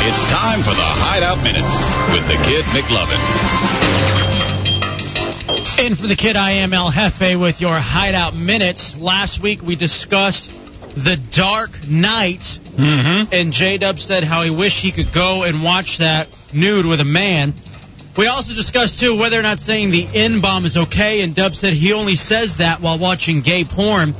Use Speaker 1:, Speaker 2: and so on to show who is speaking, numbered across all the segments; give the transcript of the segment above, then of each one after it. Speaker 1: It's time for the Hideout Minutes with the Kid McLovin.
Speaker 2: In for the kid, I am El Jefe with your Hideout Minutes. Last week we discussed The Dark Knight,
Speaker 3: Mm-hmm.
Speaker 2: and J Dub said how he wished he could go and watch that nude with a man. We also discussed, too, whether or not saying the N bomb is okay, and Dub said he only says that while watching gay porn.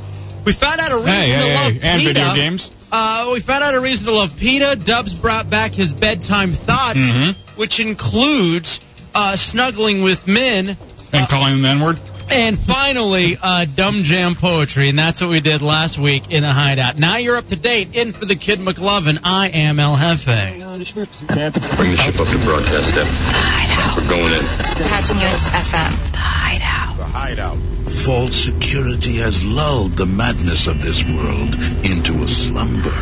Speaker 2: We found out a reason
Speaker 3: Hey,
Speaker 2: to
Speaker 3: hey,
Speaker 2: love
Speaker 3: hey, and
Speaker 2: PETA.
Speaker 3: video games.
Speaker 2: Uh, we found out a reason to love PETA. Dubs brought back his bedtime thoughts,
Speaker 3: Mhm.
Speaker 2: which includes uh, snuggling with men.
Speaker 3: And calling them the N-word.
Speaker 2: And finally, uh, dumb jam poetry, and that's what we did last week in the hideout. Now you're up to date. In for the kid McLovin. I am El Jefe.
Speaker 4: Bring the ship up to broadcast depth. We're going in.
Speaker 5: Passion Units FM.
Speaker 4: The hideout.
Speaker 6: False security has lulled the madness of this world into a slumber.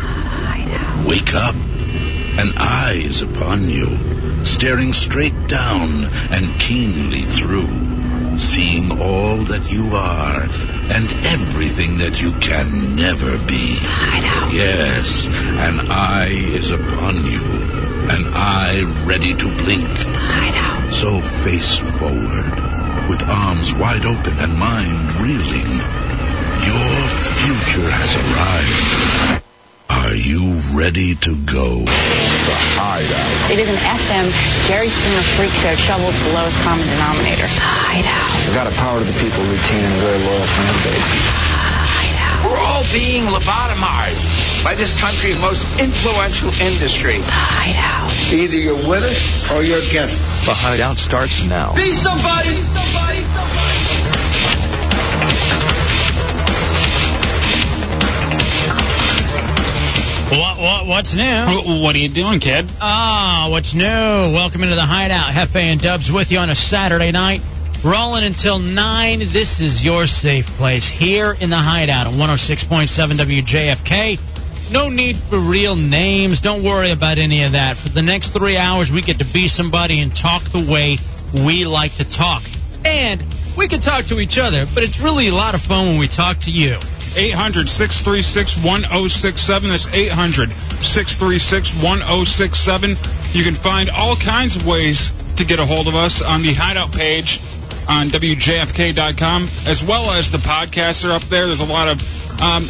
Speaker 6: Wake up. An eye is upon you, staring straight down and keenly through, seeing all that you are and everything that you can never be. Yes, an eye is upon you, an eye ready to blink. So face forward with arms wide open and mind reeling. Your future has arrived. Are you ready to go? The Hideout.
Speaker 7: It is an FM Jerry Springer freak show shoveled to the lowest common denominator.
Speaker 8: I've got a power to the people routine and a very loyal fan base.
Speaker 9: We're all being lobotomized by this country's most influential industry.
Speaker 8: Either you're with us or you're against us. The hideout starts now.
Speaker 9: Be somebody, somebody, somebody.
Speaker 2: What, what, what's new?
Speaker 3: Wh- What are you doing, kid?
Speaker 2: Ah, what's new? Welcome into the hideout. Jefe and Dubs with you on a Saturday night. Rolling until 9. This is your safe place here in the hideout on 106.7 WJFK. No need for real names. Don't worry about any of that. For the next three hours, we get to be somebody and talk the way we like to talk. And we can talk to each other, but it's really a lot of fun when we talk to you.
Speaker 3: 800-636-1067. That's 800-636-1067. You can find all kinds of ways to get a hold of us on the Hideout page on WJFK.com, as well as the podcasts are up there. There's a lot of... Um,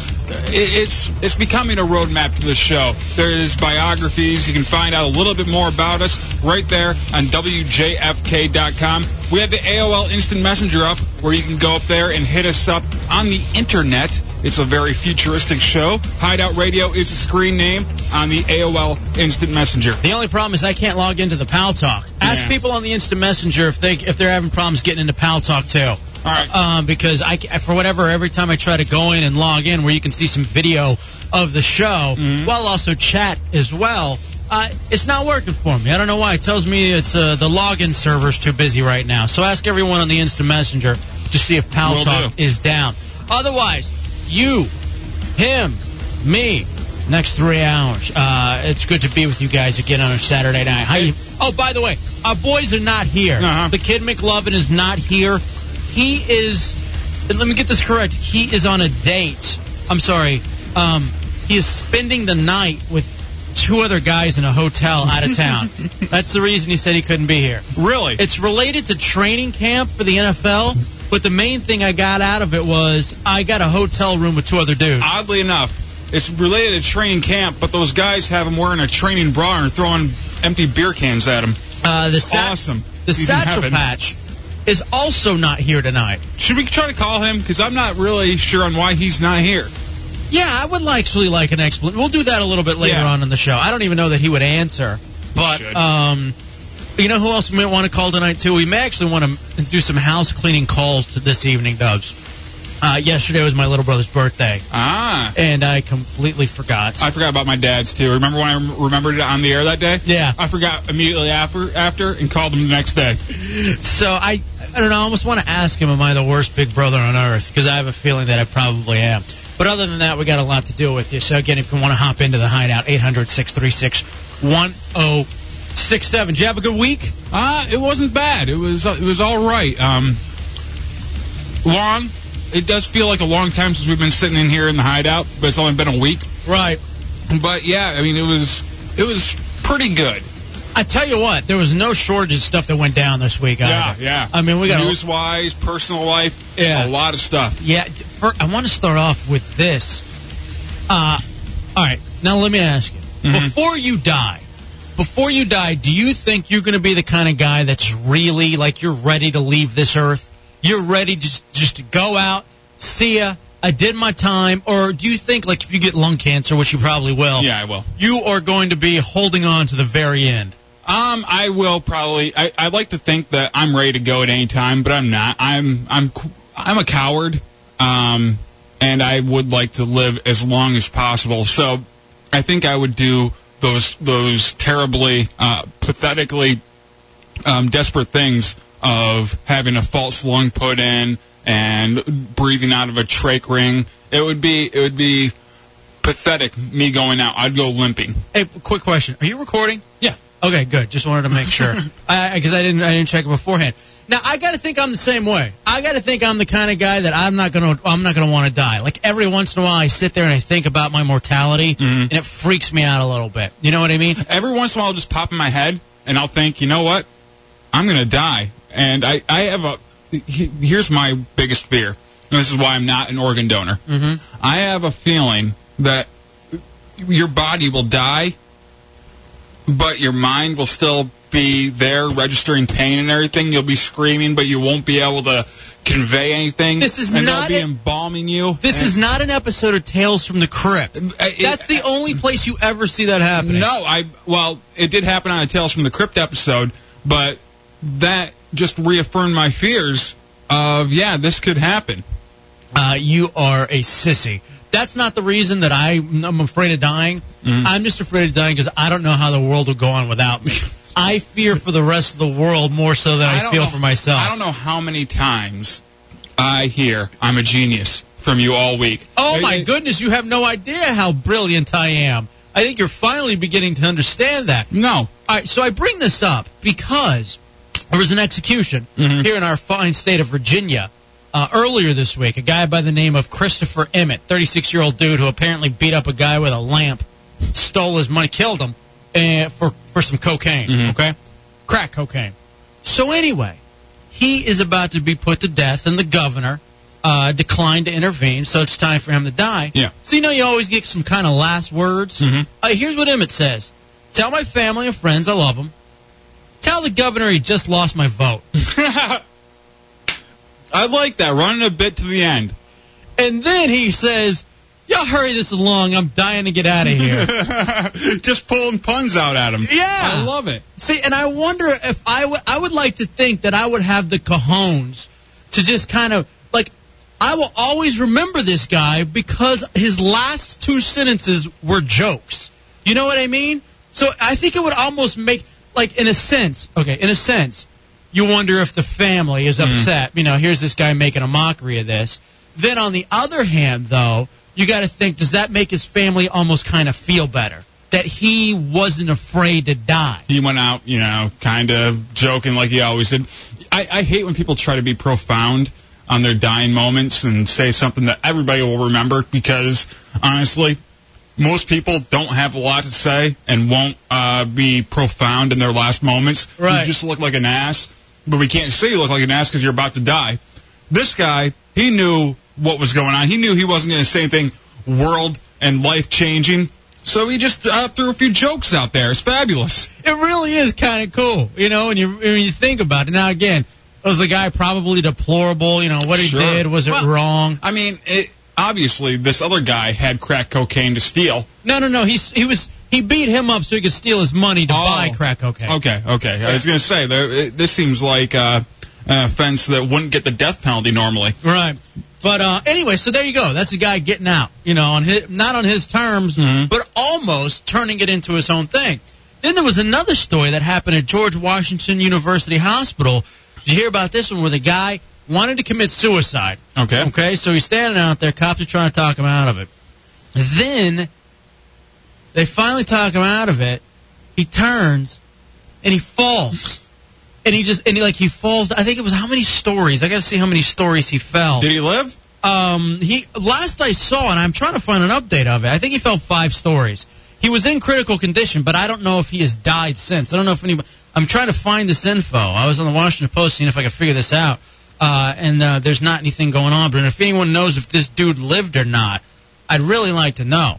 Speaker 3: it- it's it's becoming a roadmap to the show. There's biographies. You can find out a little bit more about us right there on WJFK.com. We have the AOL Instant Messenger up where you can go up there and hit us up on the internet. It's a very futuristic show. Hideout Radio is the screen name on the AOL Instant Messenger.
Speaker 2: The only problem is I can't log into the Pal Talk. Ask
Speaker 3: Yeah.
Speaker 2: people on the Instant Messenger if they if they're having problems getting into Pal Talk too.
Speaker 3: All right.
Speaker 2: Um, because I ca- for whatever every time I try to go in and log in where you can see some video of the show
Speaker 3: Mhm.
Speaker 2: while also chat as well. Uh, it's not working for me. I don't know why. It tells me it's uh, the login server's too busy right now. So ask everyone on the Instant Messenger to see if Pal
Speaker 3: Will
Speaker 2: Talk
Speaker 3: do.
Speaker 2: is down. Otherwise, you, him, me. Next three hours. Uh, it's good to be with you guys again on a Saturday night. How you? Oh, by the way, our boys are not here.
Speaker 3: Uh-huh.
Speaker 2: The kid McLovin is not here. He is. and Let me get this correct. He is on a date. I'm sorry. Um, he is spending the night with two other guys in a hotel out of town. That's the reason he said he couldn't be here.
Speaker 3: Really?
Speaker 2: It's related to training camp for the NFL, but the main thing I got out of it was I got a hotel room with two other dudes.
Speaker 3: Oddly enough, it's related to training camp, but those guys have them wearing a training bra and throwing empty beer cans at them.
Speaker 2: Uh, the sa-
Speaker 3: Awesome.
Speaker 2: The
Speaker 3: He's in
Speaker 2: satchel
Speaker 3: heaven.
Speaker 2: patch is also not here tonight.
Speaker 3: Should we try to call him? Because I'm not really sure on why he's not here.
Speaker 2: Yeah, I would like- actually like an explanation. We'll do that a little bit later
Speaker 3: Yeah.
Speaker 2: on in the show. I don't even know that he would answer, but
Speaker 3: should.
Speaker 2: um, you know who else we might want to call tonight too? We may actually want to do some house cleaning calls to this evening, Dubs. Uh, yesterday was my little brother's birthday,
Speaker 3: Ah.
Speaker 2: and I completely forgot.
Speaker 3: I forgot about my dad's too. Remember when I rem- remembered it on the air that day?
Speaker 2: yeah.
Speaker 3: I forgot immediately after, after and called him the next day.
Speaker 2: So I, I don't know. I almost want to ask him, am I the worst big brother on earth? Because I have a feeling that I probably am. But other than that, we got a lot to deal with you. So again, if you want to hop into the hideout, 800-636-1067. Did you have a good week?
Speaker 3: Uh, it wasn't bad. It was uh, it was all right. Um, long. It does feel like a long time since we've been sitting in here in the hideout, but it's only been a week.
Speaker 2: Right.
Speaker 3: But yeah, I mean it was It was pretty good.
Speaker 2: I tell you what, there was no shortage of stuff that went down this week.
Speaker 3: Yeah,
Speaker 2: either.
Speaker 3: yeah.
Speaker 2: I mean, we got a-
Speaker 3: news wise, personal life,
Speaker 2: Yeah.
Speaker 3: a lot of stuff.
Speaker 2: Yeah, fir- I want to start off with this. Uh, all right, now let me ask you: before you die, before you die, do you think you're going to be the kind of guy that's really like you're ready to leave this earth? You're ready just just to go out, see ya. I did my time, or do you think like if you get lung cancer, which you probably will,
Speaker 3: Yeah, I will.
Speaker 2: you are going to be holding on to the very end?
Speaker 3: Um, I will probably. I, I like to think that I'm ready to go at any time, but I'm not. I'm I'm c- I'm a coward. Um, and I would like to live as long as possible. So, I think I would do those those terribly uh, pathetically um, desperate things of having a false lung put in and breathing out of a trach ring. It would be it would be pathetic me going out. I'd go limping.
Speaker 2: Hey, quick question: Are you recording?
Speaker 3: Yeah.
Speaker 2: Okay, good. Just wanted to make sure because I, because I didn't I didn't check it beforehand. Now I got to think I'm the same way. I got to think I'm the kind of guy that I'm not gonna I'm not gonna want to die. Like every once in a while, I sit there and I think about my mortality, and it freaks me out a little bit. You know what I mean?
Speaker 3: every once in a while it'll just pop in my head and I'll think, you know what? I'm gonna die. And I, I have a he- here's my biggest fear. And this is why I'm not an organ donor.
Speaker 2: Mm-hmm.
Speaker 3: I have a feeling that your body will die, but your mind will still be there registering pain and everything. You'll be screaming, but you won't be able to convey anything.
Speaker 2: This is
Speaker 3: and they'll
Speaker 2: not
Speaker 3: be
Speaker 2: a-
Speaker 3: embalming you.
Speaker 2: This is not an episode of Tales from the Crypt. That's the only place you ever see that happening.
Speaker 3: No, I well, it did happen on a Tales from the Crypt episode, but that just reaffirmed my fears of yeah, this could happen.
Speaker 2: uh, you are a sissy. That's not the reason that I, I'm afraid of dying.
Speaker 3: Mm-hmm.
Speaker 2: I'm just afraid of dying because I don't know how the world will go on without me. I fear for the rest of the world more so than I,
Speaker 3: don't
Speaker 2: feel
Speaker 3: know-
Speaker 2: for myself.
Speaker 3: I don't know how many times I hear I'm a genius from you all week.
Speaker 2: oh
Speaker 3: It-
Speaker 2: my
Speaker 3: it-
Speaker 2: goodness, you have no idea how brilliant I am. I think you're finally beginning to understand that.
Speaker 3: No.
Speaker 2: All right, so I bring this up because there was an execution
Speaker 3: Mhm.
Speaker 2: here in our fine state of Virginia uh, earlier this week. A guy by the name of Christopher Emmett, 36 year old dude who apparently beat up a guy with a lamp, stole his money, killed him uh, for for some cocaine.
Speaker 3: Mhm.
Speaker 2: Okay, crack cocaine. So anyway, he is about to be put to death, and the governor uh, declined to intervene, so it's time for him to die.
Speaker 3: Yeah.
Speaker 2: So you know you always get some kind of last words.
Speaker 3: Mhm.
Speaker 2: Uh, here's what Emmett says: Tell my family and friends I love them. Tell the governor he just lost my vote.
Speaker 3: I like that running a bit to the end.
Speaker 2: And then he says, "Y'all hurry this along. I'm dying to get out of here."
Speaker 3: just pulling puns out at him.
Speaker 2: Yeah.
Speaker 3: I love it.
Speaker 2: See, and I wonder if I would. I would like to think that I would have the cojones to just kind of like. I will always remember this guy because his last two sentences were jokes. You know what I mean? So I think it would almost make like in a sense. Okay, in a sense, you wonder if the family
Speaker 3: Hmm.
Speaker 2: is upset. You know, here's this guy making a mockery of this. Then on the other hand, though, you got to think: does that make his family almost kind of feel better that he wasn't afraid to die?
Speaker 3: he went out, you know, kind of joking like he always did. I, I hate when people try to be profound on their dying moments and say something that everybody will remember because honestly, most people don't have a lot to say and won't uh, be profound in their last moments.
Speaker 2: Right.
Speaker 3: You just look like an ass, but we can't say you look like an ass because you're about to die. This guy, he knew what was going on. He knew he wasn't going to say anything world and life changing. So he just uh, threw a few jokes out there. It's fabulous.
Speaker 2: It really is kind of cool, you know, when you when you think about it. Now again, was the guy probably deplorable? You know, what he
Speaker 3: Sure.
Speaker 2: did was it
Speaker 3: Well-
Speaker 2: wrong?
Speaker 3: I mean, it, obviously, this other guy had crack cocaine to steal.
Speaker 2: No, no, no. He he was he beat him up so he could steal his money to
Speaker 3: Oh.
Speaker 2: buy crack cocaine.
Speaker 3: Okay, okay. I was going to say, there, it, this seems like uh, an offense that wouldn't get the death penalty normally.
Speaker 2: Right. But uh, anyway, so there you go. That's the guy getting out, you know, on his, not on his terms,
Speaker 3: Mhm.
Speaker 2: but almost turning it into his own thing. Then there was another story that happened at George Washington University Hospital. Did you hear about this one where the guy wanted to commit suicide?
Speaker 3: Okay.
Speaker 2: Okay, so he's standing out there. Cops are trying to talk him out of it. Then they finally talk him out of it. He turns and he falls. And he just and he like he falls. I think it was how many stories? I got to see how many stories he fell.
Speaker 3: Did he live?
Speaker 2: Um, he last I saw, and I'm trying to find an update of it. I think he fell five stories. He was in critical condition, but I don't know if he has died since. I don't know if anybody. I'm trying to find this info. I was on the Washington Post seeing if I could figure this out, uh, and uh, there's not anything going on. But if anyone knows if this dude lived or not, I'd really like to know.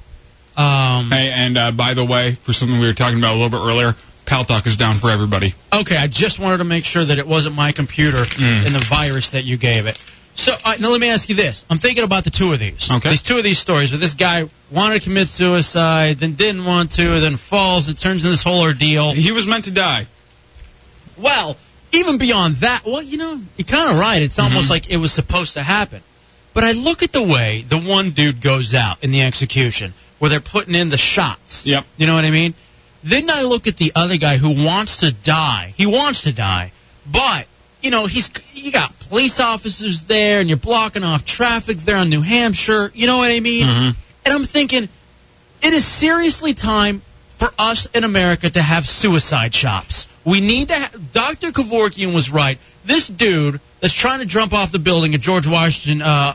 Speaker 2: Um,
Speaker 3: Hey, and uh, by the way, for something we were talking about a little bit earlier, Pal Talk is down for everybody.
Speaker 2: Okay, I just wanted to make sure that it wasn't my computer
Speaker 3: Mm.
Speaker 2: and the virus that you gave it. So all right, now let me ask you this. I'm thinking about the two of these.
Speaker 3: Okay.
Speaker 2: These two of these stories where this guy wanted to commit suicide, then didn't want to, then falls. It turns into this whole ordeal.
Speaker 3: He was meant to die.
Speaker 2: Well, even beyond that, well, you know, you're kind of right. It's almost like it was supposed to happen. But I look at the way the one dude goes out in the execution, where they're putting in the shots.
Speaker 3: Yep.
Speaker 2: You know what I mean? Then I look at the other guy who wants to die. He wants to die, but you know he's you got police officers there, and you're blocking off traffic there on New Hampshire. You know what I mean?
Speaker 3: Mhm.
Speaker 2: And I'm thinking, it is seriously time for us in America to have suicide shops. We need to. Ha- Dr. Kevorkian was right. This dude that's trying to jump off the building at George Washington uh,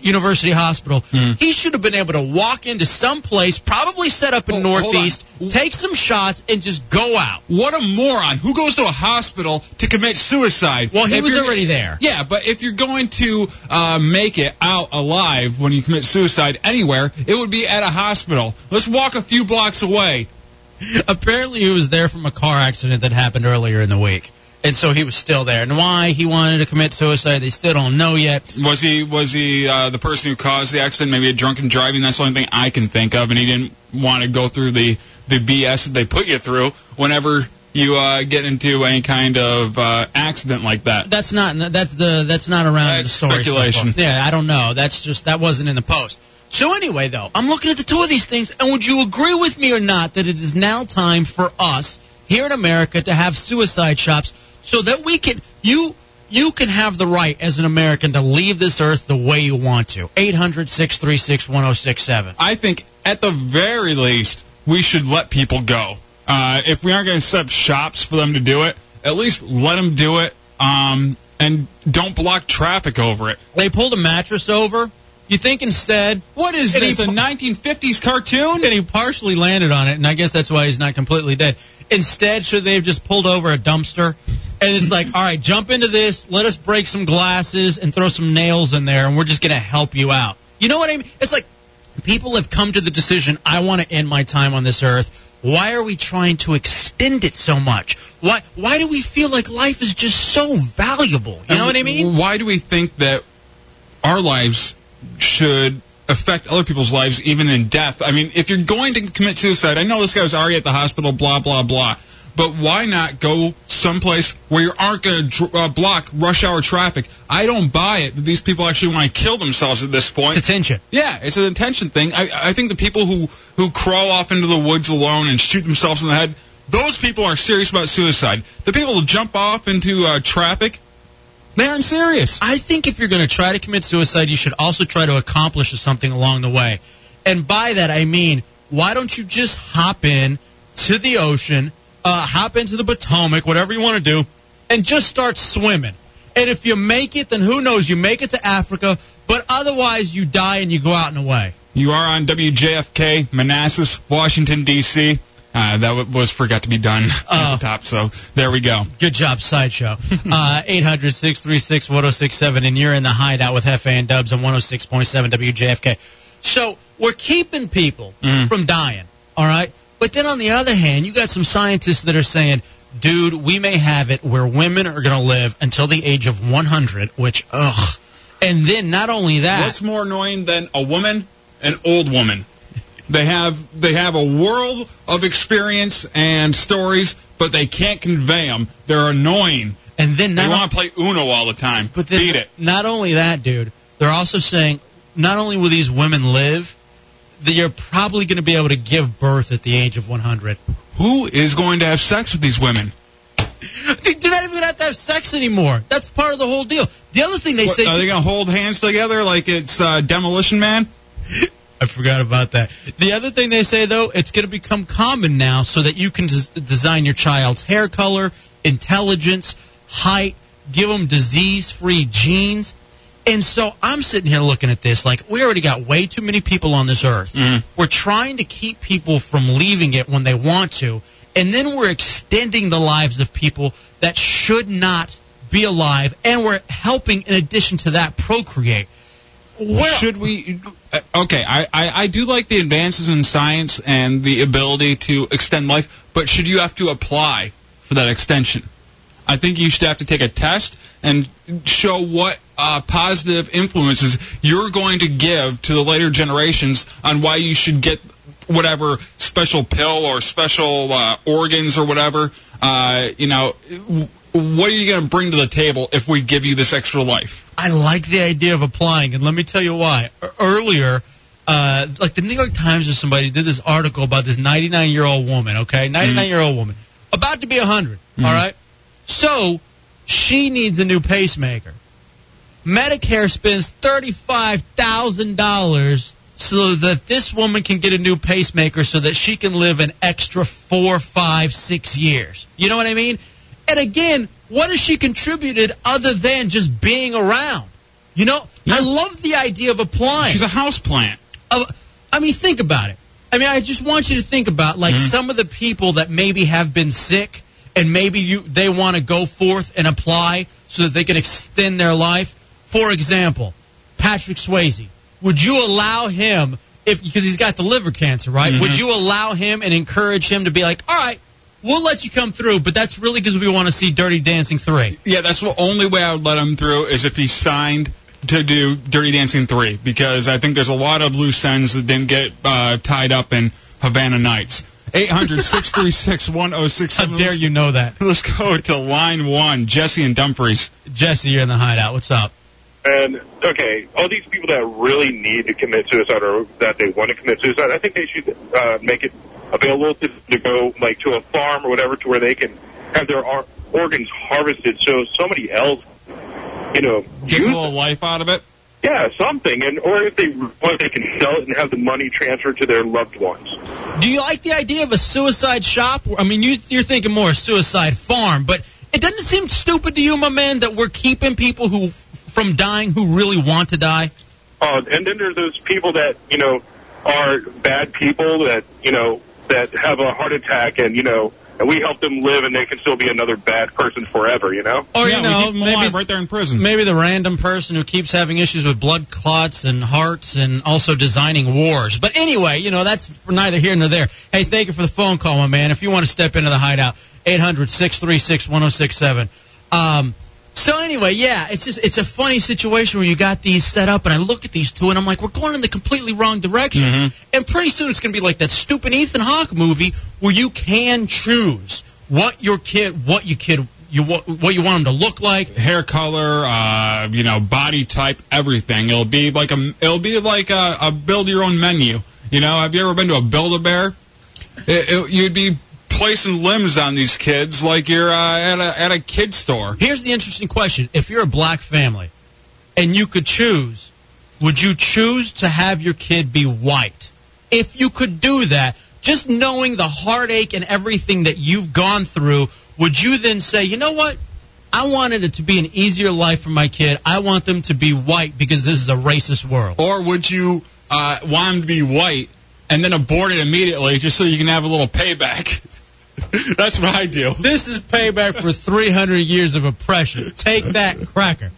Speaker 2: University Hospital,
Speaker 3: Mm-hmm.
Speaker 2: he should have been able to walk into some place, probably set up in
Speaker 3: Well, Oh, hold on.
Speaker 2: Northeast, take some shots, and just go out.
Speaker 3: What a moron! Who goes to a hospital to commit suicide?
Speaker 2: Well, he
Speaker 3: If
Speaker 2: was
Speaker 3: you're-
Speaker 2: already there.
Speaker 3: Yeah, but if you're going to uh, make it out alive when you commit suicide anywhere, it would be at a hospital. Let's walk a few blocks away.
Speaker 2: Apparently, he was there from a car accident that happened earlier in the week. And so he was still there. And why he wanted to commit suicide, they still don't know yet.
Speaker 3: Was he was he uh, the person who caused the accident? Maybe a drunken driving. That's the only thing I can think of. And he didn't want to go through the the BS that they put you through whenever you uh, get into any kind of uh, accident like that.
Speaker 2: That's not that's the that's not around
Speaker 3: That's
Speaker 2: the story. so far.
Speaker 3: speculation.
Speaker 2: Yeah, I don't know. That's just that wasn't in the post. So anyway, though, I'm looking at the two of these things, and would you agree with me or not that it is now time for us here in America to have suicide shops so that we can you you can have the right as an American to leave this earth the way you want to. 800-636-1067.
Speaker 3: I think at the very least we should let people go. Uh, if we aren't going to set up shops for them to do it, at least let them do it. Um, and don't block traffic over it.
Speaker 2: They pulled a mattress over. You think instead
Speaker 3: What is
Speaker 2: And he
Speaker 3: this? A
Speaker 2: pu-
Speaker 3: 1950s cartoon?
Speaker 2: and he partially landed on it, and I guess that's why he's not completely dead. Instead, should they have just pulled over a dumpster? And it's like, all right, jump into this. Let us break some glasses and throw some nails in there, and we're just gonna help you out. You know what I mean? It's like people have come to the decision: I want to end my time on this earth. Why are we trying to extend it so much? Why why do we feel like life is just so valuable? You know what I mean?
Speaker 3: Why do we think that our lives should affect other people's lives even in death? I mean, if you're going to commit suicide, I know this guy was already at the hospital, blah, blah, blah. But why not go someplace where you aren't going to dr- uh, block rush hour traffic? I don't buy it that these people actually want to kill themselves at this point.
Speaker 2: It's attention.
Speaker 3: Yeah, it's an intention thing. I, I think the people who, who crawl off into the woods alone and shoot themselves in the head, those people are serious about suicide. The people who jump off into uh, traffic, they aren't serious.
Speaker 2: I think if you're going to try to commit suicide, you should also try to accomplish something along the way. And by that, I mean, why don't you just hop in to the ocean, uh, hop into the Potomac, whatever you want to do, and just start swimming? And if you make it, then who knows? You make it to Africa, but otherwise, you die and you go out and away.
Speaker 3: You are on WJFK, Manassas, Washington, D.C. Uh, that w- was forgot to be done
Speaker 2: Oh.
Speaker 3: at the top, so there we go.
Speaker 2: Good job, Sideshow. Uh, 800 636 1067, and you're in the hideout with Hefe and Dubs on 106.7 WJFK. So we're keeping people
Speaker 3: Mm.
Speaker 2: from dying, all right? But then on the other hand, you got some scientists that are saying, dude, we may have it where women are going to live until the age of 100, which, ugh. And then not only that.
Speaker 3: What's more annoying than a woman? An old woman. They have they have a world of experience and stories, but they can't convey them. They're annoying.
Speaker 2: and then
Speaker 3: They
Speaker 2: not
Speaker 3: want to play Uno all the time.
Speaker 2: But then,
Speaker 3: Beat it.
Speaker 2: Not only that, dude. They're also saying not only will these women live, that you're probably going to be able to give birth at the age of 100.
Speaker 3: Who is going to have sex with these women?
Speaker 2: Dude, You're not even going to have to have sex anymore. That's part of the whole deal. The other thing they
Speaker 3: What,
Speaker 2: say.
Speaker 3: are they going to hold hands together like it's uh, Demolition Man?
Speaker 2: I forgot about that. The other thing they say though, it's going to become common now, so that you can des- design your child's hair color, intelligence, height, give them disease-free genes. And so I'm sitting here looking at this like we already got way too many people on this earth. We're trying to keep people from leaving it when they want to, and then we're extending the lives of people that should not be alive, and we're helping in addition to that procreate. Well-
Speaker 3: should we? uh, Okay, I, I I do like the advances in science and the ability to extend life, but should you have to apply for that extension? I think you should have to take a test and show what uh, positive influences you're going to give to the later generations on why you should get whatever special pill or special uh, organs or whatever. Uh, you know, w- what are you going to bring to the table if we give you this extra life?
Speaker 2: I like the idea of applying, and let me tell you why. E- Earlier, uh, like the New York Times or somebody did this article about this 99 year old woman, okay? 99 year old woman, about to be 100, all right? So, she needs a new pacemaker. Medicare spends $35,000 so that this woman can get a new pacemaker so that she can live an extra four, five, six years. You know what I mean? And again, what has she contributed other than just being around? You know, I love the idea of applying.
Speaker 3: She's a house plant.
Speaker 2: Of, I mean, think about it. I mean, I just want you to think about like some of the people that maybe have been sick, and maybe you they want to go forth and apply so that they can extend their life. For example, Patrick Swayze. Would you allow him if because he's got the liver cancer, right? Would you allow him and encourage him to be like, all right, we'll let you come through, but that's really because we want to see Dirty Dancing three.
Speaker 3: Yeah, that's the only way I would let him through is if he signed to do Dirty Dancing 3 because I think there's a lot of loose ends that didn't get uh, tied up in Havana Nights. 800 636
Speaker 2: How
Speaker 3: 1067.
Speaker 2: dare you know that,
Speaker 3: Let's go to line one, Jesse and Dumfries.
Speaker 2: Jesse? You're in the hideout. What's up?
Speaker 10: And okay, all these people that really need to commit suicide or that they want to commit suicide, I think they should uh, make it available to, to go like to a farm or whatever, to where they can have their ar- organs harvested, so somebody else, you know, use
Speaker 3: Gets a little life out of it.
Speaker 10: yeah something, and or if they want, they can sell it and have the money transferred to their loved ones.
Speaker 2: Do you like the idea of a suicide shop? I mean, you, you're thinking more suicide farm, but it doesn't seem stupid to you, my man, that we're keeping people who from dying who really want to die.
Speaker 10: Uh, and then there's those people that you know are bad people that you know that have a heart attack, and you know, and we help them live, and they can still be another bad person forever. You know.
Speaker 2: Or
Speaker 3: yeah, we
Speaker 2: Oh, you know,
Speaker 3: keep him alive
Speaker 2: maybe
Speaker 3: right there in prison.
Speaker 2: maybe the random person who keeps having issues with blood clots and hearts and also designing wars. But anyway, you know, that's neither here nor there. Hey, thank you for the phone call, my man. If you want to step into the hideout, 800-636-1067. Um, so anyway, yeah, it's just it's a funny situation where you got these set up, and I look at these two, and I'm like, we're going in the completely wrong direction. And pretty soon it's going to be like that stupid Ethan Hawke movie where you can choose what your kid, what your kid, you what, what you want him to look like,
Speaker 3: Hair color, uh, you know, body type, everything. It'll be like a, it'll be like a, a build your own menu. You know, have you ever been to a Build a Bear? You'd be placing limbs on these kids like you're uh, at a at a kid store.
Speaker 2: Here's the interesting question: If you're a black family and you could choose, would you choose to have your kid be white? If you could do that, just knowing the heartache and everything that you've gone through, would you then say, you know what? I wanted it to be an easier life for my kid. I want them to be white because this is a racist world.
Speaker 3: Or would you uh, want him to be white and then abort it immediately just so you can have a little payback? That's what I do.
Speaker 2: This is payback for 300 years of oppression. Take that, cracker.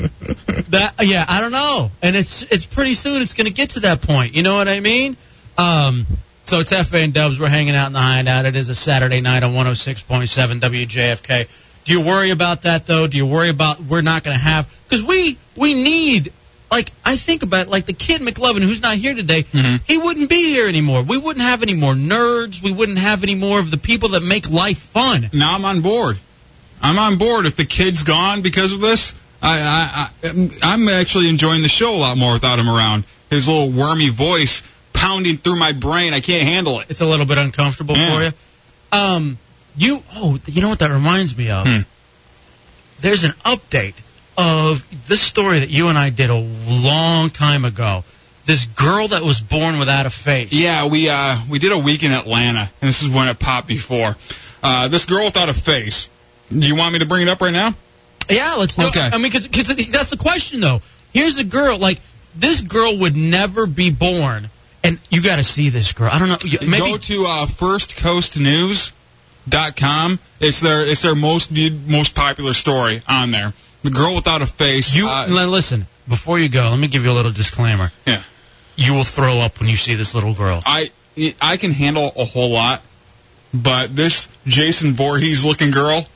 Speaker 2: That yeah, I don't know, and it's it's pretty soon it's going to get to that point. You know what I mean? Um, so it's FA and Dubs. We're hanging out in the hideout. It is a Saturday night on 106.7 WJFK. Do you worry about that though? Do you worry about we're not going to have because we we need like I think about it, like the kid McLovin who's not here today. He wouldn't be here anymore. We wouldn't have any more nerds. We wouldn't have any more of the people that make life fun.
Speaker 3: Now I'm on board. I'm on board. If the kid's gone because of this, I, I, I I'm actually enjoying the show a lot more without him around. His little wormy voice pounding through my brain. I can't handle it.
Speaker 2: it's a little bit uncomfortable
Speaker 3: Yeah.
Speaker 2: for you. Um, you oh, you know what that reminds me of?
Speaker 3: Hmm.
Speaker 2: There's an update of this story that you and I did a long time ago. This girl that was born without a face.
Speaker 3: Yeah, we uh, we did a week in Atlanta, and this is when it popped before. Uh, this girl without a face. Do you want me to bring it up right now?
Speaker 2: yeah. Let's do it.
Speaker 3: Okay.
Speaker 2: I mean, because that's the question though. Here's a girl like this girl would never be born, and you got to see this girl. I don't know. you- Maybe
Speaker 3: Go to uh, firstcoastnews.com. It's their it's their most viewed, most popular story on there. The girl without a face.
Speaker 2: You
Speaker 3: uh,
Speaker 2: li- listen before you go. Let me give you a little disclaimer.
Speaker 3: Yeah.
Speaker 2: You will throw up when you see this little girl.
Speaker 3: I I can handle a whole lot, but this Jason Voorhees looking girl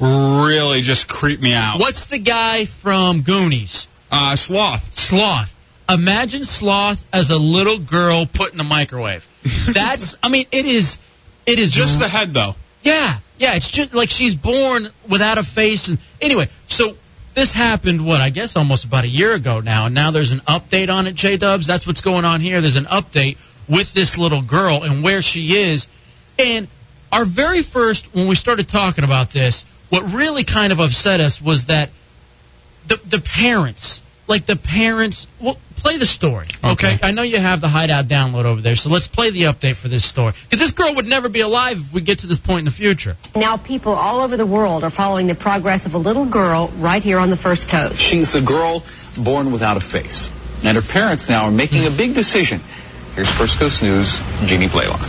Speaker 3: really just creeped me out.
Speaker 2: What's the guy from Goonies?
Speaker 3: Uh, sloth.
Speaker 2: Sloth. Imagine Sloth as a little girl put in the microwave. That's. I mean, it is. It is
Speaker 3: Just the head though.
Speaker 2: Yeah, yeah. It's just like she's born without a face. And anyway, so this happened what I guess almost about a year ago now, and now there's an update on it. J Dubs, that's what's going on here. There's an update with this little girl and where she is. And our very first, when we started talking about this, what really kind of upset us was that the the parents, like the parents, well, play the story. Okay.
Speaker 3: Okay.
Speaker 2: I know you have the hideout download over there, so let's play the update for this story because this girl would never be alive if we get to this point in the future.
Speaker 5: Now people all over the world are following the progress of a little girl right here on the First Coast.
Speaker 1: She's a girl born without a face. And her parents now are making a big decision. Here's First Coast News, Jeannie Blaylock.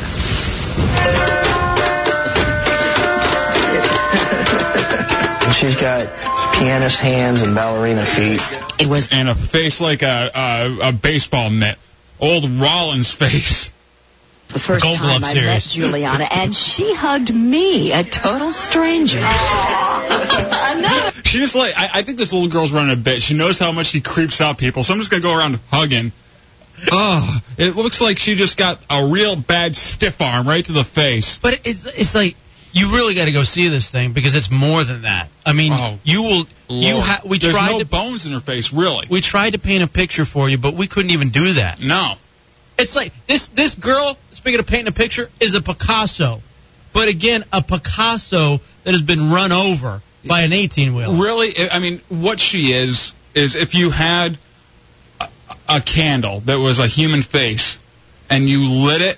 Speaker 11: She's got pianist hands and ballerina feet.
Speaker 3: It was and a face like a a, a baseball mitt. Old Rollins face.
Speaker 7: The first time I met Juliana, and she hugged me, a total stranger.
Speaker 3: She just like I, I think this little girl's running a bit. She knows how much she creeps out people, so I'm just gonna go around hugging. Oh, it looks like she just got a real bad stiff arm right to the face.
Speaker 2: But it's it's like you really got to go see this thing because it's more than that. I mean,
Speaker 3: Oh,
Speaker 2: you will you
Speaker 3: Lord.
Speaker 2: ha- we
Speaker 3: There's
Speaker 2: tried
Speaker 3: no
Speaker 2: to
Speaker 3: bones in her face, really.
Speaker 2: we tried to paint a picture for you, but we couldn't even do that.
Speaker 3: No.
Speaker 2: It's like this this girl, speaking of painting a picture, is a Picasso. But again, a Picasso that has been run over by an 18 wheeler.
Speaker 3: Really, I I mean, what she is is if you had a, a candle that was a human face and you lit it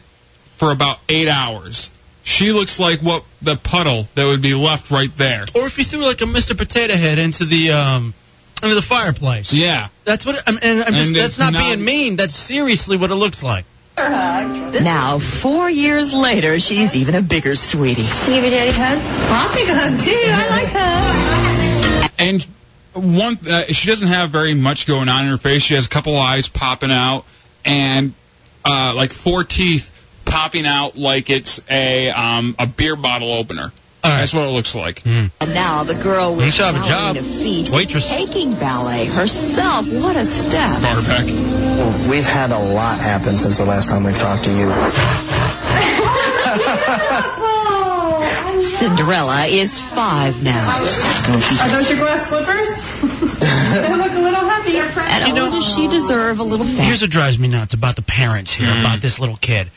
Speaker 3: for about eight hours, she looks like what the puddle that would be left right there.
Speaker 2: Or if you threw like a Mr. Potato Head into the um into the fireplace.
Speaker 3: Yeah,
Speaker 2: That's what I'm, and I'm just,
Speaker 3: And
Speaker 2: that's
Speaker 3: it's
Speaker 2: not,
Speaker 3: not-
Speaker 2: being mean. That's seriously what it looks like.
Speaker 7: Now, four years later, she's even a bigger sweetie.
Speaker 12: Can you give your daddy a hug? I'll take a hug too. I like hugs.
Speaker 3: and one uh, she doesn't have very much going on in her face. She has a couple eyes popping out and uh, like four teeth popping out like it's a um, a beer bottle opener.
Speaker 2: All right.
Speaker 3: That's what it looks like.
Speaker 7: And now the girl
Speaker 2: You
Speaker 7: with
Speaker 2: should have a job.
Speaker 7: ballerina feet
Speaker 2: Waitress.
Speaker 7: is taking ballet herself. What a step.
Speaker 3: Barback.
Speaker 11: We've had a lot happen since the last time we talked to you.
Speaker 7: Cinderella is five now.
Speaker 13: Are those your glass slippers? they look a little heavy.
Speaker 7: And oh, does she deserve a little
Speaker 2: Here's what drives me nuts about the parents here,
Speaker 3: Mm.
Speaker 2: about this little kid.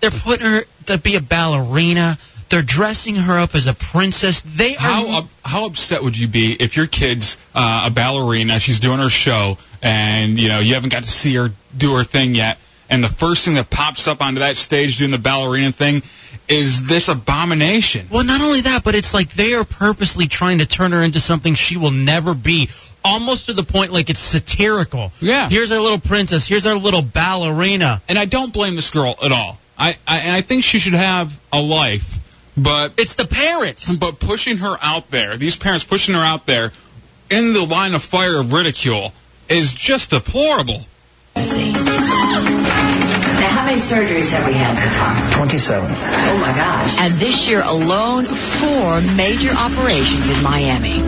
Speaker 2: They're putting her to be a ballerina. They're dressing her up as a princess. They are
Speaker 3: How up, how upset would you be if your kid's uh, a ballerina, she's doing her show, and you know you haven't got to see her do her thing yet, and the first thing that pops up onto that stage doing the ballerina thing is this abomination?
Speaker 2: Well, not only that, but it's like they are purposely trying to turn her into something she will never be, almost to the point like it's satirical.
Speaker 3: Yeah.
Speaker 2: Here's our little princess. Here's our little ballerina.
Speaker 3: And I don't blame this girl at all. I, I and I think she should have a life, but
Speaker 2: It's the parents.
Speaker 3: but pushing her out there, these parents pushing her out there in the line of fire of ridicule is just deplorable.
Speaker 13: Now, how many surgeries have we had so far?
Speaker 11: 27.
Speaker 13: Oh my gosh.
Speaker 7: And this year alone, four major operations in Miami.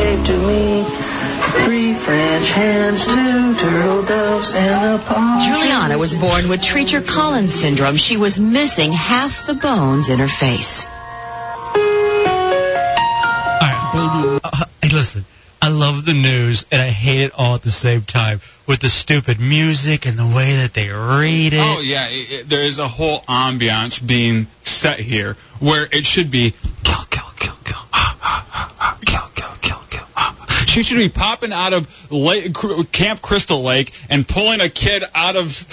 Speaker 11: Gave to me three French hens, two turtle doves, and a palm.
Speaker 7: Juliana was born with Treacher Collins syndrome. She was missing half the bones in her face.
Speaker 2: All right. Uh, hey, listen. I love the news and I hate it all at the same time with the stupid music and the way that they read it.
Speaker 3: Oh yeah, it, it, there is a whole ambiance being set here where it should be kill, kill, kill, kill, kill, kill, kill, kill. She should be popping out of lake, Cr- Camp Crystal Lake and pulling a kid out of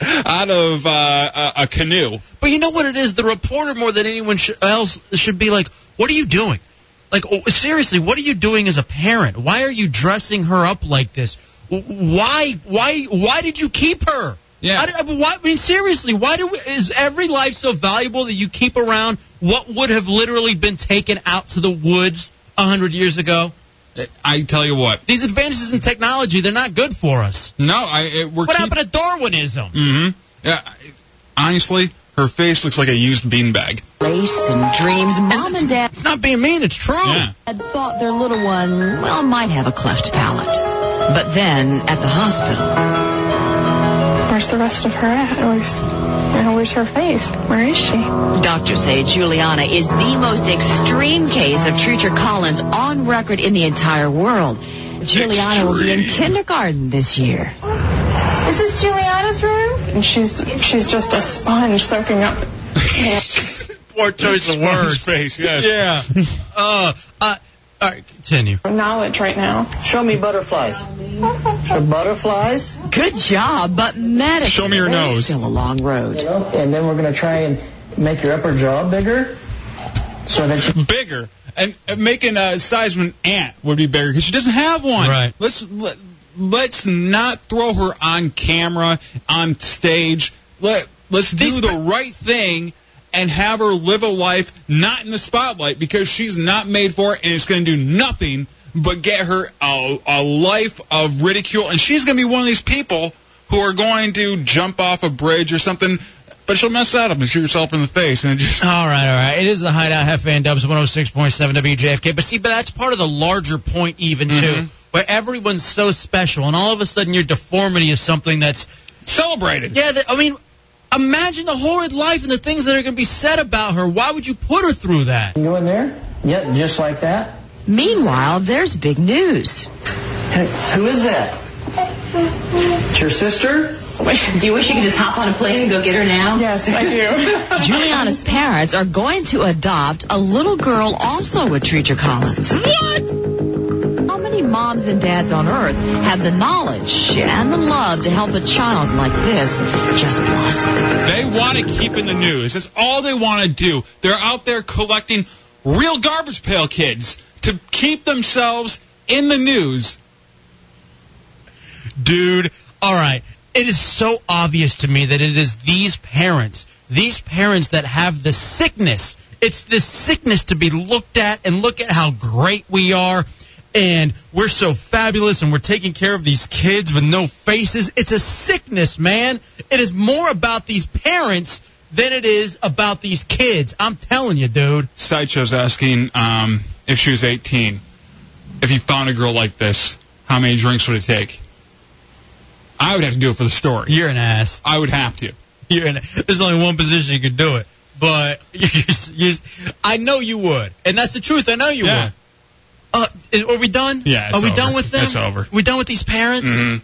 Speaker 3: out of uh, a, a canoe.
Speaker 2: But you know what it is? The reporter more than anyone sh- else should be like, what are you doing? Like, oh, seriously, what are you doing as a parent? Why are you dressing her up like this? W- Why, why, why did you keep her?
Speaker 3: Yeah.
Speaker 2: I, don't- I- why, I mean, seriously, why do we, is every life so valuable that you keep around what would have literally been taken out to the woods a hundred years ago?
Speaker 3: I tell you what.
Speaker 2: These advances in technology, they're not good for us.
Speaker 3: No, I it, we're.
Speaker 2: What happened to Darwinism?
Speaker 3: Mm-hmm. Yeah, I- honestly, her face looks like a used beanbag.
Speaker 7: Lace and dreams. Mom and dad
Speaker 2: It's not being mean. It's true.
Speaker 3: Yeah.
Speaker 7: had thought their little one, well, might have a cleft palate. But then at the hospital,
Speaker 5: Where's the rest of her at? Where's, you know, where's her face? Where is she?
Speaker 7: doctors say Juliana is the most extreme case of Treacher Collins on record in the entire world. Juliana will be in kindergarten this year.
Speaker 5: Is this Juliana's room? And she's she's just a sponge soaking up.
Speaker 2: Poor choice of words.
Speaker 3: Face, yes.
Speaker 2: Yeah. Uh, uh, all right, continue.
Speaker 5: Knowledge right now.
Speaker 14: Show me butterflies. Show butterflies.
Speaker 7: Good job, but medically,
Speaker 3: Show me your
Speaker 7: there's
Speaker 3: nose.
Speaker 7: Still a long road.
Speaker 14: You know, and then we're going to try and make your upper jaw bigger so that you
Speaker 3: Bigger. And uh, making a size of an ant would be bigger because she doesn't have one.
Speaker 2: Right.
Speaker 3: Let's let, let's not throw her on camera on stage. Let let's do
Speaker 2: These
Speaker 3: the
Speaker 2: pe-
Speaker 3: right thing and have her live a life not in the spotlight because she's not made for it and it's going to do nothing but get her a, a life of ridicule and she's going to be one of these people who are going to jump off a bridge or something but she'll mess that up and shoot herself in the face and it just
Speaker 2: All right, all right. It is the Hideout Hef Van Dubs 106.7 WJFK. But see, but that's part of the larger point, even too,
Speaker 3: Mhm.
Speaker 2: where everyone's so special, and all of a sudden your deformity is something that's
Speaker 3: celebrated.
Speaker 2: yeah. That, I mean, imagine the horrid life and the things that are going to be said about her. Why would you put her through that?
Speaker 14: go in there. Yep, just like that.
Speaker 7: Meanwhile, there's big news.
Speaker 14: Hey, Who is that? It's your sister?
Speaker 7: Do you wish you could just hop on a plane and go get her now?
Speaker 5: Yes, I do.
Speaker 7: Juliana's parents are going to adopt a little girl also with Treacher Collins. What? How many moms and dads on earth have the knowledge and the love to help a child like this just blossom?
Speaker 3: They want to keep in the news. That's all they want to do. They're out there collecting real garbage pail kids to keep themselves in the news.
Speaker 2: dude. All right. It is so obvious to me that it is these parents, these parents that have the sickness. It's this sickness to be looked at and look at how great we are and we're so fabulous and we're taking care of these kids with no faces. It's a sickness, man. It is more about these parents than it is about these kids. I'm telling you, dude.
Speaker 3: Sideshow's asking um, if she was 18. If you found a girl like this, how many drinks would it take? I would have to do it for the story.
Speaker 2: You're an ass.
Speaker 3: I would have to.
Speaker 2: you're in, there's only one position you could do it. But you're, you're, I know you would, and that's the truth. I know you
Speaker 3: Yeah.
Speaker 2: would. Uh, is- are we done?
Speaker 3: Yeah, it's
Speaker 2: are we
Speaker 3: over.
Speaker 2: done with them?
Speaker 3: It's over.
Speaker 2: We done with these parents?
Speaker 3: Mhm.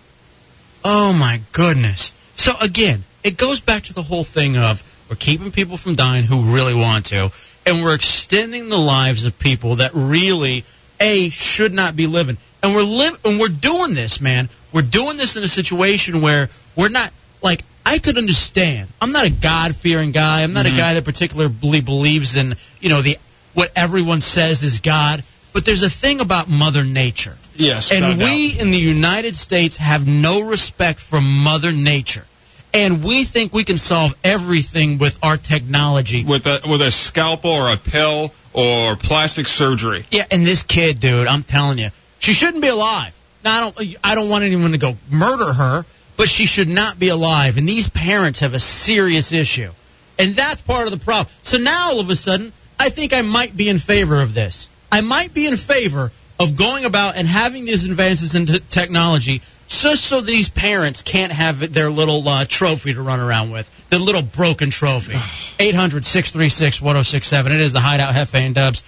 Speaker 2: Oh my goodness. So again, it goes back to the whole thing of we're keeping people from dying who really want to, and we're extending the lives of people that really a should not be living. And we're live and we're doing this, man. We're doing this in a situation where we're not like I could understand. I'm not a God-fearing guy. I'm not a
Speaker 3: Mhm.
Speaker 2: guy that particularly believes in, you know, the what everyone says is God, but there's a thing about mother nature.
Speaker 3: Yes.
Speaker 2: And we in the United States have no respect for Mother Nature. And we think we can solve everything with our technology.
Speaker 3: with a with a scalpel or a pill or plastic surgery.
Speaker 2: Yeah, and this kid, dude, I'm telling you, she shouldn't be alive. Now, I don't, I don't want anyone to go murder her, but she should not be alive. And these parents have a serious issue. And that's part of the problem. So now all of a sudden, I think I might be in favor of this. I might be in favor of going about and having these advances in t- technology just so these parents can't have their little uh, trophy to run around with, their little broken trophy. 800 636 1067. It is the Hideout Hefe and Dubs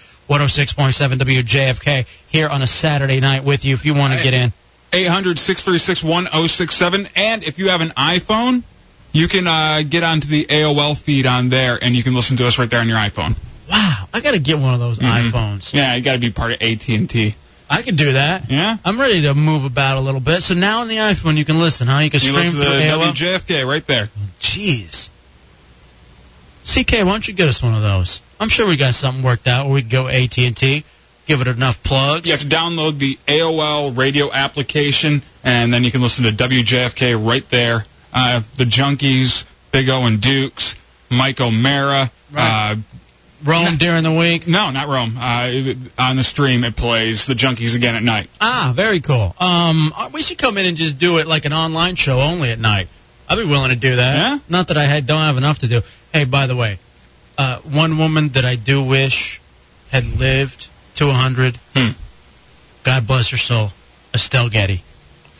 Speaker 2: 106.7 WJFK here on a Saturday night with you if you want to get in.
Speaker 3: 800 636 1067. And if you have an iPhone, you can uh, get onto the AOL feed on there and you can listen to us right there on your iPhone.
Speaker 2: Wow, I got to get one of those
Speaker 3: Mhm.
Speaker 2: iPhones.
Speaker 3: Yeah, you got to be part of AT&T.
Speaker 2: I could do that.
Speaker 3: Yeah?
Speaker 2: I'm ready to move about a little bit. So now on the iPhone, you can listen, huh? You can
Speaker 3: You
Speaker 2: stream
Speaker 3: listen
Speaker 2: through
Speaker 3: to the
Speaker 2: AOL.
Speaker 3: WJFK right there.
Speaker 2: Jeez. CK, why don't you get us one of those? I'm sure we got something worked out where we can go AT and T. give it enough plugs.
Speaker 3: You have to download the AOL radio application, and then you can listen to WJFK right there. Uh, the Junkies, Big O and Dukes, Mike O'Mara. Uh,
Speaker 2: Rome during the week?
Speaker 3: No, not Rome. Uh, it- on the stream, it plays The Junkies again at night.
Speaker 2: Ah, very cool. Um, uh, we should come in and just do it like an online show only at night. I'd be willing to do that.
Speaker 3: Yeah?
Speaker 2: Not that I had, don't have enough to do. Hey, by the way, uh, one woman that I do wish had lived to 100. God bless her soul, Estelle Getty.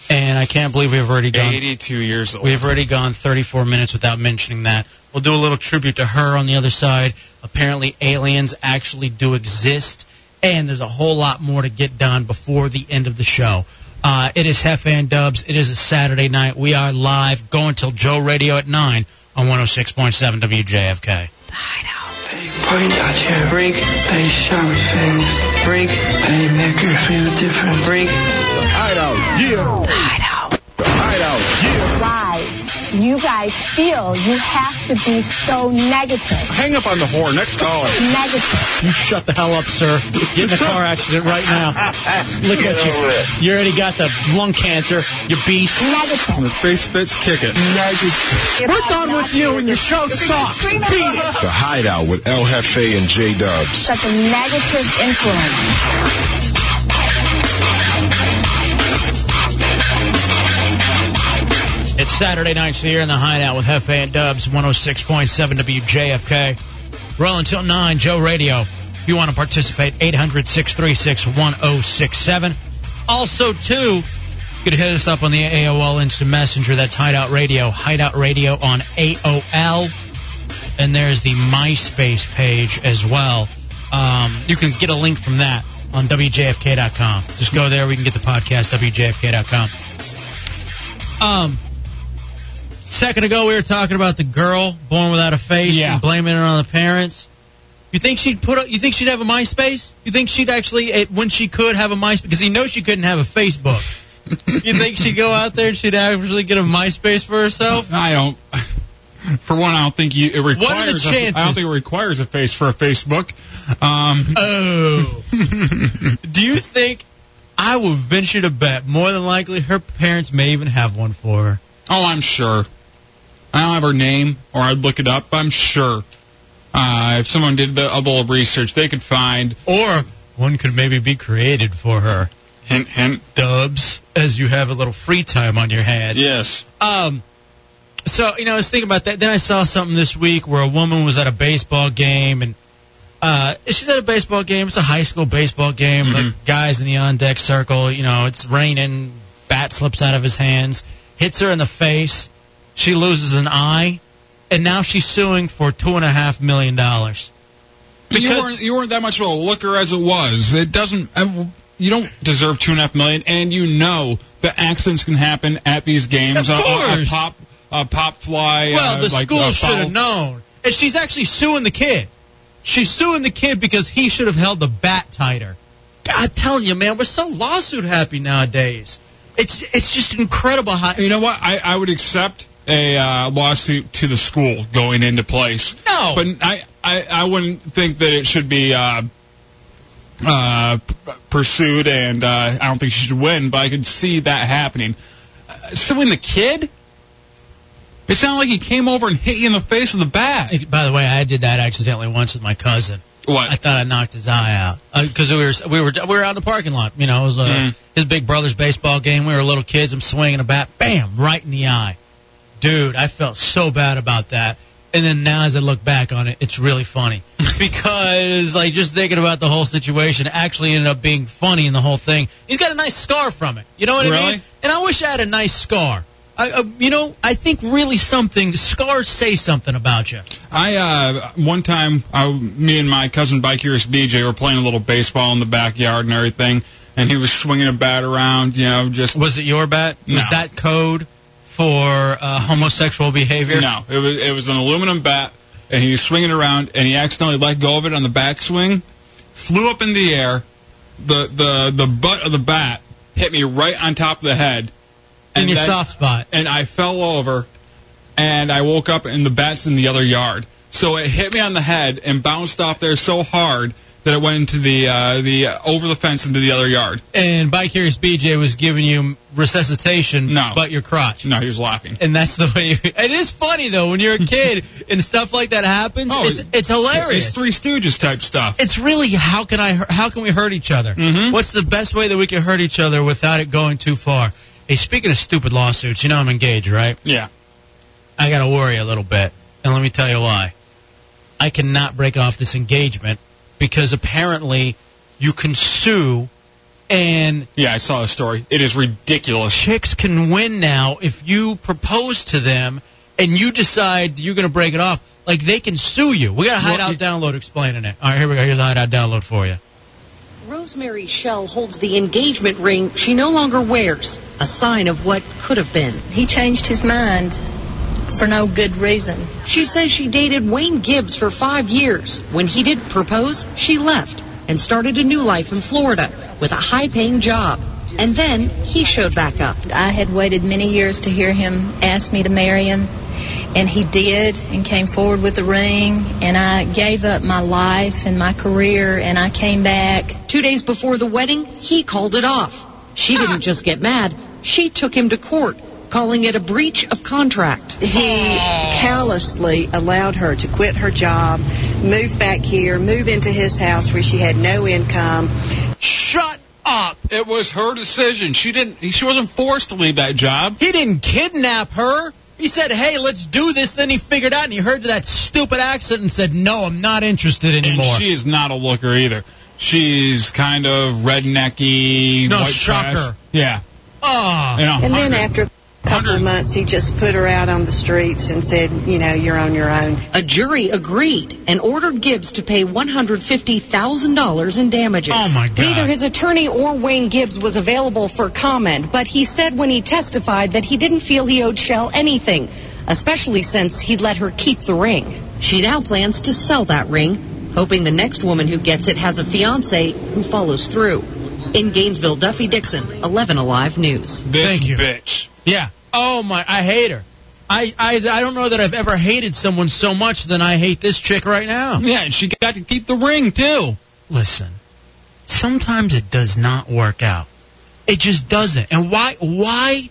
Speaker 2: And I can't believe we've already gone.
Speaker 3: 82 years old.
Speaker 2: We've already gone 34 minutes without mentioning that. We'll do a little tribute to her on the other side. Apparently, aliens actually do exist, and there's a whole lot more to get done before the end of the show. Uh, it is Hefe and Dubs. It is a Saturday night. We are live, going till Joe Radio at 9 on 106.7 WJFK.
Speaker 7: Point out your break, they shower fins. Break, they make you feel different. Break. The hideout, yeah. The hideout. The hideout, yeah.
Speaker 15: Why you guys feel you have to be so negative.
Speaker 3: Hang up on the horn. Next caller.
Speaker 15: Negative.
Speaker 2: You shut the hell up, sir. Get in a car accident right now. Look
Speaker 3: Get
Speaker 2: at
Speaker 3: over it.
Speaker 2: you. You already got the lung cancer, you beast.
Speaker 3: In the face fits, kick it.
Speaker 2: We're done with you, and your show sucks. Beat it.
Speaker 10: The Hideout with El Jefe and J Dubs.
Speaker 15: Such a negative influence.
Speaker 2: It's Saturday nights here in the Hideout with Hefe and Dubs, 106.7 WJFK. Roll until 9, Joe Radio. If you want to participate, 800 636 1067. Also, too, you could hit us up on the AOL Instant Messenger. That's Hideout Radio. Hideout Radio on AOL. And there's the MySpace page as well. Um, you can get a link from that on WJFK.com. Just go there. We can get the podcast, WJFK.com. Um, second ago, we were talking about the girl born without a face and blaming it on the parents. You think she'd put? A, you think she'd have a MySpace? You think she'd actually, eh, when she could, have a MySpace? Because he knows she couldn't have a Facebook. you think she'd go out there and she'd actually get a MySpace for herself?
Speaker 3: I don't. For one, I don't think you, it requires.
Speaker 2: What are the
Speaker 3: a-
Speaker 2: chances?
Speaker 3: I don't think it requires a face for a Facebook. Um,
Speaker 2: Oh. Do you think? I would venture to bet more than likely her parents may even have one for her.
Speaker 3: Oh, I'm sure. I don't have her name, or I'd look it up. I'm sure. Uh, if someone did the, a little research, they could find.
Speaker 2: Or one could maybe be created for her.
Speaker 3: Hint, hint.
Speaker 2: Dubs, as you have a little free time on your hands.
Speaker 3: Yes.
Speaker 2: Um, so you know, I was thinking about that. Then I saw something this week where a woman was at a baseball game, and uh, she's at a baseball game. It's a high school baseball game. Like guys in the on deck circle. You know, it's raining. Bat slips out of his hands, hits her in the face. She loses an eye, and now she's suing for two and a half million dollars.
Speaker 3: you weren't, you weren't that much of a looker as it was. It doesn't. I- You don't deserve two and a half million, and you know that accidents can happen at these games.
Speaker 2: Of
Speaker 3: A- a- A,
Speaker 2: course.
Speaker 3: pop, a pop fly.
Speaker 2: Well,
Speaker 3: uh,
Speaker 2: the
Speaker 3: like,
Speaker 2: school
Speaker 3: a
Speaker 2: should
Speaker 3: foul.
Speaker 2: have known. And she's actually suing the kid. She's suing the kid because he should have held the bat tighter. I'm telling you, man, we're so lawsuit happy nowadays. It's it's just incredible how.
Speaker 3: You know what? I, I would accept a uh, lawsuit to the school going into place.
Speaker 2: No.
Speaker 3: But I, I, I wouldn't think that it should be uh, uh, p- pursued, and uh, I don't think she should win, but I could see that happening. Uh, suing the kid? It sounded like he came over and hit you in the face with a bat.
Speaker 2: By the way, I did that accidentally once with my cousin.
Speaker 3: What?
Speaker 2: I thought I knocked his eye out because we were we were we were out in the parking lot. You know, it was uh, his big brother's baseball game. We were little kids. I'm swinging a bat, bam, right in the eye. Dude, I felt so bad about that. And then now, as I look back on it, it's really funny because like just thinking about the whole situation actually ended up being funny in the whole thing. He's got a nice scar from it. You know what I
Speaker 3: Really?
Speaker 2: mean? And I wish I had a nice scar. I, uh, you know, I think really something scars say something about you.
Speaker 3: I uh one time I me and my cousin by Curious BJ were playing a little baseball in the backyard and everything and he was swinging a bat around, you know, just
Speaker 2: Was it your bat? Was
Speaker 3: No.
Speaker 2: that code for uh, homosexual behavior?
Speaker 3: No, it was it was an aluminum bat, and he was swinging around, and he accidentally let go of it on the backswing, flew up in the air, the the the butt of the bat hit me right on top of the head,
Speaker 2: In your
Speaker 3: then-
Speaker 2: soft spot.
Speaker 3: and I fell over, and I woke up, and the bat's in the other yard. So it hit me on the head and bounced off there so hard that it went into the uh, the uh, over the fence into the other yard.
Speaker 2: And Bicurious BJ was giving you resuscitation,
Speaker 3: No.
Speaker 2: but your crotch.
Speaker 3: No, he was laughing.
Speaker 2: And that's the way. You, it is funny though when you're a kid and stuff like that happens.
Speaker 3: Oh,
Speaker 2: it's it's hilarious.
Speaker 3: It's Three Stooges type stuff.
Speaker 2: It's really how can I hu- how can we hurt each other? What's the best way that we can hurt each other without it going too far? Hey, speaking of stupid lawsuits, you know I'm engaged, right?
Speaker 3: Yeah.
Speaker 2: I got to worry a little bit, and let me tell you why. I cannot break off this engagement because apparently you can sue, and
Speaker 3: Yeah, I saw the story. It is ridiculous.
Speaker 2: chicks can win now if you propose to them and you decide you're going to break it off. Like they can sue you. We got a hideout download explaining it. All right, here we go. Here's a hideout download for you.
Speaker 5: Rosemary Shell holds the engagement ring she no longer wears, a sign of what could have been. He changed his mind for no good reason. She says she dated Wayne Gibbs for five years. When he didn't propose, she left and started a new life in Florida with a high paying job. And then he showed back up.
Speaker 7: I had waited many years to hear him ask me to marry him, and he did and came forward with the ring, and I gave up my life and my career, and I came back.
Speaker 5: Two days before the wedding, he called it off.
Speaker 2: Ah.
Speaker 5: She didn't just get mad, she took him to court, calling it a breach of contract.
Speaker 16: He callously allowed her to quit her job, move back here, move into his house where she had no income.
Speaker 2: Shut up!
Speaker 3: It was her decision. She didn't. She wasn't forced to leave that job.
Speaker 2: He didn't kidnap her. He said, "Hey, let's do this." Then he figured out, and he heard that stupid accent and said, "No, I'm not interested anymore."
Speaker 3: And she is not a looker either. She's kind of rednecky.
Speaker 2: No,
Speaker 3: white
Speaker 2: shock
Speaker 3: trash.
Speaker 2: her.
Speaker 3: Yeah.
Speaker 2: Oh.
Speaker 3: You know,
Speaker 16: And then after a couple of months, he just put her out on the streets and said, you know, you're on your own.
Speaker 5: A jury agreed and ordered Gibbs to pay $150,000 in damages.
Speaker 2: Oh, my God.
Speaker 13: Neither his attorney or Wayne Gibbs was available for comment, but he said when he testified that he didn't feel he owed Shell anything, especially since he let her keep the ring.
Speaker 5: She now plans to sell that ring, hoping the next woman who gets it has a fiance who follows through. In Gainesville, Duffy Dixon, 11 Alive News.
Speaker 3: this
Speaker 2: Thank you.
Speaker 3: bitch.
Speaker 2: Yeah. Oh my, I hate her. I, I I don't know that I've ever hated someone so much than I hate this chick right now.
Speaker 3: Yeah, and she got to keep the ring too.
Speaker 2: Listen, sometimes it does not work out. It just doesn't. And why why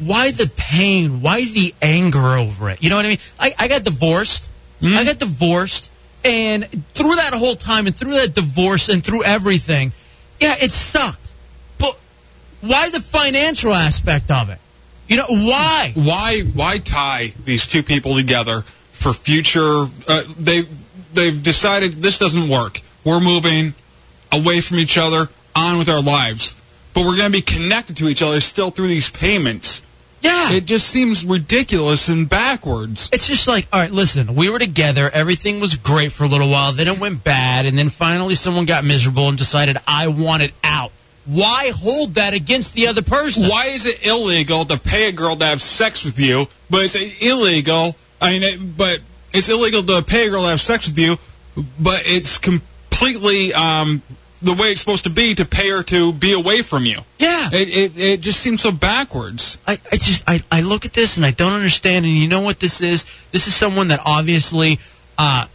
Speaker 2: why the pain? Why the anger over it? You know what I mean? I, I got divorced. I got divorced, and through that whole time, and through that divorce, and through everything, yeah, it sucked. But why the financial aspect of it? You know why?
Speaker 3: Why? Why tie these two people together for future? Uh, they they've decided this doesn't work. We're moving away from each other, on with our lives, but we're going to be connected to each other still through these payments.
Speaker 2: Yeah.
Speaker 3: It just seems ridiculous and backwards.
Speaker 2: It's just like, all right, listen, we were together, everything was great for a little while, then it went bad, and then finally someone got miserable and decided I wanted out. Why hold that against the other person?
Speaker 3: Why is it illegal to pay a girl to have sex with you, but it's illegal? I mean, it, but it's illegal to pay a girl to have sex with you, but it's completely um, the way it's supposed to be to pay her to be away from you.
Speaker 2: Yeah,
Speaker 3: It it, it just seems so backwards.
Speaker 2: I, I just I, I look at this and I don't understand. And you know what this is? This is someone that obviously, uh,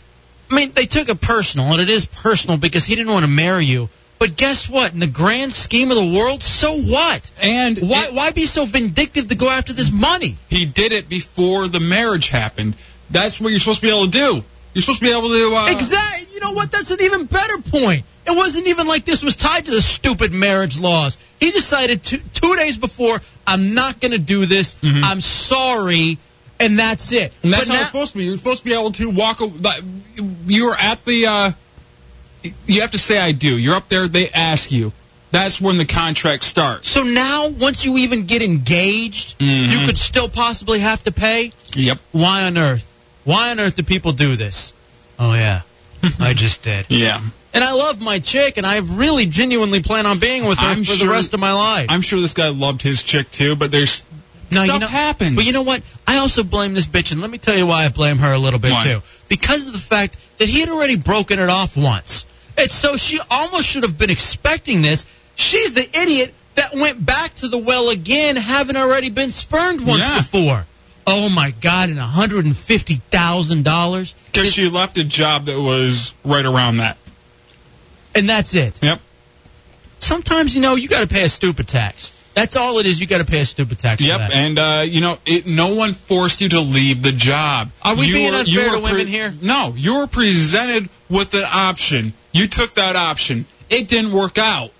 Speaker 2: I mean, they took it personal, and it is personal because he didn't want to marry you. But guess what? In the grand scheme of the world, so what?
Speaker 3: And
Speaker 2: Why
Speaker 3: it-
Speaker 2: why be so vindictive to go after this money?
Speaker 3: he did it before the marriage happened. That's what you're supposed to be able to do. You're supposed to be able to uh,
Speaker 2: Exactly. You know what? That's an even better point. It wasn't even like this was tied to the stupid marriage laws. He decided two, two days before, I'm not going to do this. I'm sorry, and that's it.
Speaker 3: Mm-hmm. And that's
Speaker 2: But
Speaker 3: how
Speaker 2: now-
Speaker 3: it's supposed to be. You're supposed to be able to walk. a- like, You're at the. Uh, you have to say I do. You're up there. They ask you. That's when the contract starts.
Speaker 2: So now, once you even get engaged,
Speaker 3: Mm-hmm.
Speaker 2: you could still possibly have to pay.
Speaker 3: Yep.
Speaker 2: Why on earth? Why on earth do people do this? Oh yeah, I just did.
Speaker 3: Yeah.
Speaker 2: And I love my chick, and I really genuinely plan on being with her
Speaker 3: I'm
Speaker 2: for
Speaker 3: sure-
Speaker 2: the rest of my life.
Speaker 3: I'm sure this guy loved his chick too, but there's
Speaker 2: No,
Speaker 3: stuff
Speaker 2: you know,
Speaker 3: happens.
Speaker 2: But you know what? I also blame this bitch, and let me tell you why I blame her a little bit
Speaker 3: Why?
Speaker 2: too. Because of the fact that he had already broken it off once, and so she almost should have been expecting this. She's the idiot that went back to the well again, having already been spurned once
Speaker 3: Yeah.
Speaker 2: before. Oh my God! And one hundred and fifty thousand dollars.
Speaker 3: because she left a job that was right around that.
Speaker 2: and that's it.
Speaker 3: Yep.
Speaker 2: Sometimes you know you got to pay a stupid tax. That's all it is. You got to pay a stupid tax. for
Speaker 3: Yep,
Speaker 2: that.
Speaker 3: and uh, you know, it, no one forced you to leave the job.
Speaker 2: Are we
Speaker 3: you
Speaker 2: being
Speaker 3: were-
Speaker 2: unfair
Speaker 3: you were
Speaker 2: to women here?
Speaker 3: No, you were presented with an option. You took that option. It didn't work out.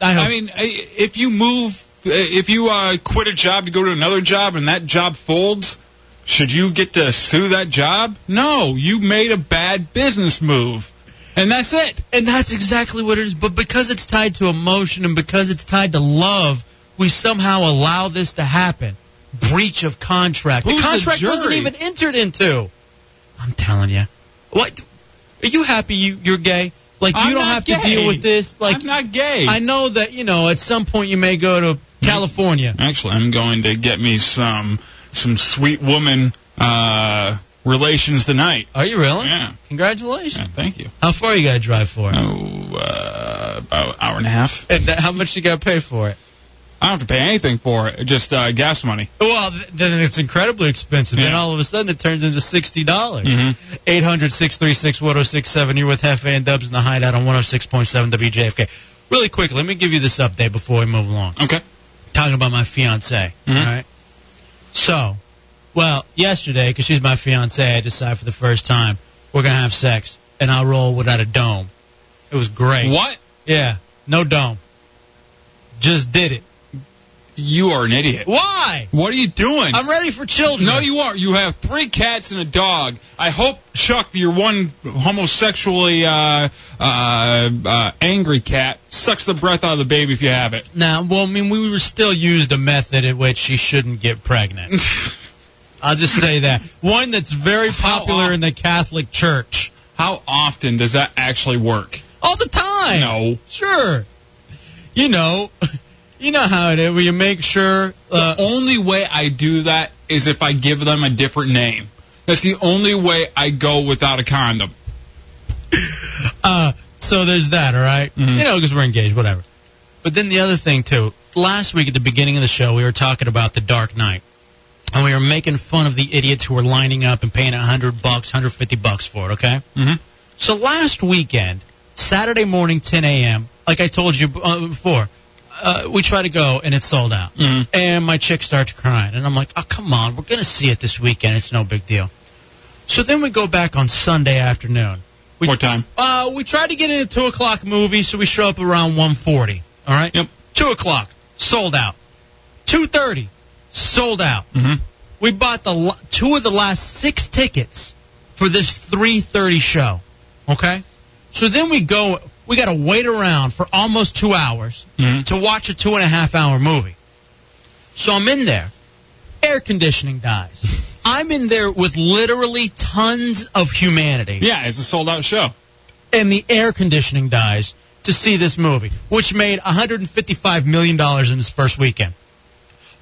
Speaker 2: I, hope-
Speaker 3: mean, i- if you move, if you uh, quit a job to go to another job, and that job folds, should you get to sue that job? No, you made a bad business move, and that's it.
Speaker 2: And that's exactly what it is. But because it's tied to emotion and because it's tied to love, we somehow allow this to happen. Breach of contract.
Speaker 3: Who's
Speaker 2: the
Speaker 3: the
Speaker 2: contract wasn't
Speaker 3: jury?
Speaker 2: even entered into. I'm telling you. What? Are you happy you, you're gay? Like you
Speaker 3: I'm
Speaker 2: don't
Speaker 3: not
Speaker 2: have to
Speaker 3: gay.
Speaker 2: deal with this. Like
Speaker 3: I'm not gay.
Speaker 2: I know that you know at some point you may go to California.
Speaker 3: Actually, I'm going to get me some some sweet woman uh, relations tonight.
Speaker 2: Are you really?
Speaker 3: Yeah.
Speaker 2: Congratulations.
Speaker 3: Yeah, Thank you.
Speaker 2: How far you got to drive for? it?
Speaker 3: Oh, uh, about an hour and a half.
Speaker 2: And that, how much you got to pay for it?
Speaker 3: I don't have to pay anything for it. Just uh, gas money.
Speaker 2: Well, th- then it's incredibly expensive. Then
Speaker 3: Yeah.
Speaker 2: all of a sudden it turns into sixty dollars.
Speaker 3: Mhm.
Speaker 2: Eight hundred six three six one zero six seven. You're with Hefe and Dubs in the Hideout on one hundred six point seven WJFK. Really quick, let me give you this update before we move along.
Speaker 3: Okay.
Speaker 2: Talking about my fiance.
Speaker 3: Mhm.
Speaker 2: All right. So, well, yesterday because she's my fiance, I decided for the first time we're gonna have sex, and I roll without a dome. It was great.
Speaker 3: What?
Speaker 2: Yeah, no dome. Just did it.
Speaker 3: You are an idiot.
Speaker 2: Why?
Speaker 3: What are you doing?
Speaker 2: I'm ready for children.
Speaker 3: no, you are. You have three cats and a dog. I hope, Chuck, your one homosexually uh, uh, uh, angry cat sucks the breath out of the baby if you have it.
Speaker 2: Now, well, I mean, we were still used a method at which she shouldn't get pregnant. I'll just say that one that's very popular in the Catholic Church
Speaker 3: How often does that actually work?
Speaker 2: all the time.
Speaker 3: No.
Speaker 2: Sure, you know, you know how it is. Where you make sure. Uh,
Speaker 3: the only way I do that is if I give them a different name. That's the only way I go without a condom.
Speaker 2: uh, so there's that. All right?
Speaker 3: Mm-hmm.
Speaker 2: you know, because we're engaged, whatever. But then the other thing too. Last week at the beginning of the show, we were talking about the Dark Knight, and we were making fun of the idiots who were lining up and paying a hundred bucks, hundred fifty bucks for it. Okay.
Speaker 3: Mm-hmm.
Speaker 2: So last weekend, Saturday morning, 10 a.m., like I told you uh, before, uh, we try to go and it's sold out.
Speaker 3: Mm-hmm.
Speaker 2: And my chick starts crying. And I'm like, oh, come on, we're going to see it this weekend. It's no big deal. So then we go back on Sunday afternoon. We-
Speaker 3: What time?
Speaker 2: Uh, we tried to get in a 2 o'clock movie, so we show up around 1.40. All right?
Speaker 3: Yep.
Speaker 2: 2 o'clock, sold out. 2.30, sold out.
Speaker 3: Mm-hmm.
Speaker 2: We bought the la- two of the last six tickets for this 3:30 show. Okay, so then we go. We got to wait around for almost two hours
Speaker 3: Mhm.
Speaker 2: to watch a two and a half hour movie. So I'm in there. Air conditioning dies. I'm in there with literally tons of humanity,
Speaker 3: Yeah, it's a sold out show.
Speaker 2: and the air conditioning dies to see this movie, which made 155 million dollars in its first weekend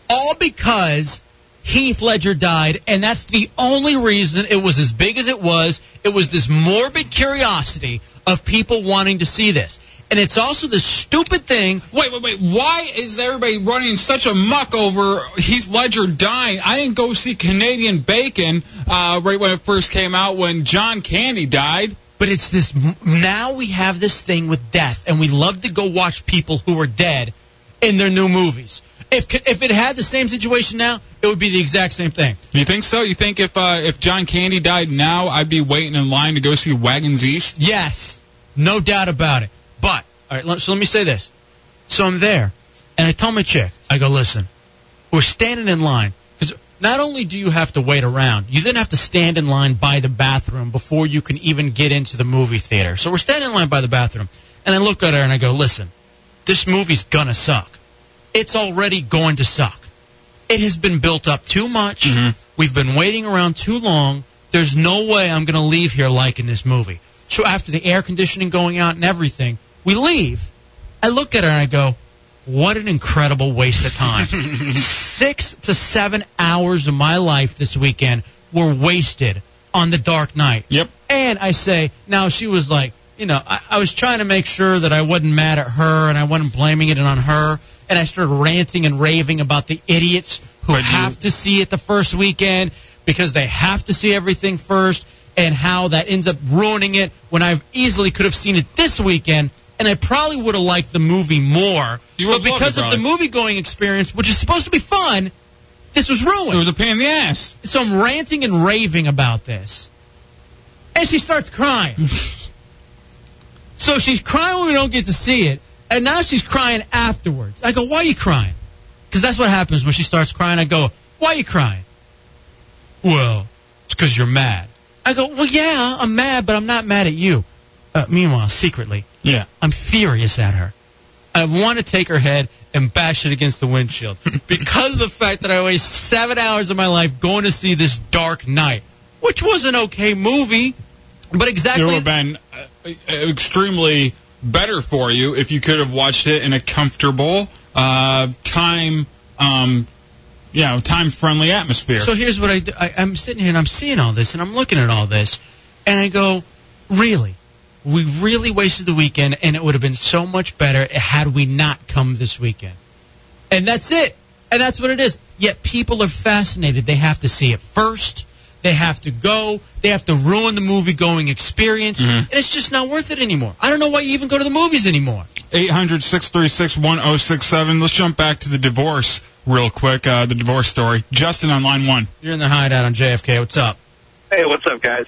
Speaker 2: all because Heath Ledger died, and that's the only reason it was as big as it was. It was this morbid curiosity of people wanting to see this. And it's also this stupid thing.
Speaker 3: Wait, wait, wait. Why is everybody running such a muck over Heath Ledger dying? I didn't go see Canadian Bacon uh, right when it first came out when John Candy died.
Speaker 2: But it's this. Now we have this thing with death, and we love to go watch people who are dead in their new movies. If if it had the same situation now, it would be the exact same thing.
Speaker 3: You think so? You think if uh, if John Candy died now, I'd be waiting in line to go see Wagons East?
Speaker 2: Yes, no doubt about it. But all right, let- so let me say this. So I'm there, and I tell my chick, I go, listen, we're standing in line because not only do you have to wait around, you then have to stand in line by the bathroom before you can even get into the movie theater. So we're standing in line by the bathroom, and I look at her and I go, listen, this movie's gonna suck. It's already going to suck. It has been built up too much.
Speaker 3: Mhm.
Speaker 2: We've been waiting around too long. There's no way I'm going to leave here liking this movie. So after the air conditioning going out and everything, we leave. I look at her and I go, what an incredible waste of time. Six to seven hours of my life this weekend were wasted on the dark night.
Speaker 3: Yep.
Speaker 2: And I say, now she was like, you know, I, I was trying to make sure that I wasn't mad at her and I wasn't blaming it on her. And I started ranting and raving about the idiots who
Speaker 3: But you-
Speaker 2: have to see it the first weekend because they have to see everything first and how that ends up ruining it when I easily could have seen it this weekend and I probably would have liked the movie more.
Speaker 3: You
Speaker 2: but
Speaker 3: would've loved
Speaker 2: because
Speaker 3: it,
Speaker 2: of the movie going experience, which is supposed to be fun, this was ruined. It
Speaker 3: was a pain in the ass.
Speaker 2: So I'm ranting and raving about this. And she starts crying. so she's crying when we don't get to see it, and now she's crying afterwards. I go, Why are you crying? Because that's what happens when she starts crying. I go, Why are you crying? Well, it's because you're mad. I go, Well, yeah, I'm mad, but I'm not mad at you. Uh, meanwhile, secretly,
Speaker 3: Yeah.
Speaker 2: I'm furious at her. I want to take her head and bash it against the windshield because of the fact that I waste seven hours of my life going to see this Dark Knight, which was an okay movie, but exactly
Speaker 3: It would have been uh, extremely better for you if you could have watched it in a comfortable, uh, time, um, you know, time friendly atmosphere.
Speaker 2: So here's what I do. I, I'm sitting here and I'm seeing all this and I'm looking at all this, and I go, really? We really wasted the weekend, and it would have been so much better had we not come this weekend. And that's it. And that's what it is. Yet people are fascinated. They have to see it first. They have to go. They have to ruin the movie going experience. And it's just not worth it anymore. I don't know why you even go to the movies anymore.
Speaker 3: 800 636 1067. Let's jump back to the divorce real quick, uh, the divorce story. Justin on line one.
Speaker 2: You're in the hideout on JFK. What's up?
Speaker 11: Hey, what's up, guys?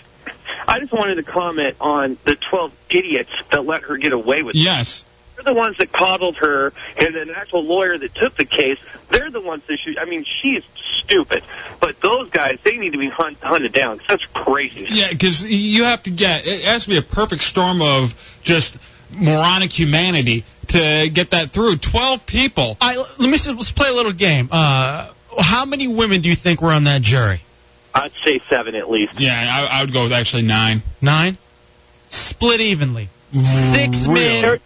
Speaker 11: I just wanted to comment on the 12 idiots that let her get away with it.
Speaker 3: Yes.
Speaker 11: They're the ones that coddled her, and an actual lawyer that took the case, they're the ones that she, I mean, she's stupid. But those guys, they need to be hunt, hunted down. That's crazy.
Speaker 3: Yeah, because you have to get it has to be a perfect storm of just moronic humanity to get that through. Twelve people.
Speaker 2: I let me s- let's play a little game. Uh, how many women do you think were on that jury?
Speaker 11: I'd say seven at least.
Speaker 3: Yeah, I, I would go with actually nine.
Speaker 2: Nine. Split evenly. Six men.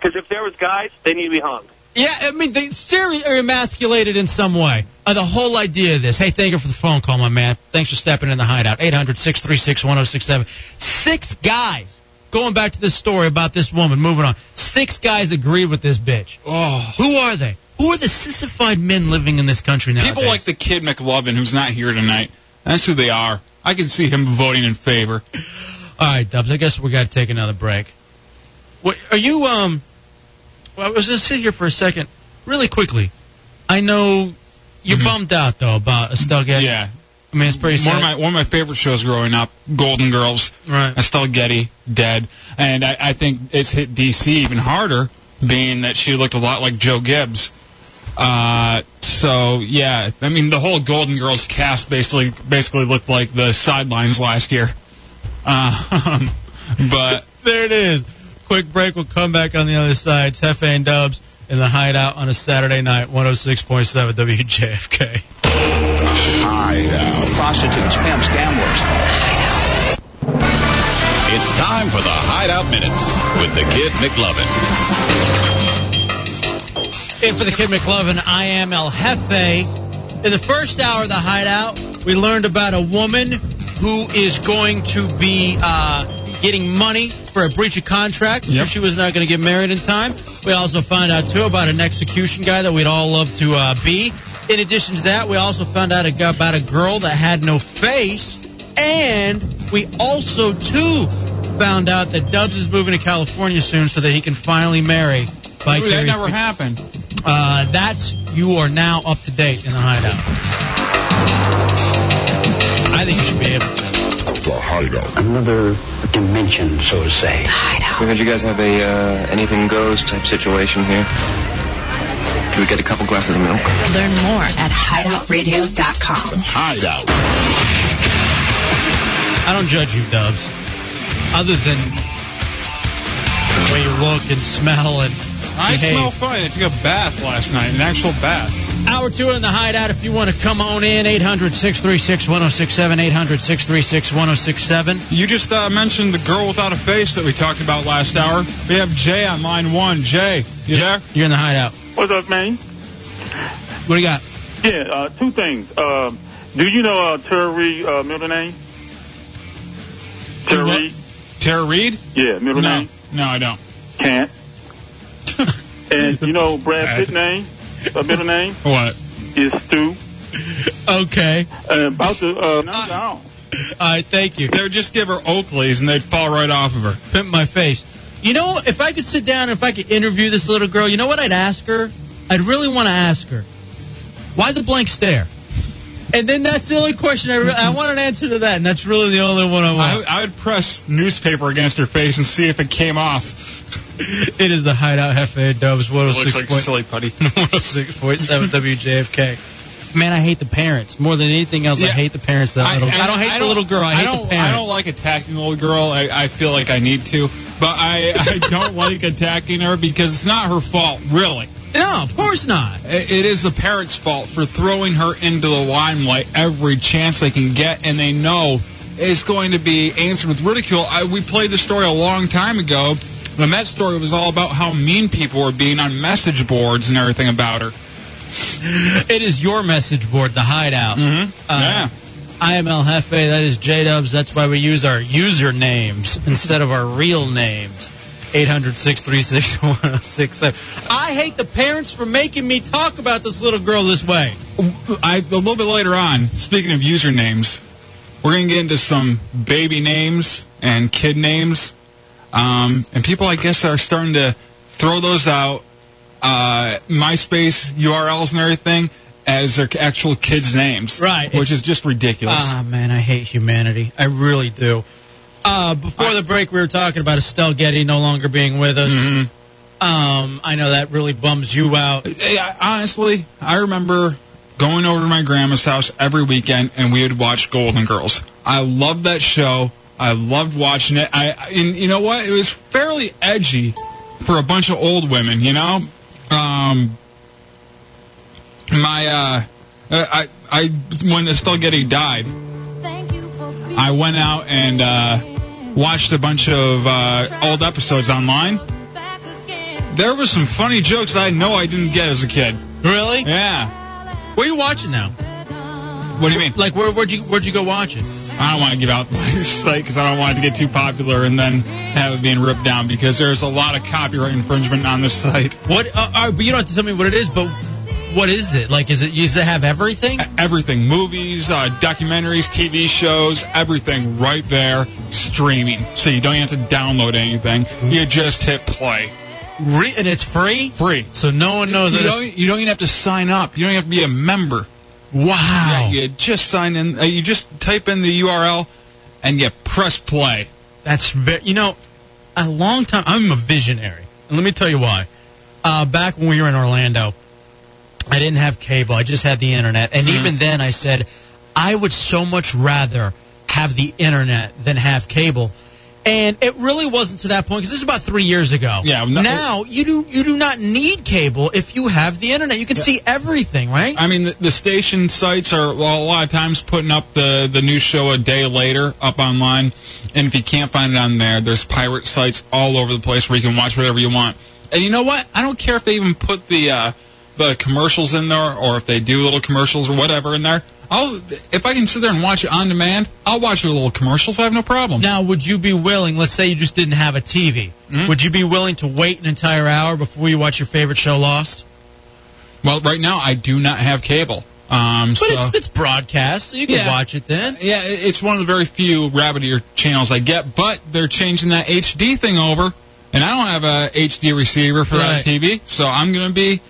Speaker 11: Because if there was guys, they need to be hung.
Speaker 2: Yeah, I mean they seriously are emasculated in some way. Uh, the whole idea of this. Hey, thank you for the phone call, my man. Thanks for stepping in the hideout. 800-636-1067. Six guys. Going back to this story about this woman. Moving on. Six guys agree with this bitch.
Speaker 3: Oh.
Speaker 2: Who are they? Who are the sissified men living in this country now?
Speaker 3: People like the kid McLovin who's not here tonight. That's who they are. I can see him voting in favor.
Speaker 2: All right, Dubs. I guess we got to take another break. What, are you? Um, well, I was gonna sit here for a second, really quickly. I know you're bummed out though about Estelle Getty.
Speaker 3: Yeah.
Speaker 2: I mean it's pretty
Speaker 3: One
Speaker 2: sad.
Speaker 3: of my one of my favorite shows growing up, Golden Girls.
Speaker 2: Right.
Speaker 3: Estelle Getty dead, and I, I think it's hit DC even harder, being that she looked a lot like Joe Gibbs. Uh, so yeah, I mean the whole Golden Girls cast basically basically looked like the sidelines last year. Uh, but
Speaker 2: there it is. Quick break. We'll come back on the other side. It's Hefe and Dubs in the Hideout on a Saturday night, 106.7 WJFK.
Speaker 7: Hideout. Prostitutes, pimps, gamblers.
Speaker 1: It's time for the Hideout Minutes with the Kid McLovin.
Speaker 2: And for the Kid McLovin, I am El Jefe. In the first hour of the hideout, we learned about a woman who is going to be uh, getting money for a breach of contract if she was not going to get married in time. We also found out, too, about an execution guy that we'd all love to uh, be. In addition to that, we also found out about a girl that had no face. And we also, too, found out that Dubs is moving to California soon so that he can finally marry. by
Speaker 3: Ooh, that never happened.
Speaker 2: uh, that's you are now up to date in the hideout. I think you should be able
Speaker 17: to. The Hideout.
Speaker 18: Another dimension, so to say.
Speaker 7: We heard you guys have a uh, anything goes type situation here. Can we get a couple glasses of milk?
Speaker 19: Learn more at hideoutradio.com.
Speaker 2: Hideout. I don't judge you, Dubs. Other than the way you look and smell and
Speaker 3: I
Speaker 2: behave.
Speaker 3: smell fine. I took a bath last night, an actual bath.
Speaker 2: Hour two in the hideout. If you want to come on in, 800 636 1067. 800 636 1067.
Speaker 3: You just uh, mentioned the girl without a face that we talked about last hour. We have Jay on line one. Jay, you there?
Speaker 2: You're in the hideout.
Speaker 10: What's up, man?
Speaker 2: What do you got?
Speaker 10: Yeah, uh, two things. Um, do you know uh, Tara Reid uh, middle name? Tara Reid?
Speaker 3: Tara Reid?
Speaker 10: Yeah, middle
Speaker 3: No.
Speaker 10: name.
Speaker 3: No, I don't.
Speaker 10: Can't. and you know Brad Pitt's name? Uh, middle name?
Speaker 3: What?
Speaker 10: Is Stu.
Speaker 2: Okay.
Speaker 10: Uh, about to, uh, no,
Speaker 2: All right, thank you.
Speaker 3: They would just give her Oakleys and they'd fall right off of her.
Speaker 2: Pimp my face. You know, if I could sit down and if I could interview this little girl, you know what I'd ask her? I'd really want to ask her, why the blank stare? And then that's the only question I, re- I want an answer to that, and that's really the only one I
Speaker 3: I,
Speaker 2: want.
Speaker 3: I would press newspaper against her face and see if it came off.
Speaker 2: it is the Hideout Hefe Dubs
Speaker 3: looks
Speaker 2: 106.
Speaker 3: like
Speaker 2: point-
Speaker 3: silly putty.
Speaker 2: 106.7 WJFK. Man, I hate the parents more than anything else. I
Speaker 3: Yeah.
Speaker 2: hate the parents. That
Speaker 3: I-
Speaker 2: little.
Speaker 3: and
Speaker 2: I don't hate the little girl. I hate
Speaker 3: don't,
Speaker 2: the parents.
Speaker 3: I don't like attacking the little girl. I, I feel like I need to, but I, I don't like attacking her because it's not her fault, really.
Speaker 2: No, of course not.
Speaker 3: It it is the parents' fault for throwing her into the limelight every chance they can get, and they know it's going to be answered with ridicule. I, we played the story a long time ago, and that story was all about how mean people were being on message boards and everything about her.
Speaker 2: It is your message board, the Hideout. Mm-hmm.
Speaker 3: Yeah.
Speaker 2: I am El Jefe. That is J Dubs. That's why we use our usernames instead of our real names. 800 I hate the parents for making me talk about this little girl this way.
Speaker 3: I, a little bit later on, speaking of usernames, we're going to get into some baby names and kid names. Um, and people, I guess, are starting to throw those out, uh, MySpace URLs and everything, as their actual kids' names.
Speaker 2: Right.
Speaker 3: Which is just ridiculous.
Speaker 2: Ah, man, I hate humanity. I really do. Uh, before the break, we were talking about Estelle Getty no longer being with us.
Speaker 3: Mm-hmm.
Speaker 2: Um, I know that really bums you out.
Speaker 3: Hey, I- honestly, I remember going over to my grandma's house every weekend and we would watch Golden Girls. I loved that show. I loved watching it. I I- and you know what? It was fairly edgy for a bunch of old women, you know? Um my uh I I when Estelle Getty died, I went out and uh watched a bunch of uh old episodes online. There was some funny jokes I know I didn't get as a kid.
Speaker 2: Really?
Speaker 3: Yeah.
Speaker 2: Where are you watching now?
Speaker 3: What do you mean?
Speaker 2: Like, where, where'd you where'd you go watch it?
Speaker 3: I don't want to give out my site because I don't want it to get too popular and then have it being ripped down because there's a lot of copyright infringement on this site.
Speaker 2: What? Uh, uh, but you don't have to tell me what it is. But what is it? Like, is it does it have everything?
Speaker 3: Everything, movies, uh, documentaries, TV shows, everything right there streaming. So you don't have to download anything. You just hit play.
Speaker 2: Re- and it's free.
Speaker 3: Free.
Speaker 2: So no one knows
Speaker 3: you
Speaker 2: that.
Speaker 3: don't, e,
Speaker 2: it's-
Speaker 3: you don't even have to sign up. You don't even have to be a member.
Speaker 2: Wow.
Speaker 3: Yeah, you just sign in. Uh, you just type in the URL and you press play.
Speaker 2: That's very. You know, a long time. I'm a visionary, and let me tell you why. Uh, back when we were in Orlando, I didn't have cable. I just had the internet, and even then, I said I would so much rather have the internet than have cable. And it really wasn't to that point because this is about three years ago.
Speaker 3: Yeah, no-
Speaker 2: now you do you do not need cable if you have the internet. You can see everything, right?
Speaker 3: I mean, the, the station sites are well, a lot of times putting up the the new show a day later up online, and if you can't find it on there, there's pirate sites all over the place where you can watch whatever you want. And you know what? I don't care if they even put the uh, the commercials in there, or if they do little commercials or whatever in there. I'll if I can sit there and watch it on demand, I'll watch the little commercials. I have no problem.
Speaker 2: Now, would you be willing? Let's say you just didn't have a TV.
Speaker 3: Mhm.
Speaker 2: Would you be willing to wait an entire hour before you watch your favorite show, Lost?
Speaker 3: Well, right now I do not have cable. Um,
Speaker 2: But
Speaker 3: so.
Speaker 2: it's, it's broadcast, so you can
Speaker 3: Yeah.
Speaker 2: watch it then.
Speaker 3: Yeah, i- it's one of the very few rabbit ear channels I get, but they're changing that HD thing over, and I don't have a HD receiver for
Speaker 2: Right.
Speaker 3: that TV, so I'm gonna be,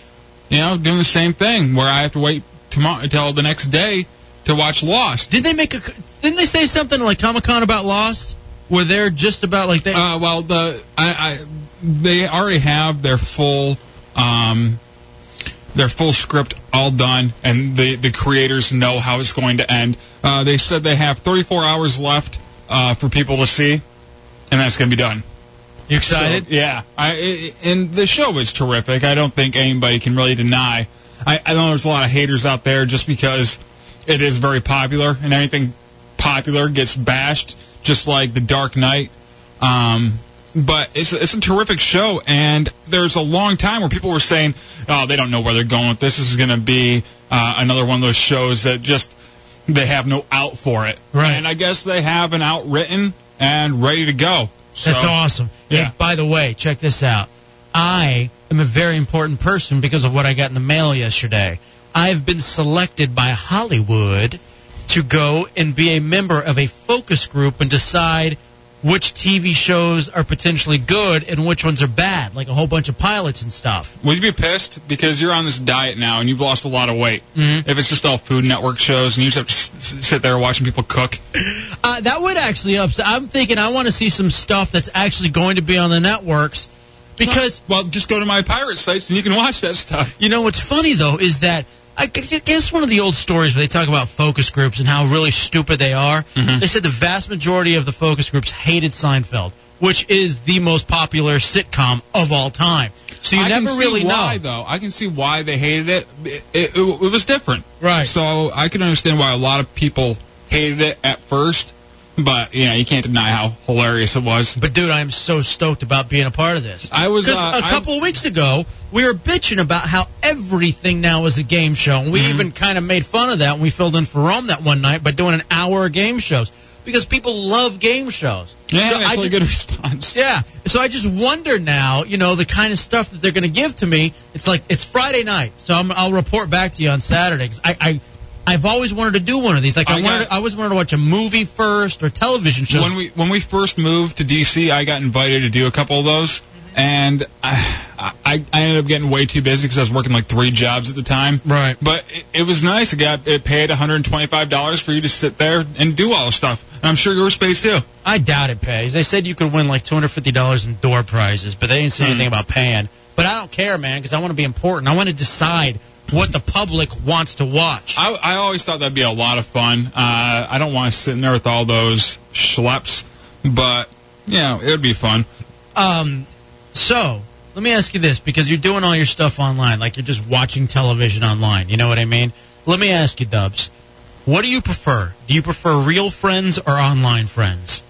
Speaker 3: you know, doing the same thing where I have to wait tomorrow until the next day to watch Lost.
Speaker 2: Did they make a? Didn't they say something like Comic Con about Lost? Where they're just about like they?
Speaker 3: Uh, well, the I, I they already have their full um their full script all done, and the the creators know how it's going to end. Uh, they said they have 34 hours left uh, for people to see, and that's gonna be done.
Speaker 2: you excited?
Speaker 3: So, yeah. I, I, and the show is terrific. I don't think anybody can really deny. I, I know there's a lot of haters out there just because it is very popular, and anything popular gets bashed, just like The Dark Knight. Um, but it's it's a terrific show, and there's a long time where people were saying, "Oh, they don't know where they're going with this. This is going to be uh, another one of those shows that just they have no out for it."
Speaker 2: Right.
Speaker 3: And I guess they have an out written and ready to go. So,
Speaker 2: That's awesome.
Speaker 3: Yeah.
Speaker 2: Hey, by the way, check this out. I am a very important person because of what I got in the mail yesterday. I've been selected by Hollywood to go and be a member of a focus group and decide which TV shows are potentially good and which ones are bad, like a whole bunch of pilots and stuff.
Speaker 3: Would you be pissed because you're on this diet now and you've lost a lot of weight?
Speaker 2: Mhm.
Speaker 3: If it's just all Food Network shows and you just have to s- s- sit there watching people cook,
Speaker 2: Uh, that would actually upset. I'm thinking I want to see some stuff that's actually going to be on the networks because.
Speaker 3: Well, just go to my pirate sites and you can watch that stuff.
Speaker 2: You know what's funny though is that I g- g- guess one of the old stories where they talk about focus groups and how really stupid they are.
Speaker 3: Mm-hmm.
Speaker 2: They said the vast majority of the focus groups hated Seinfeld, which is the most popular sitcom of all time. So you
Speaker 3: I
Speaker 2: never
Speaker 3: can see
Speaker 2: really
Speaker 3: why,
Speaker 2: know.
Speaker 3: though. I can see why they hated it. It, it. it was different,
Speaker 2: right?
Speaker 3: So I can understand why a lot of people hated it at first, but you know you can't deny how hilarious it was.
Speaker 2: But dude, I am so stoked about being a part of this.
Speaker 3: I was
Speaker 2: 'Cause
Speaker 3: uh,
Speaker 2: a couple weeks ago, we were bitching about how everything now is a game show, and we
Speaker 3: Mm-hmm.
Speaker 2: even kind of made fun of that when we filled in for Rome that one night by doing an hour of game shows because people love game shows.
Speaker 3: Yeah,
Speaker 2: So
Speaker 3: that's
Speaker 2: I
Speaker 3: a
Speaker 2: ju-
Speaker 3: good response.
Speaker 2: Yeah, so I just wonder now, you know, the kind of stuff that they're going to give to me. It's like it's Friday night, so I'm, I'll report back to you on Saturday. 'cause I, I, I've always wanted to do one of these. Like I,
Speaker 3: I
Speaker 2: wanted,
Speaker 3: got-
Speaker 2: I always wanted to watch a movie first or television shows.
Speaker 3: when we when we first moved to DC, I got invited to do a couple of those, and I I, I ended up getting way too busy because I was working like three jobs at the time.
Speaker 2: Right.
Speaker 3: But it, it was nice. It got it paid 125 dollars for you to sit there and do all the stuff. And I'm sure yours pays too.
Speaker 2: I doubt it pays. They said you could win like two hundred fifty dollars in door prizes, but they didn't say
Speaker 3: Hmm.
Speaker 2: anything about paying. But I don't care, man, because I want to be important. I want to decide what the public wants to watch.
Speaker 3: I, I always thought that'd be a lot of fun. Uh, I don't want to sit in there with all those schleps, but you know it would be fun.
Speaker 2: Um, so let me ask you this, because you're doing all your stuff online, like you're just watching television online. You know what I mean? Let me ask you, Dubs, what do you prefer? Do you prefer real friends or online friends?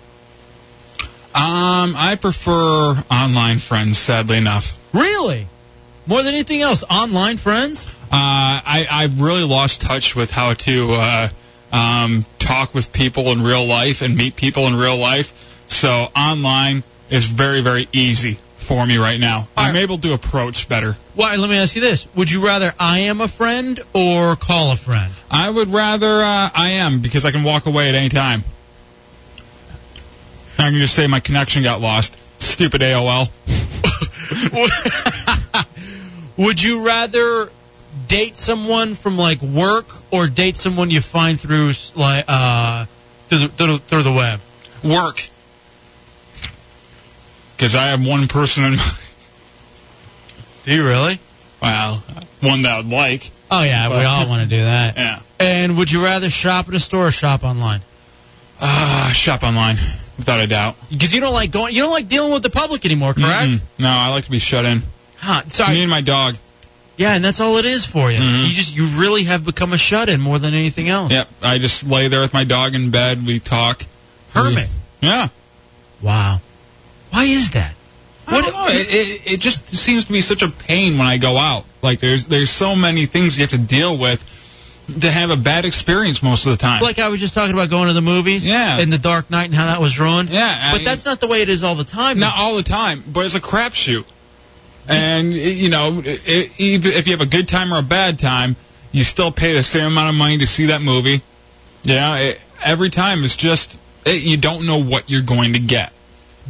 Speaker 3: Um, I prefer online friends, sadly enough.
Speaker 2: Really? More than anything else, online friends?
Speaker 3: Uh, I I've really lost touch with how to uh, um, talk with people in real life and meet people in real life. So online is very very easy for me right now. I'm able to approach better.
Speaker 2: Why? Let me ask you this: Would you rather I am a friend or call a friend?
Speaker 3: I would rather uh, I am because I can walk away at any time. I can just say my connection got lost. Stupid AOL.
Speaker 2: Would you rather date someone from like work or date someone you find through s- like uh through the, through, the- through the web?
Speaker 3: Work. Because I have one person in mind.
Speaker 2: Do you really?
Speaker 3: Well, one that I'd like.
Speaker 2: Oh yeah, we all want to do that.
Speaker 3: Yeah.
Speaker 2: And would you rather shop at a store or shop online?
Speaker 3: Ah, shop online, without a doubt.
Speaker 2: Because you don't like going, you don't like dealing with the public anymore, correct?
Speaker 3: Mm-mm. No, I like to be shut in.
Speaker 2: Huh, sorry.
Speaker 3: Me and my dog. Mm-hmm.
Speaker 2: yeah, and that's all it is for you.
Speaker 3: Mhm.
Speaker 2: You just you really have become a shut-in more than anything else.
Speaker 3: Yep. I just lay there with my dog in bed. We talk.
Speaker 2: Hermit.
Speaker 3: Yeah.
Speaker 2: Wow. Why is that?
Speaker 3: I don't know. It, it, it just seems to be such a pain when I go out. Like there's there's so many things you have to deal with to have a bad experience most of the time.
Speaker 2: Like I was just talking about going to the movies.
Speaker 3: Yeah.
Speaker 2: And the Dark Knight and how that was ruined.
Speaker 3: yeah. I-
Speaker 2: But that's not the way it is all the time.
Speaker 3: not all the time, but it's a crapshoot. And you know, it, it, even if you have a good time or a bad time, you still pay the same amount of money to see that movie. You know, it, every time it's just it, you don't know what you're going to get.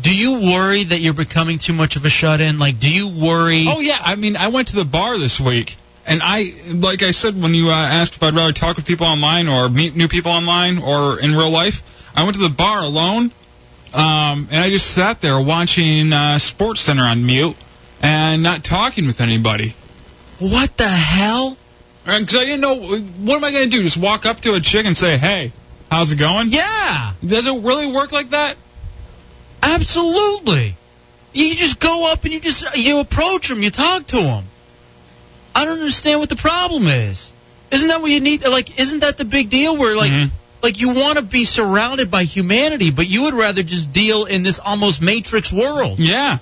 Speaker 2: Do you worry that you're becoming too much of a shut-in? Like, do you worry?
Speaker 3: Oh yeah, I mean, I went to the bar this week, and I, like I said, when you uh, asked if I'd rather talk with people online or meet new people online or in real life, I went to the bar alone, um, and I just sat there watching uh, Sports Center on mute and not talking with anybody.
Speaker 2: What the hell?
Speaker 3: Because I didn't know what am I going to do? Just walk up to a chick and say, "Hey, how's it going?"
Speaker 2: Yeah.
Speaker 3: Does it really work like that?
Speaker 2: Absolutely. You just go up and you just you approach them, you talk to them. I don't understand what the problem is. Isn't that what you need? Like, isn't that the big deal? Where like,
Speaker 3: Mhm.
Speaker 2: like you want to be surrounded by humanity, but you would rather just deal in this almost matrix world
Speaker 3: Yeah.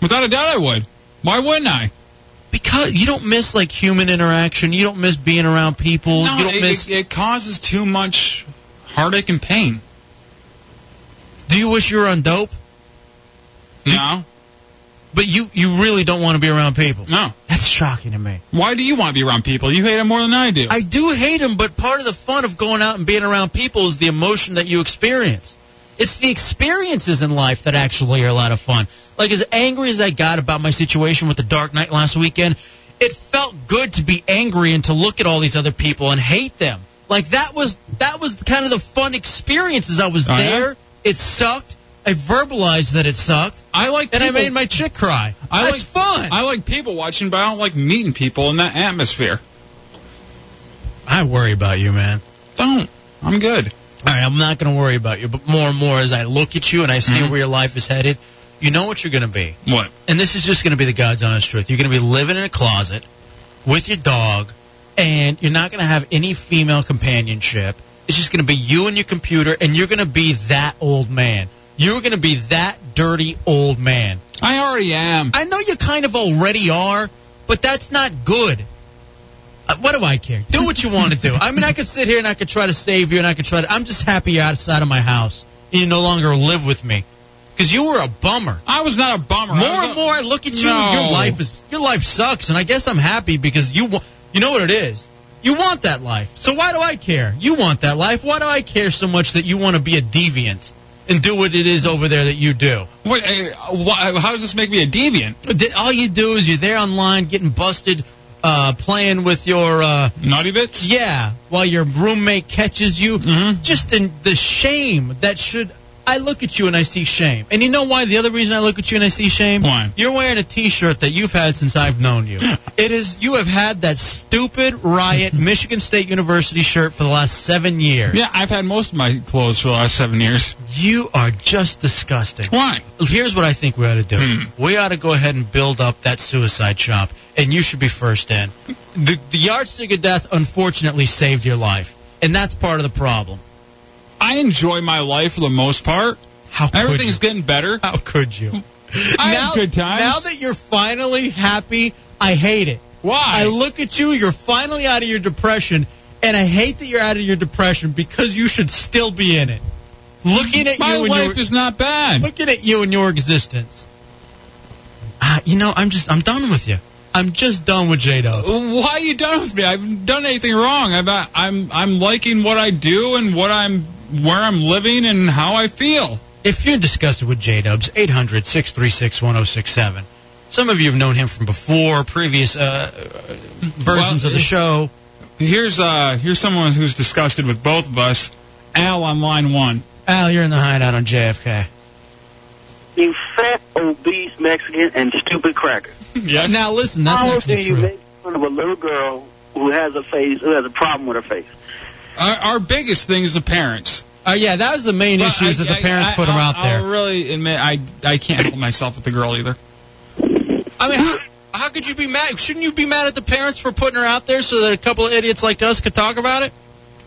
Speaker 3: Without a doubt, I would. Why wouldn't I?
Speaker 2: because you don't miss like human interaction. You don't miss being around people.
Speaker 3: No,
Speaker 2: you don't
Speaker 3: it,
Speaker 2: miss.
Speaker 3: it, it causes too much heartache and pain.
Speaker 2: do you wish you were on dope?
Speaker 3: No,
Speaker 2: But you you really don't want to be around people.
Speaker 3: no.
Speaker 2: That's shocking to me.
Speaker 3: Why do you want to be around people? You hate them more than I do.
Speaker 2: I do hate them, but part of the fun of going out and being around people is the emotion that you experience. It's the experiences in life that actually are a lot of fun. Like as angry as I got about my situation with the Dark Knight last weekend, it felt good to be angry and to look at all these other people and hate them. Like that was that was kind of the fun experiences. I was
Speaker 3: Oh, yeah?
Speaker 2: there. It sucked. I verbalized that it sucked.
Speaker 3: I like
Speaker 2: and
Speaker 3: people-
Speaker 2: I made my chick cry.
Speaker 3: I
Speaker 2: That's fun.
Speaker 3: I like people watching, but I don't like meeting people in that atmosphere.
Speaker 2: I worry about you, man.
Speaker 3: Don't. I'm good.
Speaker 2: All right, I'm not going to worry about you, but more and more as I look at you and I see where your life is headed, you know what you're going to be.
Speaker 3: What?
Speaker 2: And this is just going to be the God's honest truth. You're going to be living in a closet with your dog, and you're not going to have any female companionship. It's just going to be you and your computer, and you're going to be that old man. You're going to be that dirty old man.
Speaker 3: I already am.
Speaker 2: I know you kind of already are, but that's not good. Uh, What do I care? Do what you want to do. I mean, I could sit here and I could try to save you, and I could try to. I'm just happy you're outside of my house. and You no longer live with me because you were a bummer.
Speaker 3: I was not a bummer.
Speaker 2: More
Speaker 3: I was
Speaker 2: and
Speaker 3: a-
Speaker 2: more, I look at you.
Speaker 3: Uh, No.
Speaker 2: Your life is your life sucks, and I guess I'm happy because you wa- you know what it is. You want that life, so why do I care? You want that life. Why do I care so much that you want to be a deviant and do what it is over there that you do?
Speaker 3: What, eh, why, how does this make me a deviant?
Speaker 2: Th- All you do is you're there online getting busted, uh, playing with your uh,
Speaker 3: Naughty bits?
Speaker 2: yeah, while your roommate catches you.
Speaker 3: Mm-hmm.
Speaker 2: Just in the shame that should. I look at you and I see shame. And you know why? The other reason I look at you and I see shame.
Speaker 3: Why?
Speaker 2: You're wearing a T-shirt that you've had since I've known you. It is you have had that stupid riot Michigan State University shirt for the last seven years.
Speaker 3: Yeah, I've had most of my clothes for the last seven years.
Speaker 2: You are just disgusting.
Speaker 3: Why?
Speaker 2: Here's what I think we ought to do.
Speaker 3: Hmm.
Speaker 2: We ought to go ahead and build up that suicide shop, and you should be first in. The, the yardstick of death, unfortunately, saved your life, and that's part of the problem.
Speaker 3: I enjoy my life for the most part.
Speaker 2: How could
Speaker 3: Everything's getting better.
Speaker 2: How could you?
Speaker 3: I have good times.
Speaker 2: Now that you're finally happy, I hate it.
Speaker 3: Why?
Speaker 2: I look at you, you're finally out of your depression, and I hate that you're out of your depression because you should still be in it. Looking at
Speaker 3: my
Speaker 2: you and your-
Speaker 3: life is not bad.
Speaker 2: looking at you and your existence. Uh, you know, I'm just, I'm done with you. I'm just done with J Dubs.
Speaker 3: Why are you done with me? I haven't done anything wrong. I'm not- I'm I'm liking what I do and what I'm where I'm living and how I feel.
Speaker 2: If you're disgusted with J Dubs, 800 636 1067. Some of you have known him from before, previous uh, versions
Speaker 3: Well,
Speaker 2: of the show.
Speaker 3: Here's uh here's someone who's disgusted with both of us. Al on line one.
Speaker 2: Al, you're in the hideout on JFK.
Speaker 6: You fat, obese Mexican and stupid cracker.
Speaker 3: Yes.
Speaker 2: Now, listen, that's
Speaker 6: How do
Speaker 2: actually
Speaker 6: you
Speaker 2: true.
Speaker 6: make fun of a little girl who has a face, who has a problem with her face?
Speaker 3: Our, our biggest thing is the parents.
Speaker 2: Uh, yeah, that was the main
Speaker 3: But
Speaker 2: issues
Speaker 3: I-
Speaker 2: that the
Speaker 3: I-
Speaker 2: parents
Speaker 3: I-
Speaker 2: put him
Speaker 3: I'll-
Speaker 2: out there.
Speaker 3: I'll really admit I I can't help myself with the girl either.
Speaker 2: I mean, how, how could you be mad? Shouldn't you be mad at the parents for putting her out there so that a couple of idiots like us could talk about it?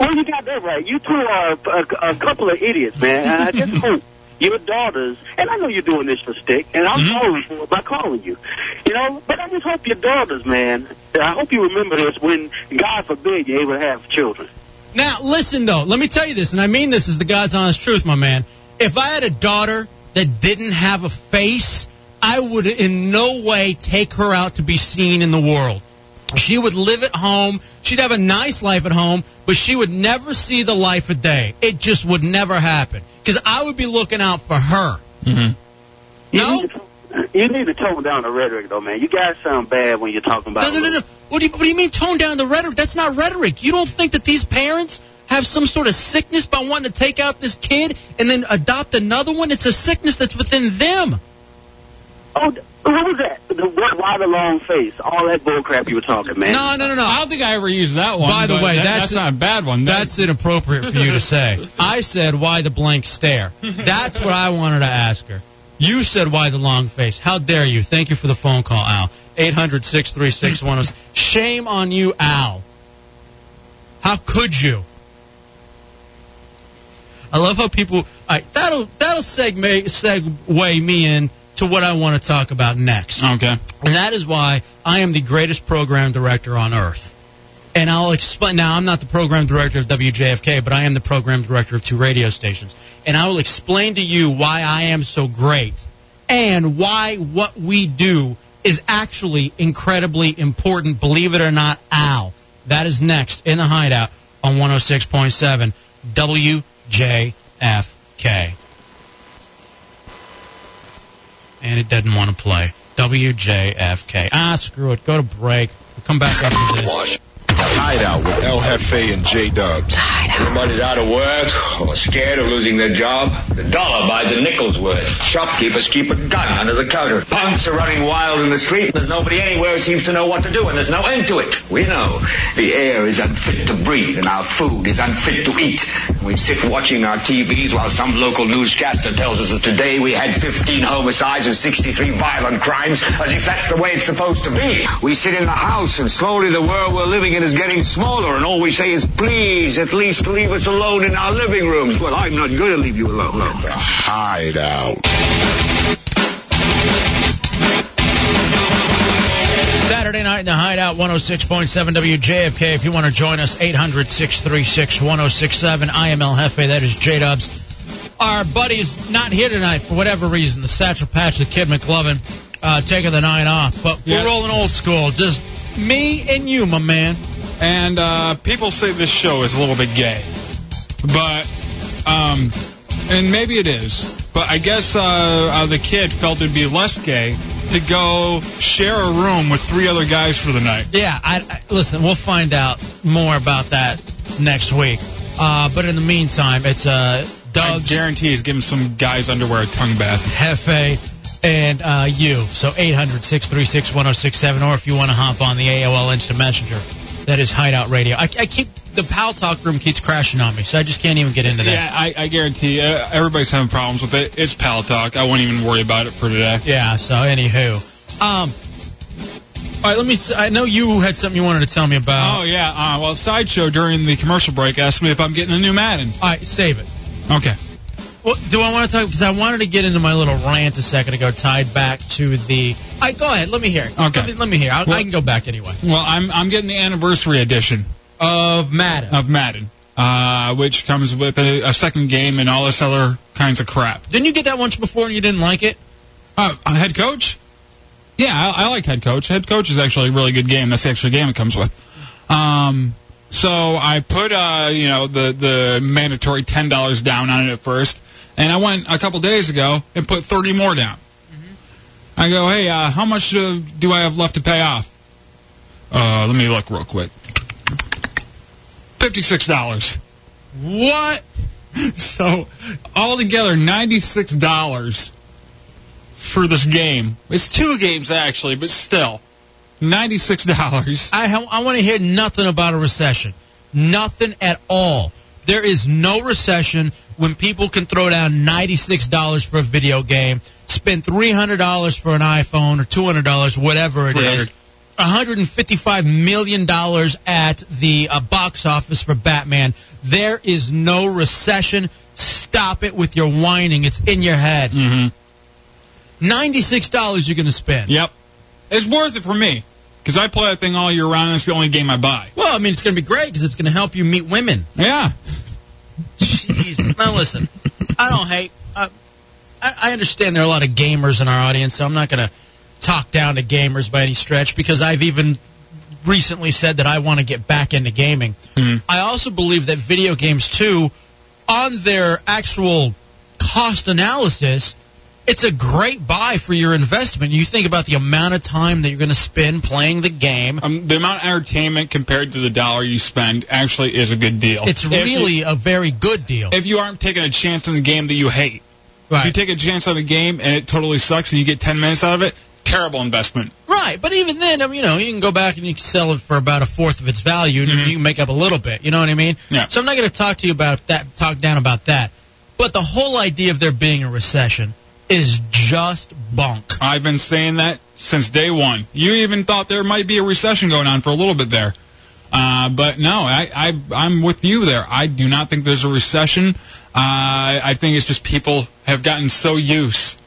Speaker 6: Well, Oh, you got that right. You two are a, a couple of idiots, man. And I just hope your daughters, and I know you're doing this for stick, and I'm
Speaker 11: Mm-hmm.
Speaker 6: sorry for it by calling you, you know, but I just hope your daughters, man, I hope you remember this when, God forbid, you're able to have children.
Speaker 2: Now, listen though, let me tell you this, and I mean this is the God's honest truth, my man. If I had a daughter that didn't have a face, I would in no way take her out to be seen in the world. She would live at home. She'd have a nice life at home, but she would never see the life of day. It just would never happen. Because I would be looking out for her. No?
Speaker 6: You need to tone down the rhetoric, though, man. You guys sound bad when you're talking about.
Speaker 2: No, no, no, no. What do, you, what do you mean tone down the rhetoric? That's not rhetoric. You don't think that these parents have some sort of sickness by wanting to take out this kid and then adopt another one? It's a sickness that's within them.
Speaker 6: Oh, what was that? The what? Why the long face? All that bull crap you were talking, man.
Speaker 2: No, no, no,
Speaker 3: I
Speaker 2: no.
Speaker 3: don't think I ever used that one.
Speaker 2: By the
Speaker 3: but
Speaker 2: way,
Speaker 3: that-
Speaker 2: that's-
Speaker 3: that's not a bad one. That-
Speaker 2: That's inappropriate for you to say. I said, why the blank stare? That's what I wanted to ask her. You said, why the long face? How dare you? Thank you for the phone call, Al. 800 636 oh Shame on you, Al. How could you? I love how people. I, that'll that'll segue segue me in to what I want to talk about next.
Speaker 3: okay.
Speaker 2: And that is why I am the greatest program director on earth. And I'll explain. Now, I'm not the program director of WJFK, but I am the program director of two radio stations. And I will explain to you why I am so great and why what we do is actually incredibly important. Believe it or not, Al. That is next in the oh hideout on 106.7 WJFK. and it doesn't want to play. WJFK. Ah, screw it. Go to break. We'll come back after this.
Speaker 20: Hideout with El Jefe and J Dubs.
Speaker 8: Everybody's out of work or scared of losing their job. The dollar buys a nickel's worth. Shopkeepers keep a gun under the counter. Punks are running wild in the street. There's nobody anywhere who seems to know what to do, and there's no end to it. We know the air is unfit to breathe, and our food is unfit to eat. We sit watching our TVs while some local newscaster tells us that today we had 15 homicides and 63 violent crimes, as if that's the way it's supposed to be. We sit in the house, and slowly the world we're living in is getting smaller, and all we say is, please, at least leave us alone in our living rooms. Well, I'm not going to leave you alone.
Speaker 20: Hideout.
Speaker 2: Saturday night in the Hideout, 106.7 WJFK. If you want to join us, 800 636 1067. I am El Jefe. That is J Dubs. Our buddy's not here tonight for whatever reason. The Satchel Patch, the Kid McLovin, uh, taking the night off. But
Speaker 3: Yeah.
Speaker 2: we're rolling old school. Just me and you, my man.
Speaker 3: And uh, people say this show is a little bit gay, but um, and maybe it is. But I guess uh, uh, the kid felt it'd be less gay to go share a room with three other guys for the night.
Speaker 2: Yeah, I, I listen. We'll find out more about that next week. Uh, but in the meantime, it's uh,
Speaker 3: I guarantee he's giving some guys underwear a tongue bath.
Speaker 2: Hefe and uh, you. So 800-636-1067, or if you want to hop on the AOL Instant Messenger, that is Hideout Radio. I, I keep the Pal Talk room keeps crashing on me, so I just can't even get into that.
Speaker 3: Yeah, I, I guarantee uh, everybody's having problems with it. It's pal talk. I won't even worry about it for today.
Speaker 2: Yeah. So anywho, um, all right. Let me. s- I know you had something you wanted to tell me about.
Speaker 3: Oh yeah. Uh, well, sideshow during the commercial break asked me if I'm getting a new Madden.
Speaker 2: All right, save it.
Speaker 3: Okay.
Speaker 2: Well, do I want to talk? Because I wanted to get into my little rant a second ago, tied back to the. All right, go ahead. Let me hear. it.
Speaker 3: Okay.
Speaker 2: Let me, let me hear. I,
Speaker 3: Well-
Speaker 2: I can go back anyway.
Speaker 3: Well, I'm I'm getting the anniversary edition
Speaker 2: Of Madden.
Speaker 3: of Madden, uh, which comes with a, a second game and all this other kinds of crap.
Speaker 2: Didn't you get that once before and you didn't like it?
Speaker 3: Uh, uh, head coach? Yeah, I, I like head coach. Head coach is actually a really good game. That's the actual game it comes with. Um, so I put uh, you know the the mandatory ten dollars down on it at first, and I went a couple days ago and put thirty more down. I go, hey, uh, how much do, do I have left to pay off? Uh, let me look real quick. Fifty-six dollars.
Speaker 2: What?
Speaker 3: So altogether, ninety-six dollars for this game. It's two games actually, but still, ninety-six dollars.
Speaker 2: I ha- I want to hear nothing about a recession. Nothing at all. There is no recession when people can throw down ninety-six dollars for a video game, spend three hundred dollars for an iPhone or two hundred dollars, whatever it is.
Speaker 3: $300.
Speaker 2: One hundred and fifty-five million dollars at the uh, box office for Batman. There is no recession. Stop it with your whining. It's in your head.
Speaker 3: Mm-hmm.
Speaker 2: Ninety-six dollars you're going to spend.
Speaker 3: Yep, it's worth it for me because I play that thing all year round. And it's the only game I buy.
Speaker 2: Well, I mean, it's going to be great because it's going to help you meet women.
Speaker 3: Yeah.
Speaker 2: Jeez. Now listen, I don't hate. I, I I understand there are a lot of gamers in our audience, so I'm not going to talk down to gamers by any stretch because I've even recently said that I want to get back into gaming.
Speaker 3: Mhm.
Speaker 2: I also believe that video games too, on their actual cost analysis, it's a great buy for your investment. You think about the amount of time that you're going to spend playing the game.
Speaker 3: Um, the amount of entertainment compared to the dollar you spend actually is a good deal.
Speaker 2: It's
Speaker 3: If you-
Speaker 2: really a very good deal.
Speaker 3: if you aren't taking a chance on the game that you hate. If you
Speaker 2: Right.
Speaker 3: take a chance on the game and it totally sucks and you get 10 minutes out of it, terrible investment.
Speaker 2: Right, but even then, I mean, you know, you can go back and you can sell it for about a fourth of its value, and you can make up a little bit. You know what I mean?
Speaker 3: Mm-hmm. Yeah.
Speaker 2: So I'm not going to talk to you about that, talk down about that. But the whole idea of there being a recession is just bunk.
Speaker 3: I've been saying that since day one. You even thought there might be a recession going on for a little bit there. Uh, but no, I, I, I'm with you there. I do not think there's a recession. Uh, I think it's just people have gotten so used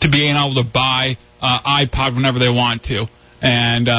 Speaker 3: to being able to buy uh, iPod whenever they want to. And, uh,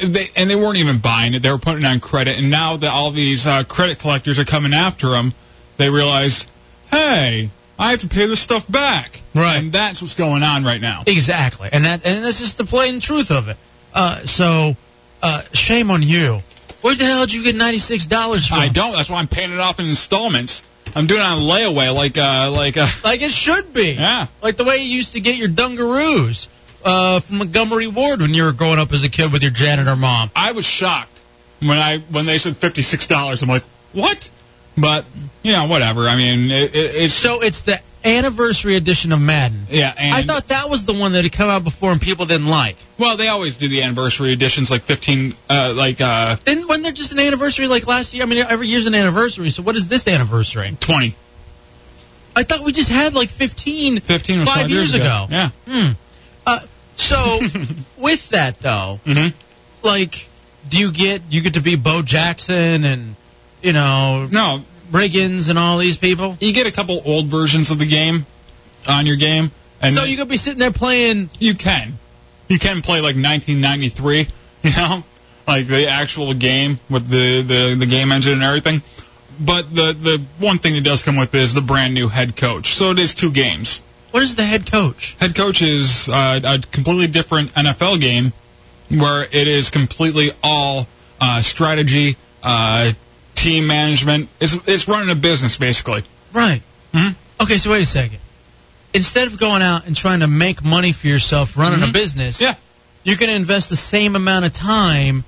Speaker 3: and they and they weren't even buying it; they were putting it on credit. And now that all these uh, credit collectors are coming after them, they realize, hey, I have to pay this stuff back.
Speaker 2: Right.
Speaker 3: And that's what's going on right now.
Speaker 2: Exactly, and that and this is the plain truth of it. Uh, so uh, shame on you. Where the hell did you get ninety six dollars from?
Speaker 3: I don't. That's why I'm paying it off in installments. I'm doing it on layaway, like uh, like uh,
Speaker 2: like it should be.
Speaker 3: Yeah.
Speaker 2: Like the way you used to get your dungaroos uh, from Montgomery Ward when you were growing up as a kid with your janitor mom.
Speaker 3: I was shocked when I when they said fifty six dollars. I'm like, what? But you know, whatever. I mean, it, it, it's
Speaker 2: So it's the anniversary edition of Madden.
Speaker 3: yeah. And
Speaker 2: I thought that was the one that had come out before and people didn't like.
Speaker 3: well, they always do the anniversary editions, like fifteen, uh, like uh,
Speaker 2: Then when they're just an anniversary like last year, I mean every year's an anniversary. So what is this anniversary?
Speaker 3: twenty.
Speaker 2: I thought we just had like 15
Speaker 3: Fifteen was
Speaker 2: Five
Speaker 3: five,
Speaker 2: years ago.
Speaker 3: Yeah.
Speaker 2: Hmm. Uh, so with that though,
Speaker 3: hmm
Speaker 2: like, do you get you get to be Bo Jackson and you know
Speaker 3: No,
Speaker 2: Briggins and all these people?
Speaker 3: you get a couple old versions of the game on your game, and
Speaker 2: so you could be sitting there playing.
Speaker 3: you can you can play like 1993, you know, like the actual game with the the, the game engine and everything. But the the one thing that does come with is the brand new head coach. So it is two games.
Speaker 2: What is the head coach?
Speaker 3: Head coach is uh, a completely different NFL game where it is completely all uh, strategy, uh, team management. It's, it's running a business basically.
Speaker 2: Right.
Speaker 3: Mhm.
Speaker 2: Okay, so wait a second. Instead of going out and trying to make money for yourself running a
Speaker 3: Mhm.
Speaker 2: business,
Speaker 3: Yeah.
Speaker 2: you're going to invest the same amount of time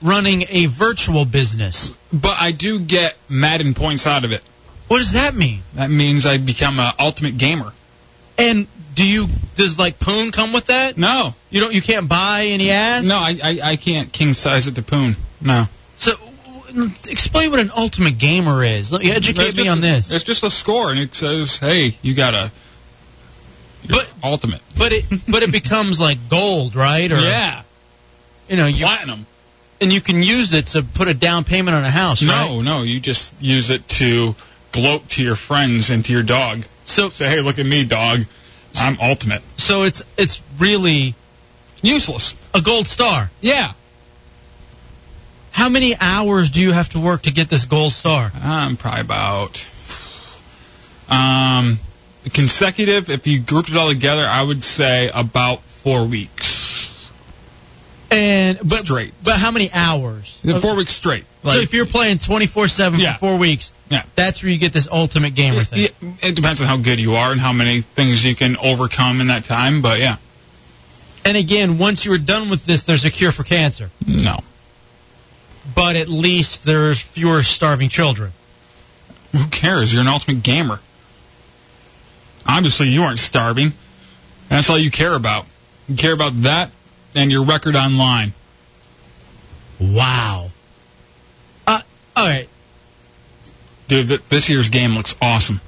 Speaker 2: running a virtual business.
Speaker 3: But I do get Madden points out of it.
Speaker 2: What does that mean?
Speaker 3: That means I become an ultimate gamer.
Speaker 2: And do you does like Poon come with that?
Speaker 3: No,
Speaker 2: You don't. You can't buy any ass.
Speaker 3: no, I I, I can't king size it to poon. No.
Speaker 2: So w- explain what an ultimate gamer is. Let me educate
Speaker 3: There's
Speaker 2: me
Speaker 3: just
Speaker 2: on
Speaker 3: a-
Speaker 2: this.
Speaker 3: It's just a score, and it says, "Hey, you got a
Speaker 2: But-
Speaker 3: ultimate."
Speaker 2: But it but it becomes like gold, right? Or
Speaker 3: yeah,
Speaker 2: you know, you,
Speaker 3: platinum.
Speaker 2: and you can use it to put a down payment on a house. right?
Speaker 3: No, no, you just use it to gloat to your friends and to your dog.
Speaker 2: So
Speaker 3: Say, "Hey, look at me, dog. I'm ultimate."
Speaker 2: so it's it's really
Speaker 3: Useless.
Speaker 2: a gold star.
Speaker 3: Yeah.
Speaker 2: How many hours do you have to work to get this gold star?
Speaker 3: Um, probably about um consecutive. If you grouped it all together, I would say about four weeks
Speaker 2: And but
Speaker 3: straight.
Speaker 2: but how many hours?
Speaker 3: The Four weeks straight.
Speaker 2: so if you're playing 24/7
Speaker 3: Yeah.
Speaker 2: for 4 weeks,
Speaker 3: Yeah.
Speaker 2: that's where you get this ultimate gamer thing.
Speaker 3: Yeah, it depends on how good you are and how many things you can overcome in that time. But yeah,
Speaker 2: And again, once you're done with this, there's a cure for cancer.
Speaker 3: no.
Speaker 2: But at least there's fewer starving children.
Speaker 3: Who cares? You're an ultimate gamer. Obviously, you aren't starving. That's all you care about. You care about that and your record online.
Speaker 2: Wow. Uh, all right.
Speaker 3: Dude, th- this year's game looks awesome.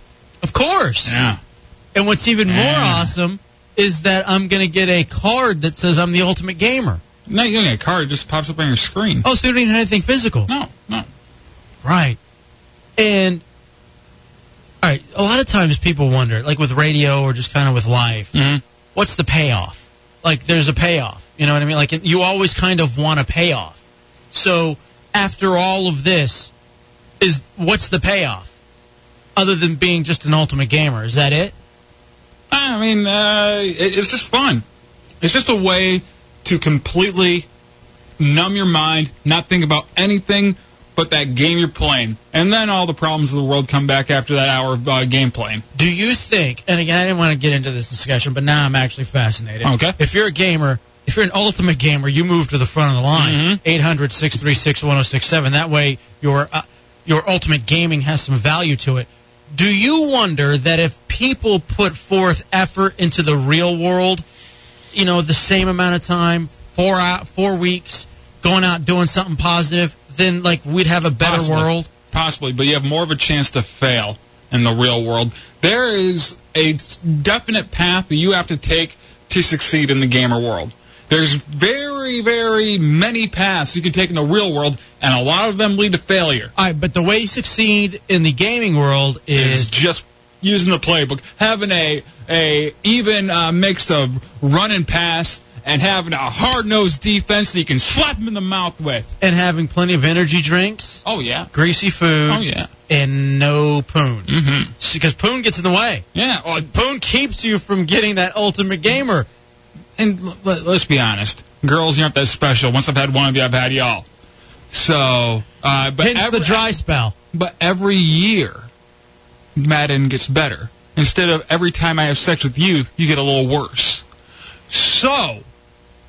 Speaker 2: Of course.
Speaker 3: Yeah.
Speaker 2: And what's even more
Speaker 3: Yeah.
Speaker 2: awesome is that I'm going to get a card that says I'm the ultimate gamer.
Speaker 3: No, you don't get a card. It just pops up on your screen.
Speaker 2: Oh, so you don't even have anything physical.
Speaker 3: No, no.
Speaker 2: Right. And, all right, a lot of times people wonder, like with radio or just kind of with life,
Speaker 3: Mm-hmm.
Speaker 2: what's the payoff? Like, there's a payoff. You know what I mean? Like, you always kind of want a payoff. So, after all of this, is what's the payoff? Other than being just an ultimate gamer, is that it?
Speaker 3: I mean, uh, it, it's just fun. It's just a way to completely numb your mind, not think about anything but that game you're playing, and then all the problems of the world come back after that hour of uh, game playing.
Speaker 2: Do you think? And again, I didn't want to get into this discussion, but now I'm actually fascinated.
Speaker 3: Okay.
Speaker 2: If you're a gamer, if you're an ultimate gamer, you move to the front of the line.
Speaker 3: Mhm.
Speaker 2: Eight hundred six three six one zero six seven. That way, your uh, your ultimate gaming has some value to it. Do you wonder that if people put forth effort into the real world, you know, the same amount of time, four out, four weeks, going out doing something positive, then like we'd have a better
Speaker 3: Possibly.
Speaker 2: world?
Speaker 3: Possibly, but you have more of a chance to fail in the real world. There is a definite path that you have to take to succeed in the gamer world. There's very, very many paths you can take in the real world, and a lot of them lead to failure.
Speaker 2: All right, but the way you succeed in the gaming world
Speaker 3: is
Speaker 2: is
Speaker 3: just using the playbook, having a a even uh, mix of run and pass, and having a hard nosed defense that you can slap him in the mouth with.
Speaker 2: and having plenty of energy drinks,
Speaker 3: Oh yeah,
Speaker 2: greasy food,
Speaker 3: oh yeah,
Speaker 2: and no poon.
Speaker 3: mm-hmm.
Speaker 2: Because poon gets in the way.
Speaker 3: yeah. Oh,
Speaker 2: Poon keeps you from getting that ultimate gamer.
Speaker 3: and l- l- let's be honest, girls, you aren't that special. Once I've had one of you, I've had y'all. So, uh, but
Speaker 2: Hence
Speaker 3: every,
Speaker 2: the dry spell.
Speaker 3: but every year Madden gets better. Instead of every time I have sex with you, you get a little worse. So,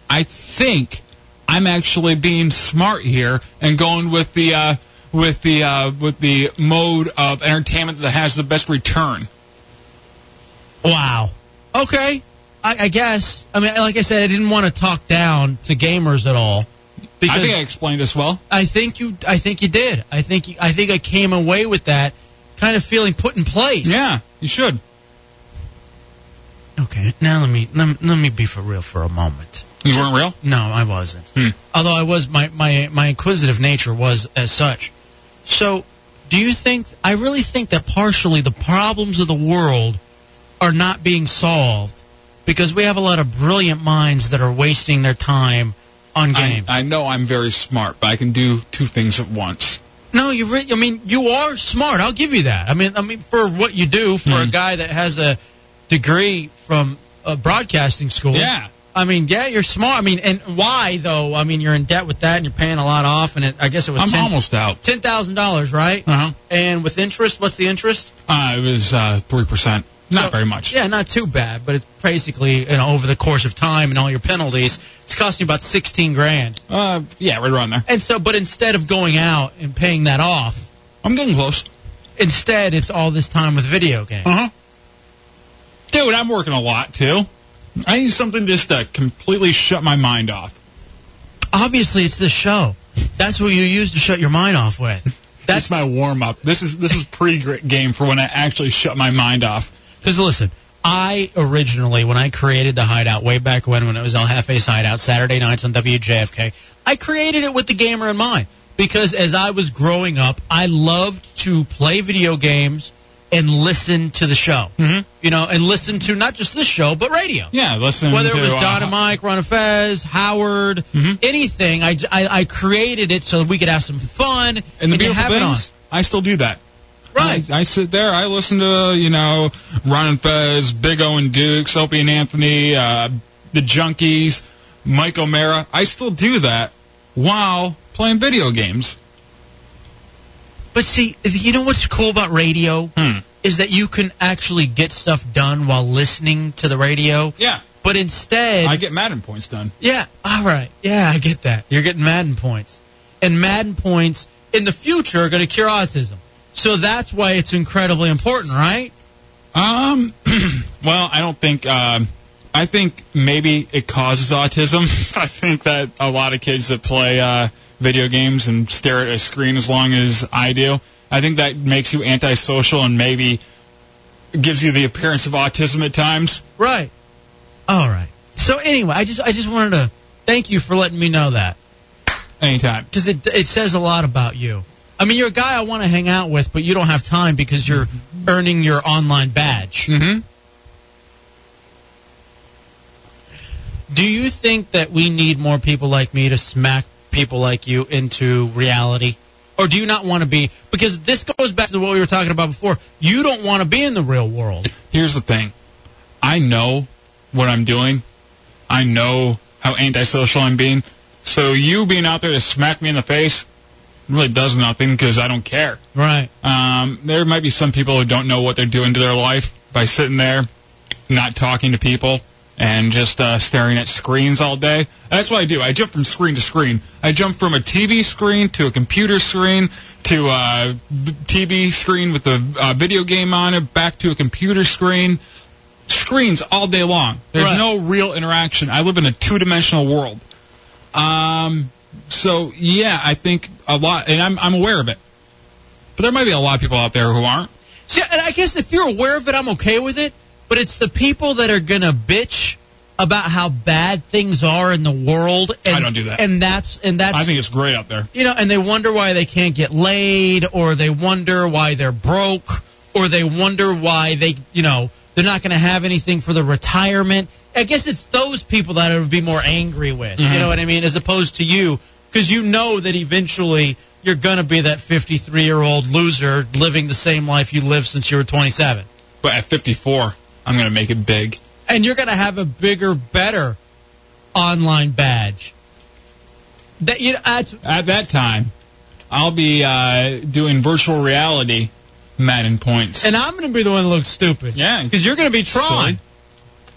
Speaker 3: I think I'm actually being smart here and going with the uh, with the uh, with the mode of entertainment that has the best return.
Speaker 2: Wow. Okay. I, I guess. I mean, like I said, I didn't want to talk down to gamers at all. Because
Speaker 3: I think I explained this well.
Speaker 2: I think you. I think you did. I think. You, I think I came away with that kind of feeling put in place.
Speaker 3: Yeah, you should.
Speaker 2: Okay. Now let me let me, let me be for real for a moment.
Speaker 3: You weren't real.
Speaker 2: No, I wasn't.
Speaker 3: Hmm.
Speaker 2: Although I was, my, my my inquisitive nature was as such. So, do you think? I really think that partially the problems of the world are not being solved because we have a lot of brilliant minds that are wasting their time on games.
Speaker 3: I, I know I'm very smart, but I can do two things at once.
Speaker 2: No, you. Re- I mean, you are smart. I'll give you that. I mean, I mean, for what you do, for
Speaker 3: Hmm.
Speaker 2: a guy that has a degree from a broadcasting school.
Speaker 3: Yeah.
Speaker 2: I mean, yeah, you're smart. I mean, and why though? I mean, you're in debt with that, and you're paying a lot off. And it, I guess it was
Speaker 3: I'm
Speaker 2: 10
Speaker 3: almost out.
Speaker 2: ten thousand dollars, right?
Speaker 3: Uh-huh.
Speaker 2: And with interest, what's the interest?
Speaker 3: Uh, it was three percent. Not
Speaker 2: So-
Speaker 3: very much.
Speaker 2: Yeah, not too bad, but it's basically you know over the course of time and all your penalties, it's costing you about sixteen grand.
Speaker 3: Uh, yeah, right around there.
Speaker 2: And so, but instead of going out and paying that off,
Speaker 3: I'm getting close.
Speaker 2: Instead, it's all this time with video games.
Speaker 3: Uh huh. Dude, I'm working a lot too. I need something just to completely shut my mind off.
Speaker 2: Obviously, it's this show. That's what you use to shut your mind off with.
Speaker 3: That's my warm up. This is this is pre-game for when I actually shut my mind off.
Speaker 2: Because listen, I originally, when I created the Hideout way back when, when it was El Jefe's Hideout, Saturday nights on WJFK, I created it with the gamer in mind. Because as I was growing up, I loved to play video games and listen to the show. Mm-hmm. You know, and listen to not just this show, but radio.
Speaker 3: Yeah, listen.
Speaker 2: Whether
Speaker 3: to,
Speaker 2: it was
Speaker 3: uh,
Speaker 2: Donna Mike, Ron Fez, Howard,
Speaker 3: Mm-hmm.
Speaker 2: anything, I, I, I created it so that we could have some fun and,
Speaker 3: and the
Speaker 2: you
Speaker 3: beautiful
Speaker 2: have it on.
Speaker 3: things, I still do that.
Speaker 2: Right.
Speaker 3: I, I sit there. I listen to you know Ron and Fez, Big O and Duke, Soapy and Anthony, uh, the Junkies, Mike O'Mara. I still do that while playing video games.
Speaker 2: But see, you know what's cool about radio is that you can actually get stuff done while listening to the radio.
Speaker 3: Yeah.
Speaker 2: But instead,
Speaker 3: I get Madden points done.
Speaker 2: yeah, all right, yeah, I get that. You're getting Madden points, and Madden points in the future are going to cure autism. So that's why it's incredibly important, right?
Speaker 3: Um, well, I don't think. Um, I think maybe it causes autism. I think that a lot of kids that play uh, video games and stare at a screen as long as I do, I think that makes you antisocial and maybe gives you the appearance of autism at times.
Speaker 2: Right. All right. So anyway, I just I just wanted to thank you for letting me know that.
Speaker 3: Anytime.
Speaker 2: because it it says a lot about you. I mean, you're a guy I want to hang out with, but you don't have time because you're earning your online badge.
Speaker 3: Mm-hmm.
Speaker 2: Do you think that we need more people like me to smack people like you into reality? Or do you not want to be? Because this goes back to what we were talking about before. You don't want to be in the real world.
Speaker 3: Here's the thing. I know what I'm doing. I know how antisocial I'm being. So you being out there to smack me in the face really does nothing because I don't care.
Speaker 2: Right.
Speaker 3: Um, there might be some people who don't know what they're doing to their life by sitting there, not talking to people, and just uh, staring at screens all day. That's what I do. I jump from screen to screen. I jump from a TV screen to a computer screen to a TV screen with a uh, video game on it, back to a computer screen. Screens all day long. There's
Speaker 2: Right.
Speaker 3: no real interaction. I live in a two-dimensional world. Um, so yeah, I think a lot, and I'm I'm aware of it. But there might be a lot of people out there who aren't.
Speaker 2: See, and I guess if you're aware of it, I'm okay with it. But it's the people that are gonna bitch about how bad things are in the world. And,
Speaker 3: I don't do that.
Speaker 2: And that's and that's.
Speaker 3: I think it's great out there.
Speaker 2: you know, and they wonder why they can't get laid, or they wonder why they're broke, or they wonder why they, you know, they're not going to have anything for the retirement. I guess it's those people that I would be more angry with. You know what I mean? As opposed to you, because you know that eventually you're going to be that 53 year old loser living the same life you lived since you were 27.
Speaker 3: But at 54, I'm gonna make it big.
Speaker 2: And you're going to have a bigger, better online badge. That you, that's
Speaker 3: At that time, I'll be uh, doing virtual reality Madden points.
Speaker 2: And I'm going to be the one that looks stupid.
Speaker 3: Yeah.
Speaker 2: Because you're going to be Tron.
Speaker 3: Silly.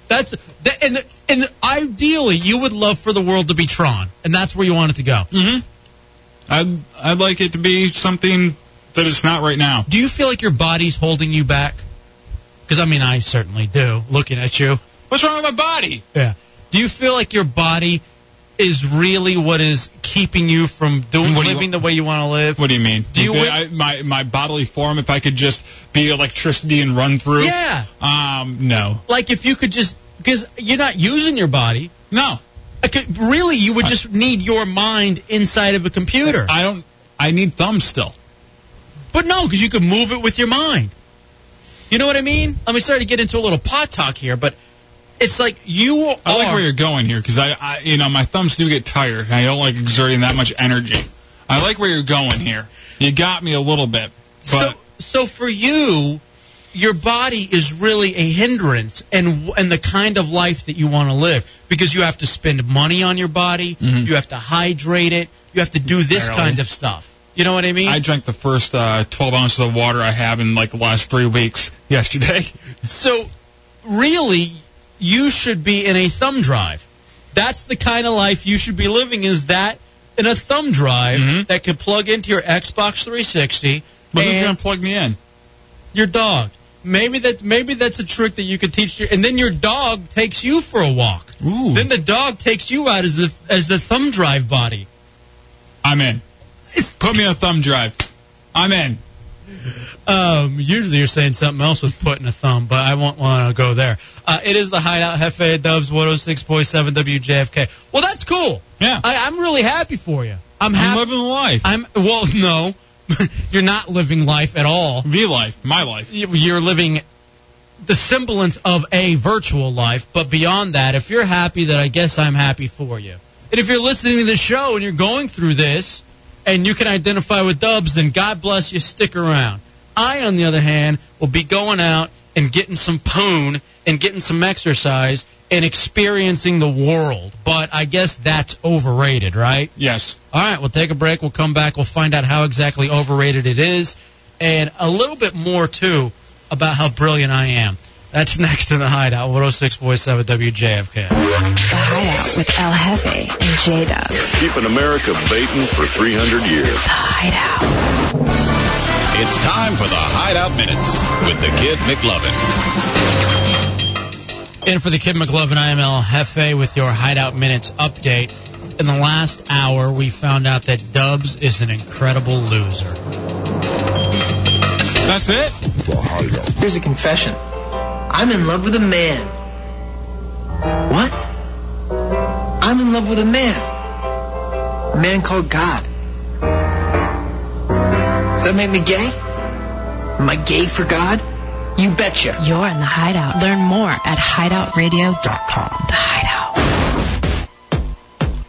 Speaker 2: That's that, and the, and the, ideally you would love for the world to be Tron, and that's where you want it to go.
Speaker 3: Mm-hmm. I'd I'd like it to be something that it's not right now.
Speaker 2: Do you feel like your body's holding you back? Because I mean, I certainly do. Looking at you,
Speaker 3: What's wrong with my body?
Speaker 2: yeah. Do you feel like your body is really what is keeping you from doing
Speaker 3: What do you
Speaker 2: living the way you want to live?
Speaker 3: What do you mean?
Speaker 2: Do you
Speaker 3: If
Speaker 2: win-
Speaker 3: I, my my bodily form? If I could just be electricity and run through?
Speaker 2: Yeah.
Speaker 3: Um. No.
Speaker 2: Like if you could just because you're not using your body.
Speaker 3: No.
Speaker 2: I could, really, you would just need your mind inside of a computer.
Speaker 3: I don't. I need thumbs still.
Speaker 2: But no, because you could move it with your mind. You know what I mean? I mean, sorry to get into a little pot talk here, but it's like you are.
Speaker 3: I like where you're going here because I, I, you know, my thumbs do get tired. and I don't like exerting that much energy. I like where you're going here. You got me a little bit, but
Speaker 2: so, so for you, your body is really a hindrance and and the kind of life that you want to live because you have to spend money on your body, you have to hydrate it, you have to do this
Speaker 3: Mm-hmm. Barely.
Speaker 2: kind of stuff. You know what I mean?
Speaker 3: I drank the first uh, 12 ounces of water I have in like the last three weeks yesterday.
Speaker 2: So, really, you should be in a thumb drive. That's the kind of life you should be living. Is that in a thumb drive that could plug into your Xbox 360
Speaker 3: Mm-hmm. But who's
Speaker 2: and
Speaker 3: gonna plug me in?
Speaker 2: your dog? Maybe that maybe that's a trick that you could teach your, and then your dog takes you for a walk.
Speaker 3: Ooh.
Speaker 2: Then the dog takes you out as the as the thumb drive body.
Speaker 3: I'm in. Put me in a thumb drive. I'm in.
Speaker 2: Um, usually you're saying something else with putting a thumb, but I won't want to go there. Uh, it is the Hideout Hefe Dubs 106.7 WJFK. Well, that's cool.
Speaker 3: Yeah.
Speaker 2: I, I'm really happy for you.
Speaker 3: I'm
Speaker 2: I'm happy.
Speaker 3: living the life.
Speaker 2: I'm well, no, you're not living life at all.
Speaker 3: the life. My life.
Speaker 2: You- You're living the semblance of a virtual life, but beyond that, if you're happy, then I guess I'm happy for you. And if you're listening to the show and you're going through this, and you can identify with Dubs, then God bless you. Stick around. I, on the other hand, will be going out and getting some poon and getting some exercise and experiencing the world. But I guess that's overrated, right?
Speaker 3: Yes.
Speaker 2: All right, we'll take a break. We'll come back. We'll find out how exactly overrated it is and a little bit more, too, about how brilliant I am. That's next in the Hideout, 106.7
Speaker 21: The
Speaker 2: WJFK.
Speaker 21: Hideout with El Jefe and J Dubs.
Speaker 1: Keeping America baiting for 300 years.
Speaker 21: The Hideout.
Speaker 1: It's time for the Hideout Minutes with the Kid McLovin.
Speaker 2: And for the Kid McLovin, I am El Jefe with your Hideout Minutes update. In the last hour, we found out that Dubs is an incredible loser.
Speaker 3: That's it.
Speaker 20: The Hideout.
Speaker 11: Here's a confession. I'm in love with a man. What? I'm in love with a man. A man called God. Does that make me gay? Am I gay for God? You betcha.
Speaker 7: You're in the Hideout. Learn more at hideoutradio.com. The Hideout.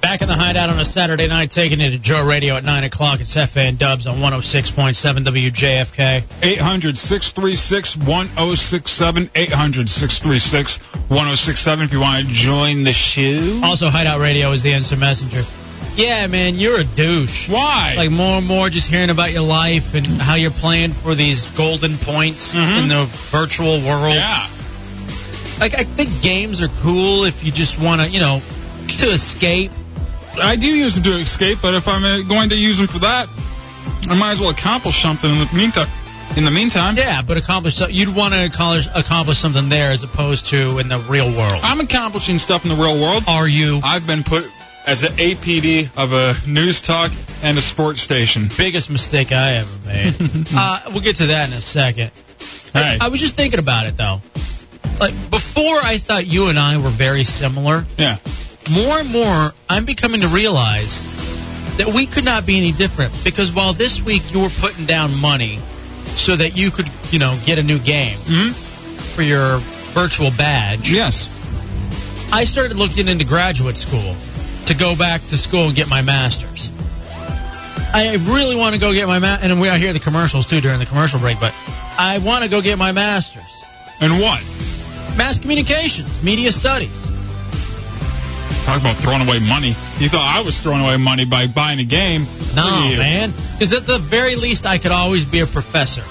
Speaker 2: Back in the hideout on a Saturday night, taking it to Joe Radio at 9 o'clock. It's Hefe and Dubs on 106.7 WJFK.
Speaker 3: 800 636 1067. 800 636 1067 if you want to join the show.
Speaker 2: Also, Hideout Radio is the answer messenger. Yeah, man, you're a douche.
Speaker 3: Why?
Speaker 2: Like more and more, just hearing about your life and how you're playing for these golden points
Speaker 3: Mhm.
Speaker 2: in the virtual world.
Speaker 3: yeah.
Speaker 2: Like I think games are cool if you just want to, you know, to escape.
Speaker 3: I do use them to escape, but if I'm uh, going to use them for that, I might as well accomplish something in the meantime. In the meantime,
Speaker 2: Yeah, but accomplish. So- you'd want to accomplish accomplish something there as opposed to in the real world.
Speaker 3: I'm accomplishing stuff in the real world.
Speaker 2: Are you
Speaker 3: I've been put as an APD of a news talk and a sports station.
Speaker 2: biggest mistake I ever made? uh, we'll get to that in a second.
Speaker 3: Hey,
Speaker 2: I was just thinking about it though. Like before, I thought you and I were very similar.
Speaker 3: yeah,
Speaker 2: more and more, I'm becoming to realize that we could not be any different because while this week you were putting down money so that you could, you know, get a new game for your virtual badge,
Speaker 3: yes,
Speaker 2: I started looking into graduate school to go back to school and get my master's. I really want to go get my ma- and we I hear the commercials too during the commercial break, but I want to go get my master's
Speaker 3: and what?
Speaker 2: mass communications, media studies.
Speaker 3: Talk about throwing away money. You thought I was throwing away money by buying a game?
Speaker 2: No,
Speaker 3: Look at you.
Speaker 2: man. Because at the very least, I could always be a professor.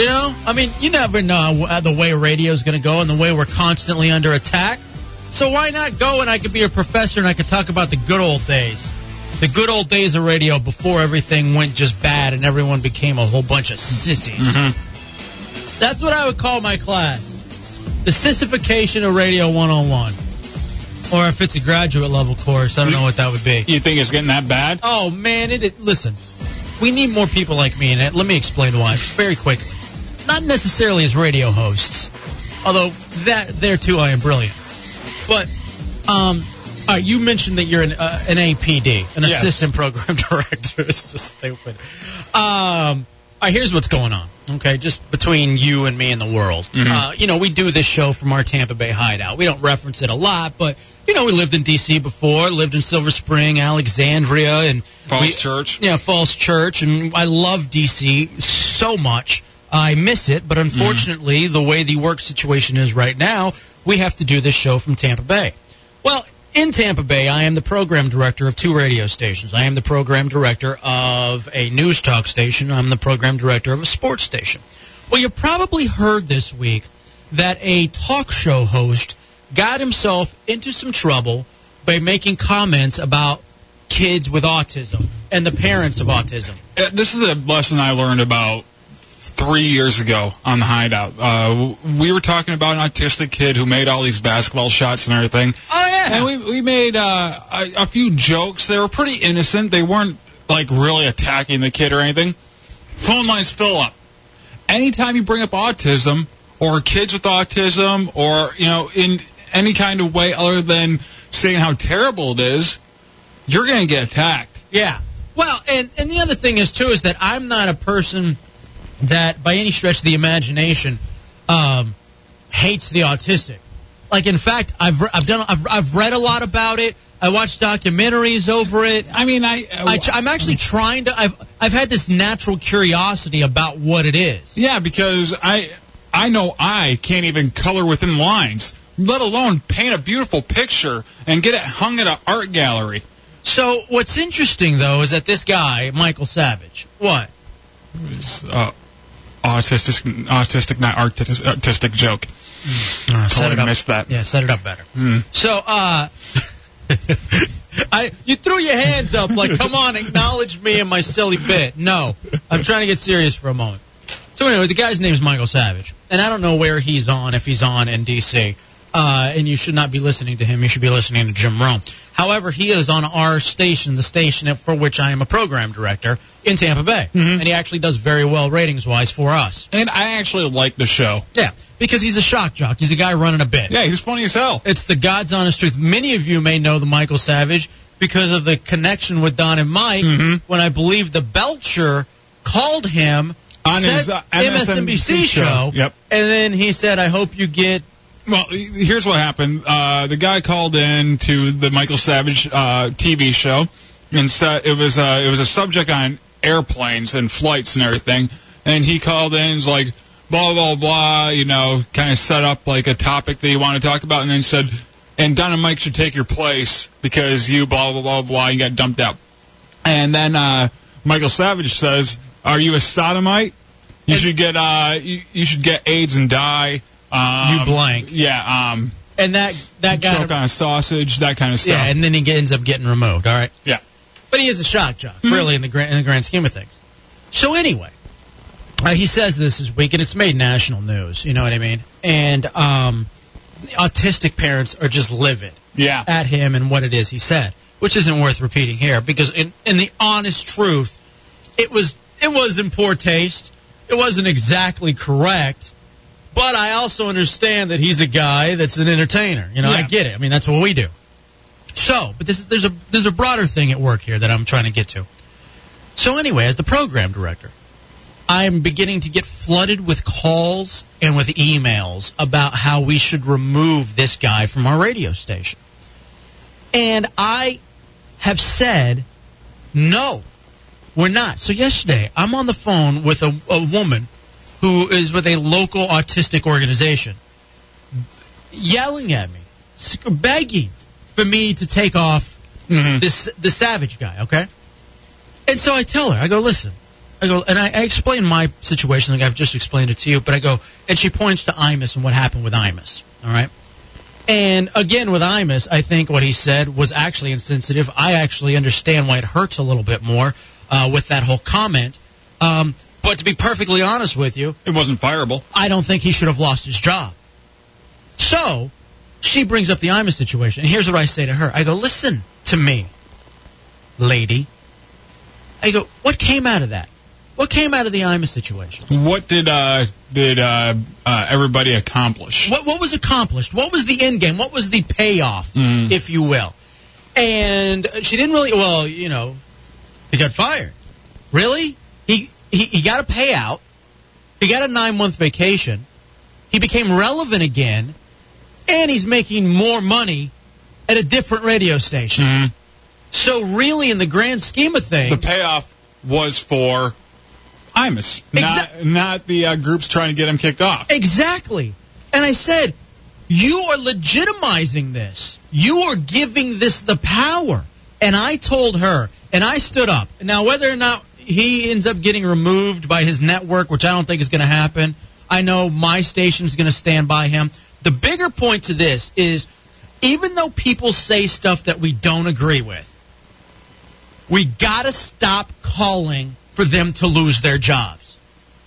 Speaker 2: You know, I mean, you never know how- the way radio's going to go and the way we're constantly under attack. So why not go and I could be a professor and I could talk about the good old days. The good old days of radio before everything went just bad and everyone became a whole bunch of sissies. That's what I would call my class. The sissification of Radio 101. Or if it's a graduate level course, I don't know what that would be.
Speaker 3: You think it's getting that bad?
Speaker 2: Oh man, it, it listen. We need more people like me in it. Let me explain why very quickly. Not necessarily as radio hosts, although that there too I am brilliant. But um, all right, you mentioned that you're an uh, an APD, an
Speaker 19: Yes.
Speaker 2: assistant program director. It's just stupid. Um, all right, here's what's going on. Okay, just between you and me and the world. Uh, you know, we do this show from our Tampa Bay hideout. We don't reference it a lot, but you know, we lived in D.C. before, lived in Silver Spring, Alexandria, and
Speaker 3: Falls
Speaker 2: we-
Speaker 3: Church.
Speaker 2: Yeah, Falls Church, and I love D.C. so much. I miss it, but unfortunately, the way the work situation is right now, we have to do this show from Tampa Bay. Well, in Tampa Bay, I am the program director of two radio stations. I am the program director of a news talk station. I'm the program director of a sports station. Well, you probably heard this week that a talk show host got himself into some trouble by making comments about kids with autism and the parents of autism.
Speaker 3: Uh, this is a lesson I learned about three years ago on the Hideout. Uh, w- we were talking about an autistic kid who made all these basketball shots and everything.
Speaker 2: Oh yeah.
Speaker 3: And we we made uh, a, a few jokes. They were pretty innocent. They weren't like really attacking the kid or anything. Phone lines fill up. Anytime you bring up autism or kids with autism or you know in any kind of way other than saying how terrible it is, you're gonna get attacked.
Speaker 2: Yeah. Well, and and the other thing is too is that I'm not a person that by any stretch of the imagination um, hates the autistic. Like in fact, I've re- I've done I've, I've read a lot about it. I watched documentaries over it.
Speaker 3: I mean, I,
Speaker 2: I tr- I'm actually trying to. I've I've had this natural curiosity about what it is.
Speaker 3: Yeah, because I I know I can't even color within lines, let alone paint a beautiful picture and get it hung at an art gallery.
Speaker 2: So what's interesting though is that this guy Michael Savage, what?
Speaker 3: It's, uh, autistic, autistic, not artistic, artistic joke.
Speaker 2: Uh, set
Speaker 3: totally
Speaker 2: it up.
Speaker 3: missed that. Hmm.
Speaker 2: Yeah, set it up better. So, uh, I you threw your hands up like, come on, acknowledge me and my silly bit. No, I'm trying to get serious for a moment. So anyway, the guy's name's Michael Savage, and I don't know where he's on if he's on in D.C. Uh, and you should not be listening to him. You should be listening to Jim Rome. However, he is on our station, the station for which I am a program director in Tampa Bay,
Speaker 3: Mm-hmm.
Speaker 2: and he actually does very well ratings wise for us.
Speaker 3: And I actually like the show.
Speaker 2: Yeah, because he's a shock jock. He's a guy running a bit.
Speaker 3: Yeah, he's funny as hell.
Speaker 2: It's the God's honest truth. Many of you may know the Michael Savage because of the connection with Don and Mike.
Speaker 3: Mm-hmm.
Speaker 2: When I believe the Belcher called him
Speaker 3: On
Speaker 2: said
Speaker 3: his, uh,
Speaker 2: MSNBC
Speaker 3: MSNBC show.
Speaker 2: show.
Speaker 3: Yep.
Speaker 2: And then he said, "I hope you get."
Speaker 3: Well, he- here's what happened. Uh, the guy called in to the Michael Savage uh, TV show, and so it was uh, it was a subject on airplanes and flights and everything. And he called in and was like, blah blah blah, you know, kind of set up like a topic that he wanted to talk about, and then said, and Don and Mike should take your place because you blah blah blah blah, you got dumped out. And then uh, Michael Savage says, "Are you a sodomite? You should get uh, you, you should get AIDS and die." Um,
Speaker 2: You blank.
Speaker 3: Yeah. Um,
Speaker 2: And that that got
Speaker 3: choke on a sausage, that kind of stuff.
Speaker 2: Yeah, and then he get, ends up getting removed. All right.
Speaker 3: Yeah. Mm-hmm.
Speaker 2: But he is a shock jock, really, in the grand in the grand scheme of things. So anyway, uh, he says this this week, and it's made national news. You know what I mean? And um, autistic parents are just livid
Speaker 3: yeah.
Speaker 2: at him and what it is he said, which isn't worth repeating here because in, in the honest truth, it was it was in poor taste. It wasn't exactly correct. But I also understand that he's a guy that's an entertainer. You know, I
Speaker 19: Yeah.
Speaker 2: get it. I mean, that's what we do. So, but this is, there's a there's a broader thing at work here that I'm trying to get to. So anyway, as the program director, I'm beginning to get flooded with calls and with emails about how we should remove this guy from our radio station. And I have said, no, we're not. So yesterday, I'm on the phone with a, a woman who is with a local autistic organization yelling at me, s- begging for me to take Mm-hmm. off this, this savage guy, okay? And so I tell her, I go, listen, I go, and I, I explain my situation like I've just explained it to you, but I go, and she points to Imus and what happened with Imus. All right. And again, with Imus, I think what he said was actually insensitive. I actually understand why it hurts a little bit more uh, with that whole comment. Um, but to be perfectly honest with you,
Speaker 3: it wasn't fireable.
Speaker 2: I don't think he should have lost his job. So she brings up the Imus situation. And here's what I say to her I go, listen to me, lady. I go, what came out of that? What came out of the Imus situation?
Speaker 3: What did uh, did uh, uh, everybody accomplish?
Speaker 2: What, what was accomplished? What was the end game? What was the payoff,
Speaker 3: Mm.
Speaker 2: if you will? And she didn't really, well, you know, he got fired. Really? He, he, he got a payout. He got a nine month vacation. He became relevant again. And he's making more money at a different radio station. So, really, in the grand scheme of things,
Speaker 3: Mm. Mm-hmm. The payoff was for Imus, not, not the uh, groups trying to get him kicked off.
Speaker 2: Exactly. And I said, you are legitimizing this. You are giving this the power. And I told her, and I stood up. Now, whether or not he ends up getting removed by his network, which I don't think is going to happen, I know my station's going to stand by him. The bigger point to this is even though people say stuff that we don't agree with, we got to stop calling for them to lose their jobs.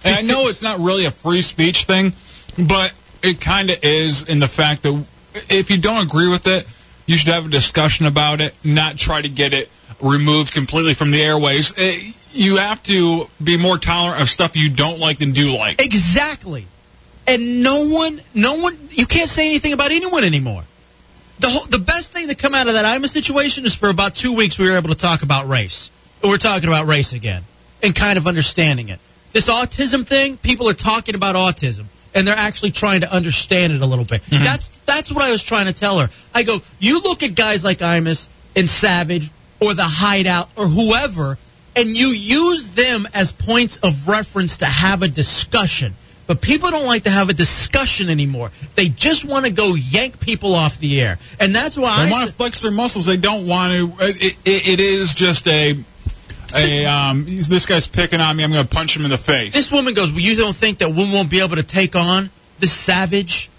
Speaker 3: And I know it's not really a free speech thing, but it kind of is in the fact that if you don't agree with it, you should have a discussion about it, not try to get it removed completely from the airways. Eh, you have to be more tolerant of stuff you don't like than do like.
Speaker 2: Exactly. And no one, no one, you can't say anything about anyone anymore. The whole, the best thing to come out of that IMA situation is for about two weeks we were able to talk about race. We're talking about race again and kind of understanding it. This autism thing, people are talking about autism and they're actually trying to understand it a little bit. That's that's what I was trying to tell her. I go, you look at guys like Imus and Savage or the Hideout or whoever, and you use them as points of reference to have a discussion. But people don't like to have a discussion anymore. They just want to go yank people off the air, and that's why
Speaker 3: They
Speaker 2: I
Speaker 3: want to flex their muscles. They don't want to. Eh, It, it, it is just a a um. he's- This guy's picking on me. I'm going to punch him in the face.
Speaker 2: This woman goes, well, you don't think that women won't be able to take on this savage?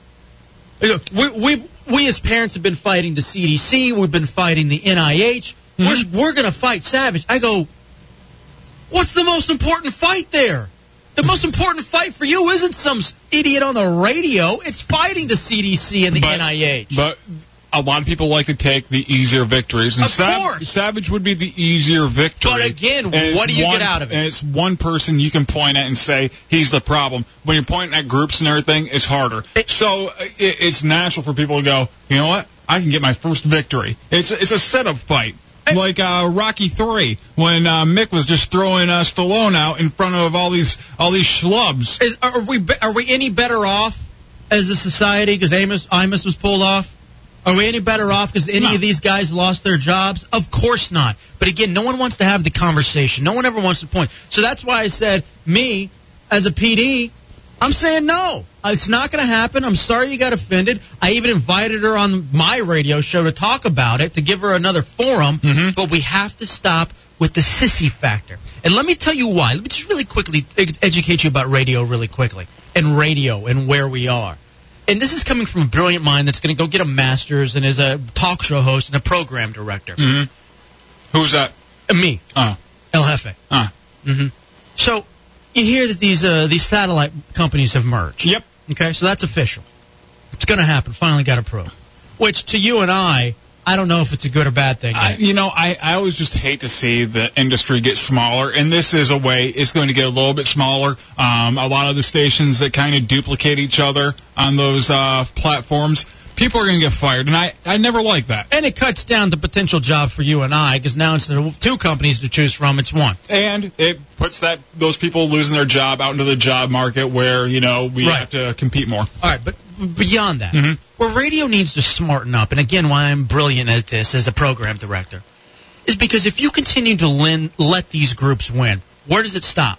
Speaker 2: You know, We, we've, we as parents have been fighting the CDC. We've been fighting the NIH.
Speaker 3: Mm-hmm.
Speaker 2: We're, we're going to fight savage. I go, what's the most important fight there? The most important fight for you isn't some s- idiot on the radio. It's fighting the CDC and the NIH.
Speaker 3: But a lot of people like to take the easier victories, and
Speaker 2: Of
Speaker 3: Sav-
Speaker 2: course.
Speaker 3: Savage would be the easier victory.
Speaker 2: But again,
Speaker 3: And it's
Speaker 2: what do you
Speaker 3: one-
Speaker 2: get out of it?
Speaker 3: And it's one person you can point at and say he's the problem. When you're pointing at groups and everything, it's harder. so uh, it, it's natural for people to go, you know what? I can get my first victory. It's it's a setup fight. Like uh, Rocky Three, when uh, Mick was just throwing uh, Stallone out in front of all these all these schlubs.
Speaker 2: Is, are we be- are we any better off as a society because Amos Imus was pulled off? Are we any better off because any of these guys lost their jobs? Of course not. But again, no one wants to have the conversation. No one ever wants to point. So that's why I said me as a PD. I'm saying no. It's not going to happen. I'm sorry you got offended. I even invited her on my radio show to talk about it, to give her another forum. But we have to stop with the sissy factor. And let me tell you why. Let me just really quickly ed- educate you about radio, really quickly, and radio and where we are. And this is coming from a brilliant mind that's going to go get a master's and is a talk show host and a program director.
Speaker 3: Mm-hmm. Who's that?
Speaker 2: Me.
Speaker 3: Uh.
Speaker 2: El Jefe.
Speaker 3: Uh.
Speaker 2: hmm So you hear that these uh, these satellite companies have merged.
Speaker 3: Yep.
Speaker 2: Okay, so that's official. It's going to happen. Finally got approved. Which to you and I, I don't know if it's a good or bad thing.
Speaker 3: I, you know, I, I always just hate to see the industry get smaller, and this is a way it's going to get a little bit smaller. Um, a lot of the stations that kind of duplicate each other on those uh, platforms, people are going to get fired, and I, I never like that.
Speaker 2: And it cuts down the potential job for you and I because now instead of two companies to choose from, it's one.
Speaker 3: And it puts that those people losing their job out into the job market where you know we have to compete more.
Speaker 2: All right, but beyond that,
Speaker 3: Mm-hmm.
Speaker 2: where radio needs to smarten up, and again, why I'm brilliant at this as a program director, is because if you continue to lin- let these groups win, where does it stop?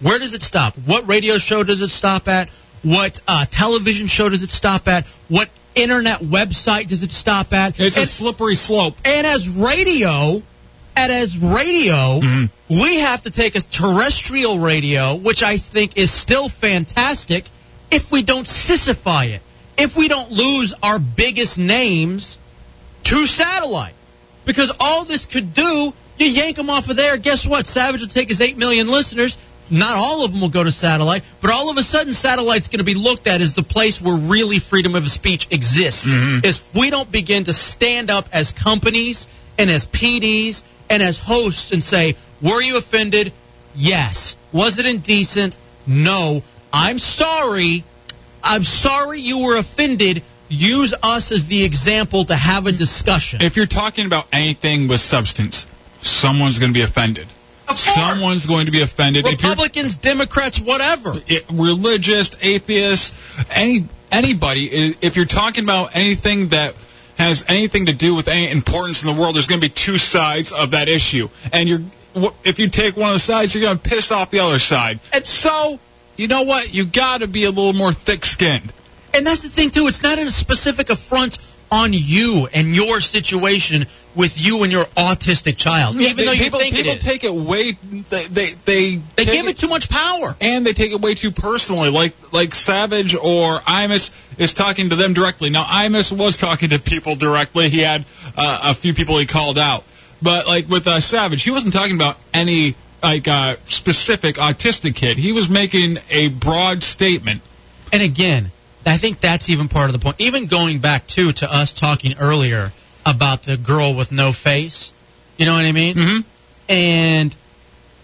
Speaker 2: Where does it stop? What radio show does it stop at? What uh, television show does it stop at? What internet website does it stop at?
Speaker 3: It's a
Speaker 2: And-
Speaker 3: slippery slope.
Speaker 2: and as radio, And as radio, we have to take a terrestrial radio, which I think is still fantastic, if we don't sissify it, if we don't lose our biggest names to satellite. Because all this could do, you yank them off of there, guess what? Savage will take his 8 million listeners. Not all of them will go to satellite, but all of a sudden, satellite's going to be looked at as the place where really freedom of speech exists. If we don't begin to stand up as companies and as PDs and as hosts and say, were you offended? Yes. Was it indecent? No. I'm sorry. I'm sorry you were offended. Use us as the example to have a discussion.
Speaker 3: If you're talking about anything with substance, someone's going to be offended. Someone's going to be offended. If you're
Speaker 2: Republicans, Democrats, whatever.
Speaker 3: it- religious, atheist, any anybody. i- If you're talking about anything that has anything to do with any importance in the world, there's going to be two sides of that issue, and you're wh- if you take one of the sides, you're going to piss off the other side. And so, you know what? You got to be a little more thick-skinned.
Speaker 2: And that's the thing too. It's not a specific affront on you and your situation with you and your autistic child.
Speaker 3: Yeah,
Speaker 2: even though
Speaker 3: people,
Speaker 2: you think
Speaker 3: people
Speaker 2: it is.
Speaker 3: take it way they they they, they
Speaker 2: give it, too much power,
Speaker 3: and they take it way too personally. Like like Savage or Imus is talking to them directly. Now Imus was talking to people directly. He had uh, a few people he called out, but like with uh, Savage, he wasn't talking about any like uh, specific autistic kid. He was making a broad statement.
Speaker 2: And again, I think that's even part of the point. Even going back too to us talking earlier about the girl with no face. You know what I mean? Mm-hmm. And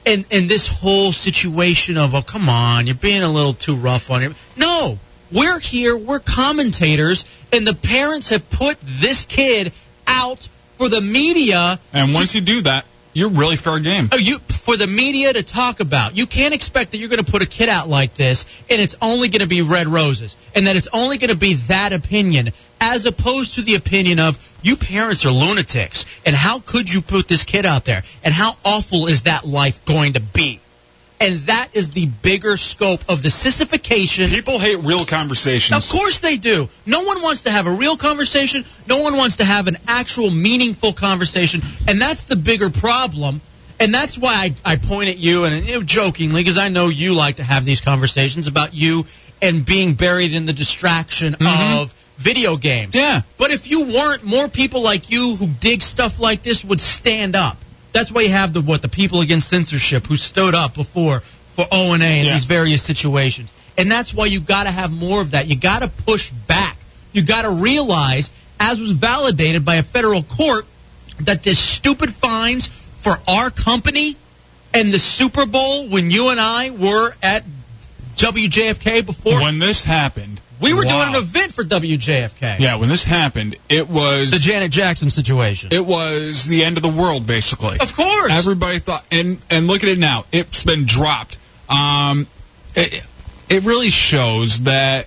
Speaker 2: and and this whole situation of oh come on, you're being a little too rough on him. No, we're here, we're commentators, and the parents have put this kid out for the media
Speaker 3: And once you do that, you're really fair game.
Speaker 2: Oh, you for the media to talk about. You can't expect that you're going to put a kid out like this and it's only going to be red roses and that it's only going to be that opinion as opposed to the opinion of you parents are lunatics and how could you put this kid out there and how awful is that life going to be? And that is the bigger scope of the sissification.
Speaker 3: People hate real conversations.
Speaker 2: Of course they do. No one wants to have a real conversation. No one wants to have an actual meaningful conversation. And that's the bigger problem. And that's why I, I point at you and you know, jokingly, because I know you like to have these conversations about you and being buried in the distraction of video games.
Speaker 3: Mm-hmm. Yeah.
Speaker 2: But if you weren't, more people like you who dig stuff like this would stand up. That's why you have the what the people against censorship who stood up before for O and A in these various situations, and that's why you got to have more of that. You got to push back. You got to realize, as was validated by a federal court, that this stupid fines for our company and the Super Bowl when you and I were at WJFK before
Speaker 3: when this happened,
Speaker 2: we were
Speaker 3: Wow.
Speaker 2: doing an event for WJFK.
Speaker 3: Yeah, when this happened, it was the
Speaker 2: Janet Jackson situation.
Speaker 3: It was the end of the world, basically.
Speaker 2: Of course,
Speaker 3: everybody thought, and and look at it now. It's been dropped. Um, it it really shows that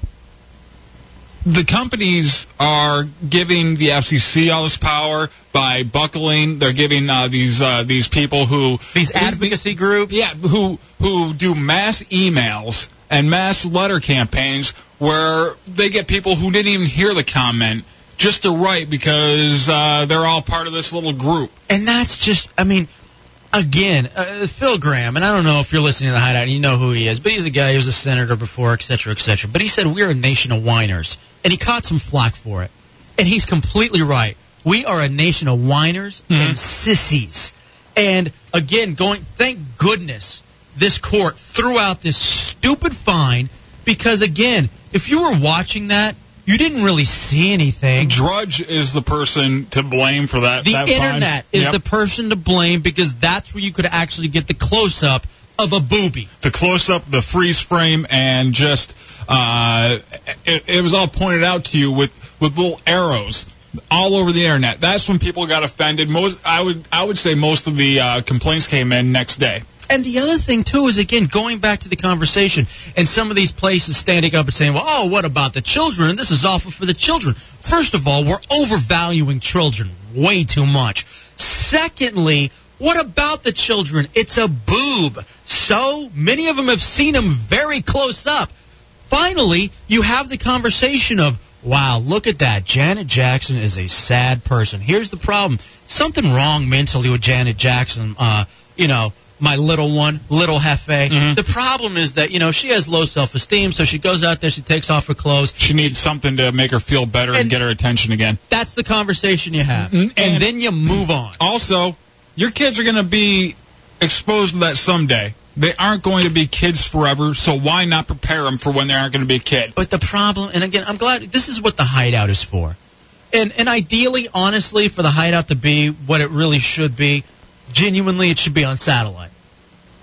Speaker 3: the companies are giving the FCC all this power by buckling. They're giving uh, these uh, these people who
Speaker 2: these advocacy groups,
Speaker 3: yeah, who who do mass emails and mass letter campaigns where they get people who didn't even hear the comment just to write because uh, they're all part of this little group.
Speaker 2: And that's just, I mean, again, uh, Phil Graham, and I don't know if you're listening to the Hideout and you know who he is, but he's a guy who was a senator before, et cetera, et cetera. But he said, We're a nation of whiners. And he caught some flack for it. And he's completely right. We are a nation of whiners and sissies. And again, going, thank goodness this court threw out this stupid fine because, again, if you were watching that, you didn't really see anything.
Speaker 3: Drudge is the person to blame for that.
Speaker 2: The
Speaker 3: that fine.
Speaker 2: internet is
Speaker 3: Yep.
Speaker 2: the person to blame because that's where you could actually get the close up of a booby.
Speaker 3: the close up, the freeze frame, and just uh, it, it was all pointed out to you with with little arrows all over the internet. That's when people got offended. Most I would I would say most of the uh, complaints came in next day.
Speaker 2: And the other thing too is again going back to the conversation and some of these places standing up and saying, "Well, oh, what about the children? And this is awful for the children." First of all, we're overvaluing children way too much. Secondly, what about the children? It's a boob. So many of them have seen them very close up. Finally, you have the conversation of Wow, look at that. Janet Jackson is a sad person. Here's the problem. Something wrong mentally with Janet Jackson. Uh, you know, my little one, little Hefe. The problem is that, you know, she has low self-esteem, so she goes out there, she takes off her clothes.
Speaker 3: She needs something to make her feel better and, get her attention again.
Speaker 2: That's the conversation you have. And, then you move on.
Speaker 3: Also, your kids are going to be exposed to that someday. They aren't going to be kids forever, so why not prepare them for when they aren't going to be a kid?
Speaker 2: But the problem, and again, I'm glad this is what the hideout is for. And and ideally, honestly, for the hideout to be what it really should be, genuinely, it should be on satellite.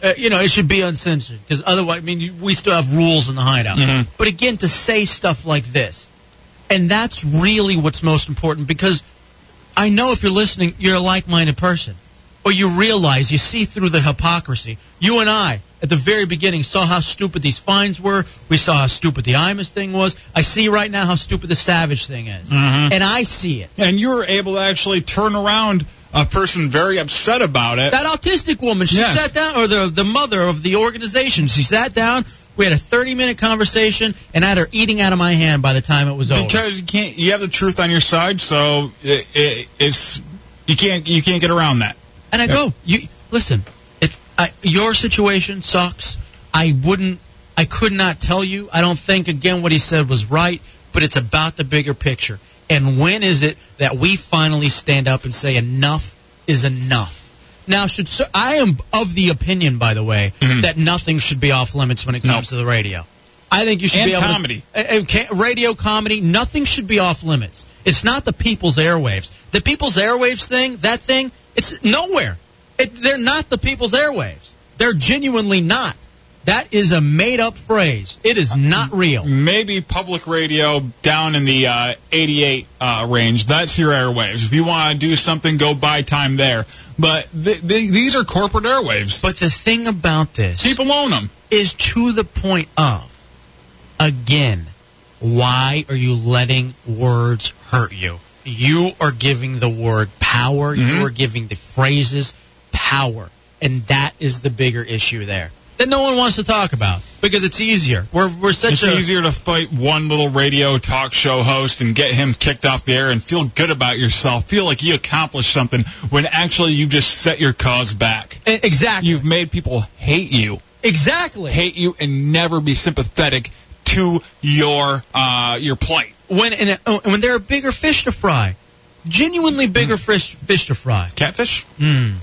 Speaker 2: Uh, you know, it should be uncensored because otherwise, I mean, you, we still have rules in the hideout. But again, to say stuff like this, and that's really what's most important because I know if you're listening, you're a like-minded person or you realize, you see through the hypocrisy. You and I, at the very beginning, saw how stupid these fines were. We saw how stupid the Imus thing was. I see right now how stupid the Savage thing is.
Speaker 3: Mm-hmm.
Speaker 2: And I see it.
Speaker 3: And you were able to actually turn around a person very upset about it.
Speaker 2: That autistic woman, she
Speaker 3: Yes.
Speaker 2: sat down, or the, the mother of the organization, she sat down. We had a 30 minute conversation and had her eating out of my hand by the time it was over.
Speaker 3: because you can't you have the truth on your side so it, it, it's you can't you can't get around that
Speaker 2: And I go, you listen. It's I, your situation sucks. I wouldn't. I could not tell you. I don't think again what he said was right. But it's about the bigger picture. And when is it that we finally stand up and say enough is enough? Now, should so, I am of the opinion, by the way,
Speaker 3: Mm-hmm.
Speaker 2: that nothing should be off limits when it comes to the radio. I think you should
Speaker 3: And
Speaker 2: be able
Speaker 3: comedy.
Speaker 2: To, uh, uh, ca- radio comedy. Nothing should be off limits. It's not the people's airwaves. The people's airwaves thing, that thing, it's nowhere. It, they're not the people's airwaves. They're genuinely not. That is a made up phrase. It is not real.
Speaker 3: maybe public radio down in the uh, 88 uh, range that's your airwaves if you want to do something go buy time there but th- th- these are corporate airwaves
Speaker 2: but the thing about this
Speaker 3: people own them
Speaker 2: Is to the point of, again, why are you letting words hurt you? You are giving the word power.
Speaker 3: Mm-hmm.
Speaker 2: You are giving the phrases power. And that is the bigger issue there that no one wants to talk about because it's easier. We're, we're such
Speaker 3: it's
Speaker 2: a.
Speaker 3: easier to fight one little radio talk show host and get him kicked off the air and feel good about yourself, feel like you accomplished something when actually you just set your cause back.
Speaker 2: e, Exactly.
Speaker 3: You've made people hate you.
Speaker 2: Exactly.
Speaker 3: Hate you and never be sympathetic to your uh, your plight.
Speaker 2: when and, oh, and when there are bigger fish to fry, genuinely bigger
Speaker 3: Mm-hmm.
Speaker 2: fish fish to fry.
Speaker 3: Catfish.
Speaker 2: Mm.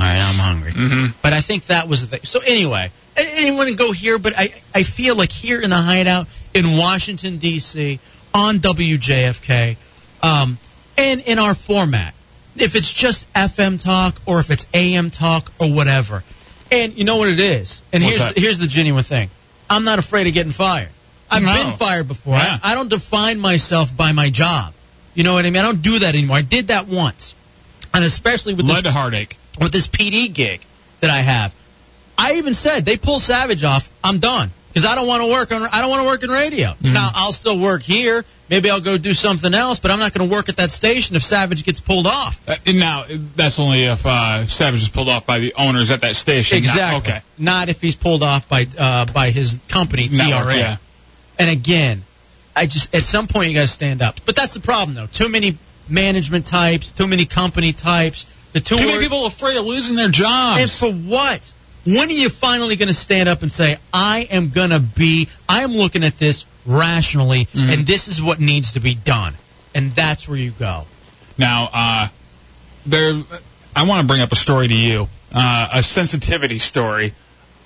Speaker 2: All right, I'm hungry. But I think that was the thing. So anyway, I, I didn't want to go here, but I I feel like here in the hideout in Washington D.C. on WJFK, um, and in our format, if it's just FM talk or if it's AM talk or whatever, and you know what it is. And
Speaker 22: What's
Speaker 2: here's
Speaker 22: that?
Speaker 2: here's the genuine thing. I'm not afraid of getting fired. I've
Speaker 22: No.
Speaker 2: been fired before. I-
Speaker 22: Yeah.
Speaker 2: I don't define myself by my job. You know what I mean? I don't do that anymore. I did that once, and especially with
Speaker 3: Led
Speaker 2: this,
Speaker 3: to heartache.
Speaker 2: with this PD gig that I have. I even said they pull Savage off. I'm done because I don't want to work on. I don't want to work in radio.
Speaker 3: Mm-hmm.
Speaker 2: Now I'll still work here. Maybe I'll go do something else, but I'm not going to work at that station if Savage gets pulled off.
Speaker 3: Uh, and now that's only if uh, Savage is pulled off by the owners at that station. Not-
Speaker 2: Exactly.
Speaker 3: okay.
Speaker 2: Not if he's pulled off by uh, by his company TRA.
Speaker 3: Network, yeah.
Speaker 2: And again, I just at some point you got to stand up. But that's the problem though. Too many management types, too many company types. The two
Speaker 3: Too many
Speaker 2: word-
Speaker 3: people afraid of losing their jobs.
Speaker 2: and for what? When are you finally going to stand up and say, I am going to be, I am looking at this rationally,
Speaker 3: Mm-hmm.
Speaker 2: and this is what needs to be done? And that's where you go.
Speaker 3: Now, uh, there, I want to bring up a story to you, uh, a sensitivity story.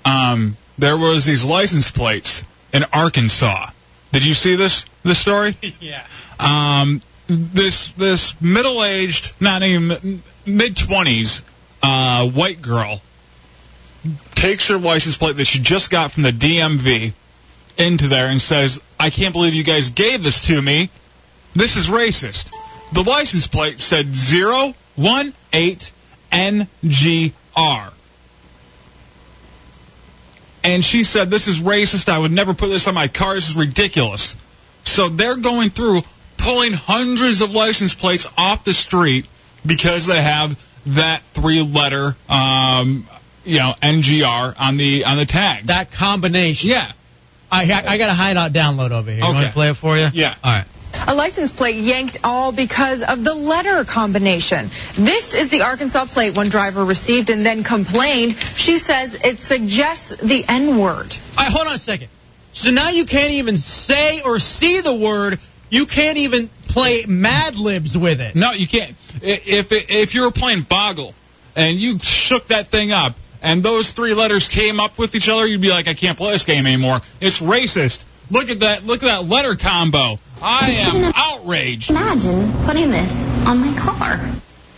Speaker 3: Um, there was these license plates in Arkansas. Did you see this this story?
Speaker 22: Yeah.
Speaker 3: Um, this this middle aged, not even mid twenties, uh, white girl takes her license plate that she just got from the DMV into there and says, "I can't believe you guys gave this to me. This is racist." The license plate said 018NGR. And she said, This is racist. I would never put this on my car. This is ridiculous. So they're going through pulling hundreds of license plates off the street because they have that three letter um you know NGR on the on the tag.
Speaker 2: That combination.
Speaker 3: Yeah.
Speaker 2: I I, I got a hideout download over here. You want
Speaker 3: Okay.
Speaker 2: to play it for you?
Speaker 3: Yeah.
Speaker 2: All right.
Speaker 13: a license plate yanked all because of the letter combination. This is the Arkansas plate one driver received and then complained. She says it suggests the N word.
Speaker 2: All right, hold on a second. So now you can't even say or see the word. You can't even play Mad Libs with it.
Speaker 3: No, you can't. I- If if you were playing Boggle and you shook that thing up, and those three letters came up with each other, you'd be like, I can't play this game anymore. It's racist. Look at that. Look at that letter combo. I am outraged.
Speaker 13: Imagine putting this on my car.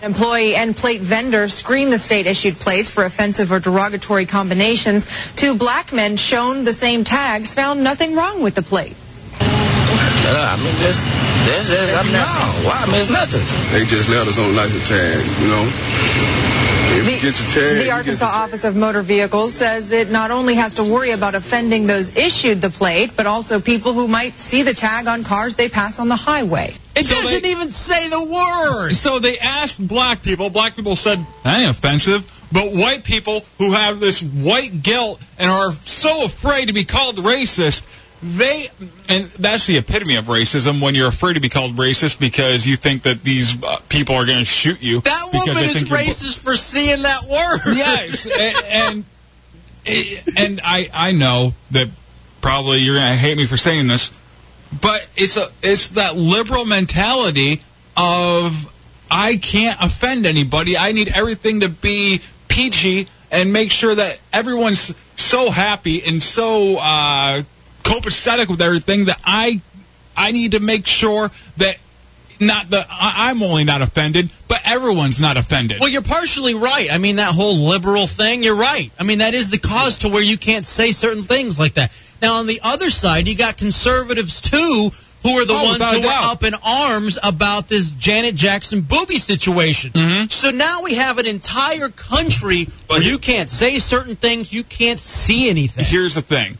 Speaker 13: Employee and plate vendor screened the state issued plates for offensive or derogatory combinations. Two black men shown the same tags found nothing wrong with the plate.
Speaker 23: I mean, just this is I'm no. Why? I mean, it's nothing.
Speaker 24: They just let us on license tag, you know. If you get your tag,
Speaker 13: The Arkansas Office of Motor Vehicles says it not only has to worry about offending those issued the plate, but also people who might see the tag on cars they pass on the highway.
Speaker 2: It doesn't even say the word.
Speaker 3: So they asked black people. Black people said, that ain't offensive. But white people who have this white guilt and are so afraid to be called racist, they, and that's the epitome of racism when you're afraid to be called racist because you think that these uh, people are going to shoot you.
Speaker 2: That
Speaker 3: because
Speaker 2: woman
Speaker 3: they
Speaker 2: is
Speaker 3: think you're bl-
Speaker 2: racist for seeing that word.
Speaker 3: Yes, and, and and I I know that probably you're gonna hate me for saying this, but it's a it's that liberal mentality of I can't offend anybody. I need everything to be peachy and make sure that everyone's so happy and so uh, copacetic with everything that I I need to make sure that not the I, I'm only not offended, but everyone's not offended.
Speaker 2: Well, you're partially right. I mean, that whole liberal thing, you're right. I mean, that is the cause to where you can't say certain things like that. Now, on the other side, you got conservatives, too, who are the
Speaker 3: Oh,
Speaker 2: ones
Speaker 3: without a
Speaker 2: who
Speaker 3: doubt.
Speaker 2: are up in arms about this Janet Jackson booby situation.
Speaker 3: Mm-hmm.
Speaker 2: So now we have an entire country where you can't say certain things, you can't see anything.
Speaker 3: Here's the thing.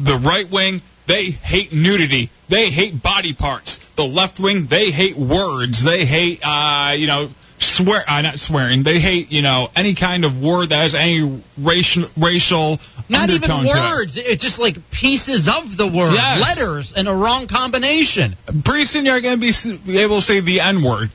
Speaker 3: The right wing, they hate nudity. They hate body parts. The left wing, they hate words. They hate, uh, you know, swear, uh, not swearing. They hate, you know, any kind of word that has any racial, racial
Speaker 2: Not even
Speaker 3: undertone to it.
Speaker 2: words. It's just like pieces of the word,
Speaker 3: Yes.
Speaker 2: letters, and a wrong combination.
Speaker 3: Pretty soon you're going to be s- be able to say the N word.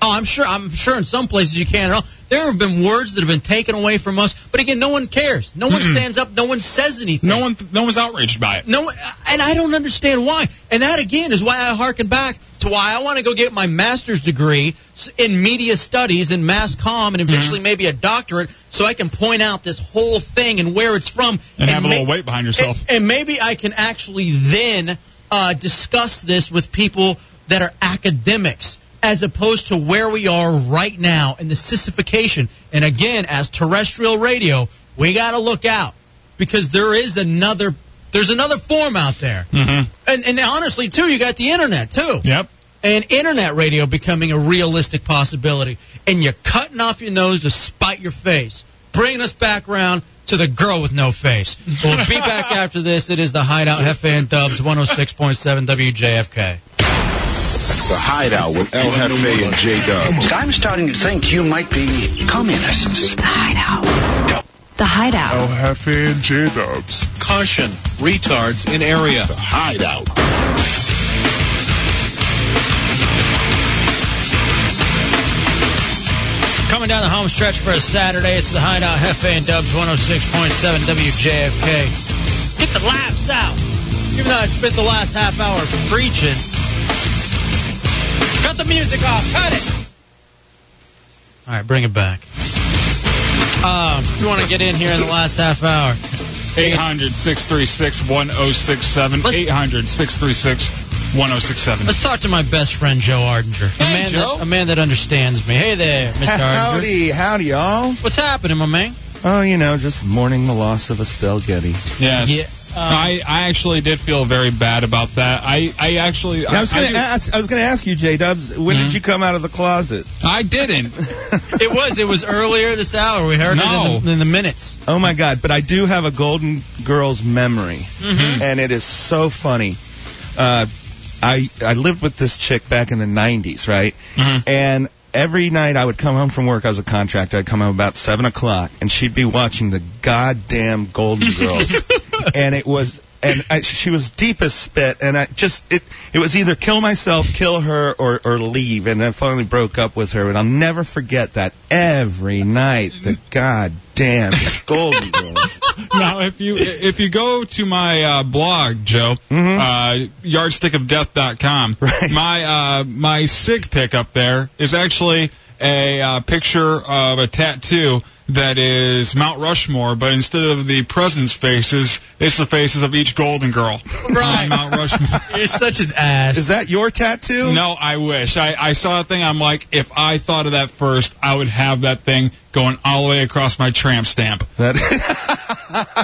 Speaker 2: Oh, I'm sure. I'm sure in some places you can. at all. There have been words that have been taken away from us, but again, no one cares. No one stands up. No one says anything.
Speaker 3: No one, no one's outraged by it.
Speaker 2: No, one- and I don't understand why. And that again is why I harken back to why I want to go get my master's degree s- in media studies and mass comm,
Speaker 3: Mm-hmm.
Speaker 2: and eventually maybe a doctorate, so I can point out this whole thing and where it's from,
Speaker 3: And, have a
Speaker 2: ma-
Speaker 3: little weight behind yourself.
Speaker 2: and, and maybe I can actually then uh, discuss this with people that are academics as opposed to where we are right now in the sissification. And again, as terrestrial radio, we got to look out because there is another there's another form out there.
Speaker 3: mm-hmm.
Speaker 2: And, and honestly, too, you got the internet too.
Speaker 3: Yep.
Speaker 2: And internet radio becoming a realistic possibility, and you're cutting off your nose to spite your face. Bringing us back round to the girl with no face. We'll be back after this. It is the Hideout Hefe and Dubs 106.7 WJFK.
Speaker 20: The Hideout with El Jefe and J Dub.
Speaker 25: I'm starting to think you might be communists.
Speaker 7: The Hideout.
Speaker 20: El Jefe and J Dubs.
Speaker 26: Caution, retards in area.
Speaker 20: The Hideout.
Speaker 2: Coming down the home stretch for a Saturday, it's the Hideout Hefe and Dubs 106.7 WJFK. Get the laughs out. Even though I spent the last half hour preaching. Cut the music off. Cut it. All right, bring it back. Um, if you want to get in here in the last half hour,
Speaker 3: 800 636 1067. 800 636 1067.
Speaker 2: let's talk to my best friend Joe Ardinger,
Speaker 3: Hey,
Speaker 2: a man
Speaker 3: Joe.
Speaker 2: that a man that understands me. Hey there, Mr. Ardinger.
Speaker 27: Howdy, howdy, y'all.
Speaker 2: What's happening, my man?
Speaker 27: Oh, you know, just mourning the loss of Estelle Getty.
Speaker 3: Yes.
Speaker 2: Yeah, um,
Speaker 3: I, I actually did feel very bad about that. I, I actually
Speaker 27: I was gonna
Speaker 3: do-
Speaker 27: ask. I was gonna ask you, J Dubs, when
Speaker 3: Mhm.
Speaker 27: did you come out of the closet?
Speaker 3: I didn't.
Speaker 2: It was it was earlier this hour. We heard it
Speaker 3: No.
Speaker 2: in the, in the minutes.
Speaker 27: Oh my God! But I do have a Golden Girls memory, and it is so funny. Uh, I I lived with this chick back in the '90s, right? And every night I would come home from work. I was a contractor. I'd come home about seven o'clock, and she'd be watching the goddamn Golden Girls, and it was and I, she was deep as spit, and I just it it was either kill myself, kill her, or or leave, and I finally broke up with her, and I'll never forget that every night. The goddamn golden girl.
Speaker 3: now, if you if you go to my uh, blog, Joe,
Speaker 27: Mm-hmm.
Speaker 3: uh, yardstickofdeath.com, my uh, my sig pic up there is actually a uh, picture of a tattoo that is Mount Rushmore, but instead of the president's faces, it's the faces of each Golden Girl.
Speaker 2: Right.
Speaker 3: Mount Rushmore.
Speaker 2: You're such an ass.
Speaker 27: Is that your tattoo?
Speaker 3: No, I wish. I, I saw a thing. I'm like, if I thought of that first, I would have that thing going all the way across my tramp stamp.
Speaker 27: That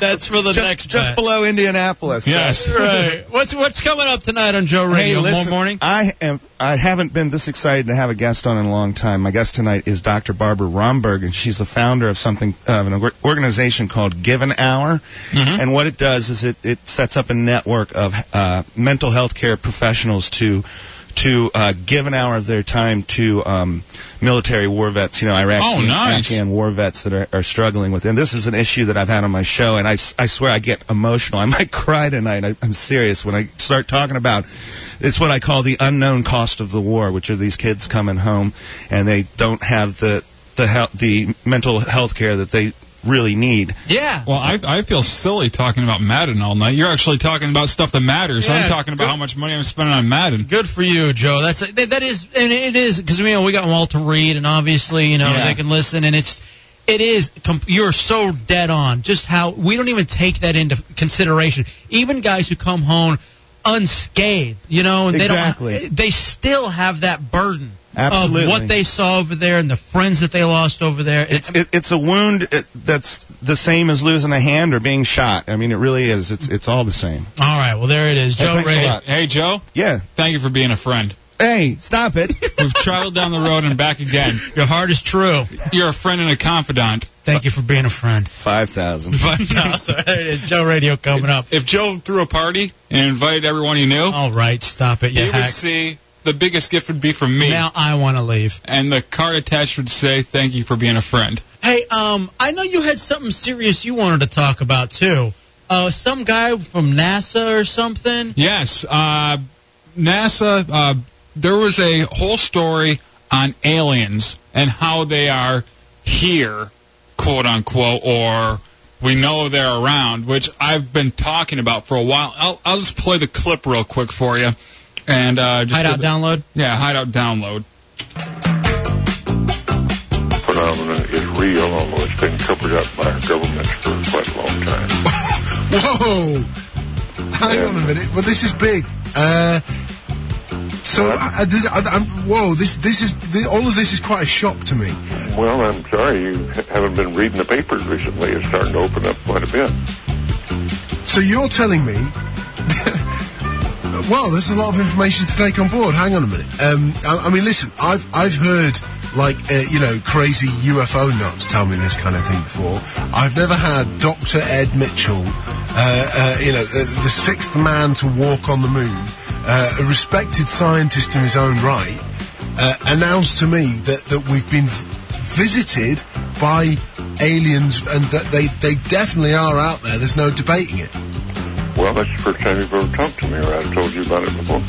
Speaker 2: That's for the
Speaker 27: just,
Speaker 2: next
Speaker 27: just
Speaker 2: bet.
Speaker 27: below Indianapolis.
Speaker 3: Yes.
Speaker 2: Right. What's what's coming up tonight on Joe
Speaker 27: Hey,
Speaker 2: Radio?
Speaker 27: listen,
Speaker 2: More morning.
Speaker 27: I am. I haven't been this excited to have a guest on in a long time. My guest tonight is Dr. Barbara Romberg, and she's the founder of something of an org- organization called Give an Hour.
Speaker 3: Mm-hmm.
Speaker 27: And what it does is it it sets up a network of uh, mental health care professionals to to uh, give an hour of their time to um, military war vets, you know, Iraqi
Speaker 3: Oh, nice.
Speaker 27: Afghan war vets that are, are struggling with. And this is an issue that I've had on my show, and I, s- I swear I get emotional. I might cry tonight. I, I'm serious when I start talking about it's what I call the unknown cost of the war, which are these kids coming home and they don't have the the hel- the mental health care that they really need.
Speaker 2: Yeah.
Speaker 3: Well, I, I feel silly talking about Madden all night. You're actually talking about stuff that matters.
Speaker 2: Yeah,
Speaker 3: I'm talking about
Speaker 2: good-
Speaker 3: how much money I'm spending on Madden.
Speaker 2: Good for you, Joe. That's that, that is, and it is because you know we got Walter Reed, and obviously you know
Speaker 3: Yeah.
Speaker 2: they can listen, and it's it is com- you're so dead on just how we don't even take that into consideration. Even guys who come home unscathed, you know, and they
Speaker 27: Exactly.
Speaker 2: don't, they still have that burden
Speaker 27: Absolutely.
Speaker 2: of what they saw over there and the friends that they lost over there.
Speaker 27: It's it, it's a wound uh, that's the same as losing a hand or being shot. I mean, it really is. It's it's all the same.
Speaker 2: all right, well there it is,
Speaker 27: Hey,
Speaker 2: Joe
Speaker 27: thanks a
Speaker 2: Ray.
Speaker 27: lot.
Speaker 3: Hey, Joe,
Speaker 27: Yeah.
Speaker 3: thank you for being a friend.
Speaker 27: Hey, stop it.
Speaker 3: We've traveled down the road and back again.
Speaker 2: Your heart is true.
Speaker 3: You're a friend and a confidant.
Speaker 2: Thank you for being a friend.
Speaker 27: Five thousand.
Speaker 2: But no, so there it is, Joe Radio coming up.
Speaker 3: If Joe threw a party and invited everyone he knew,
Speaker 2: All right, stop it, you
Speaker 3: you would
Speaker 2: hack.
Speaker 3: see the biggest gift would be from me.
Speaker 2: Now I want to leave.
Speaker 3: and the card attached would say, "Thank you for being a friend."
Speaker 2: Hey, um, I know you had something serious you wanted to talk about too. Uh, some guy from NASA or something.
Speaker 3: Yes, uh, NASA. Uh, there was a whole story on aliens and how they are here, quote unquote, or we know they're around, which I've been talking about for a while. I'll, I'll just play the clip real quick for you, and uh, just
Speaker 2: Hideout
Speaker 3: give it-
Speaker 2: download.
Speaker 3: Yeah, hideout download.
Speaker 22: phenomenon is real, although it's been covered up by our governments for quite a long time.
Speaker 28: Whoa! Hang on a minute. Well, this is big. Uh, so, I, I, did- I, I'm, whoa! This, this is this, all of this is quite a shock to me.
Speaker 22: Well, I'm sorry you haven't been reading the papers recently. It's starting to open up quite a bit.
Speaker 28: So you're telling me? well, there's a lot of information to take on board. Hang on a minute. Um, I, I mean, listen, I've I've heard like uh, you know crazy UFO nuts tell me this kind of thing before. I've never had Dr. Ed Mitchell, uh, uh, you know, the, the sixth man to walk on the moon, uh, a respected scientist in his own right, uh, announce to me that that we've been visited by aliens and that they, they definitely are out there. There's no debating it.
Speaker 22: Well, that's the first time you've ever talked to me, or I've told you about it before.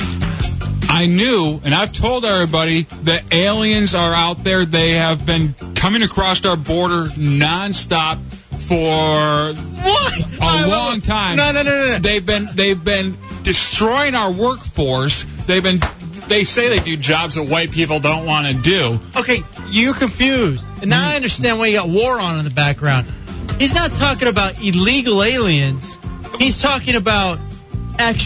Speaker 3: I knew, and I've told everybody that aliens are out there. They have been coming across our border nonstop for
Speaker 2: What?
Speaker 3: a long time.
Speaker 2: No, no, no, no. no.
Speaker 3: They've been they've been destroying our workforce. They've been they say they do jobs that white people don't want to do.
Speaker 2: Okay, you're confused. And now I understand why you got war on in the background. He's not talking about illegal aliens. He's talking about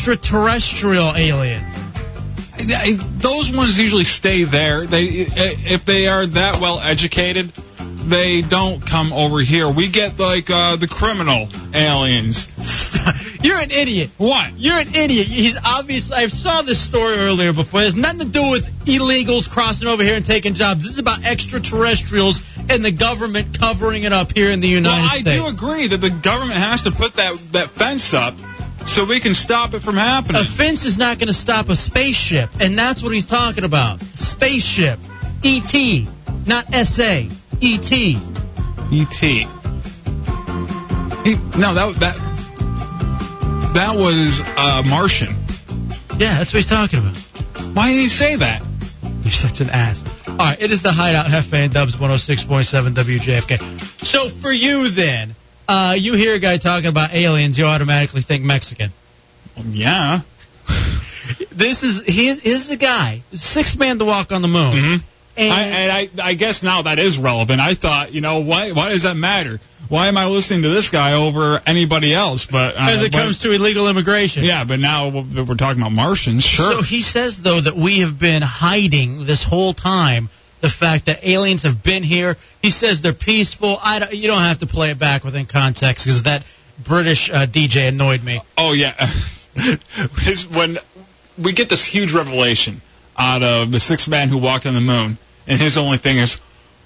Speaker 2: extraterrestrial aliens.
Speaker 3: I- I- Those ones usually stay there. They if they are that well educated, they don't come over here. We get like uh, the criminal aliens.
Speaker 2: You're an idiot.
Speaker 3: What?
Speaker 2: You're an idiot. He's obviously. I saw this story earlier before. It has nothing to do with illegals crossing over here and taking jobs. This is about extraterrestrials and the government covering it up here in the United
Speaker 3: well, I
Speaker 2: States.
Speaker 3: do agree that the government has to put that, that fence up so we can stop it from happening.
Speaker 2: A fence is not going to stop a spaceship, and that's what he's talking about. Spaceship, ET, not E SA, ET.
Speaker 3: E.T. He- no, that that That was uh, Martian.
Speaker 2: Yeah, that's what he's talking about.
Speaker 3: Why did he say that?
Speaker 2: You're such an ass. All right, it is the Hideout Hefe and Dubs 106.7 WJFK. So for you then, uh, you hear a guy talking about aliens, you automatically think Mexican.
Speaker 3: Um, Yeah.
Speaker 2: this is he this is a guy, sixth man to walk on the moon.
Speaker 3: Mm-hmm. And, I, and I, I guess now that is relevant. I thought, you know, why, why does that matter? Why am I listening to this guy over anybody else? But uh,
Speaker 2: as it
Speaker 3: but-
Speaker 2: comes to illegal immigration.
Speaker 3: yeah, but now we're we're talking about Martians. Sure.
Speaker 2: So he says though that we have been hiding this whole time the fact that aliens have been here. He says they're peaceful. I don't, you don't have to play it back within context because that British uh, DJ annoyed me.
Speaker 3: Oh yeah, His- when we get this huge revelation out of the sixth man who walked on the moon, and his only thing is,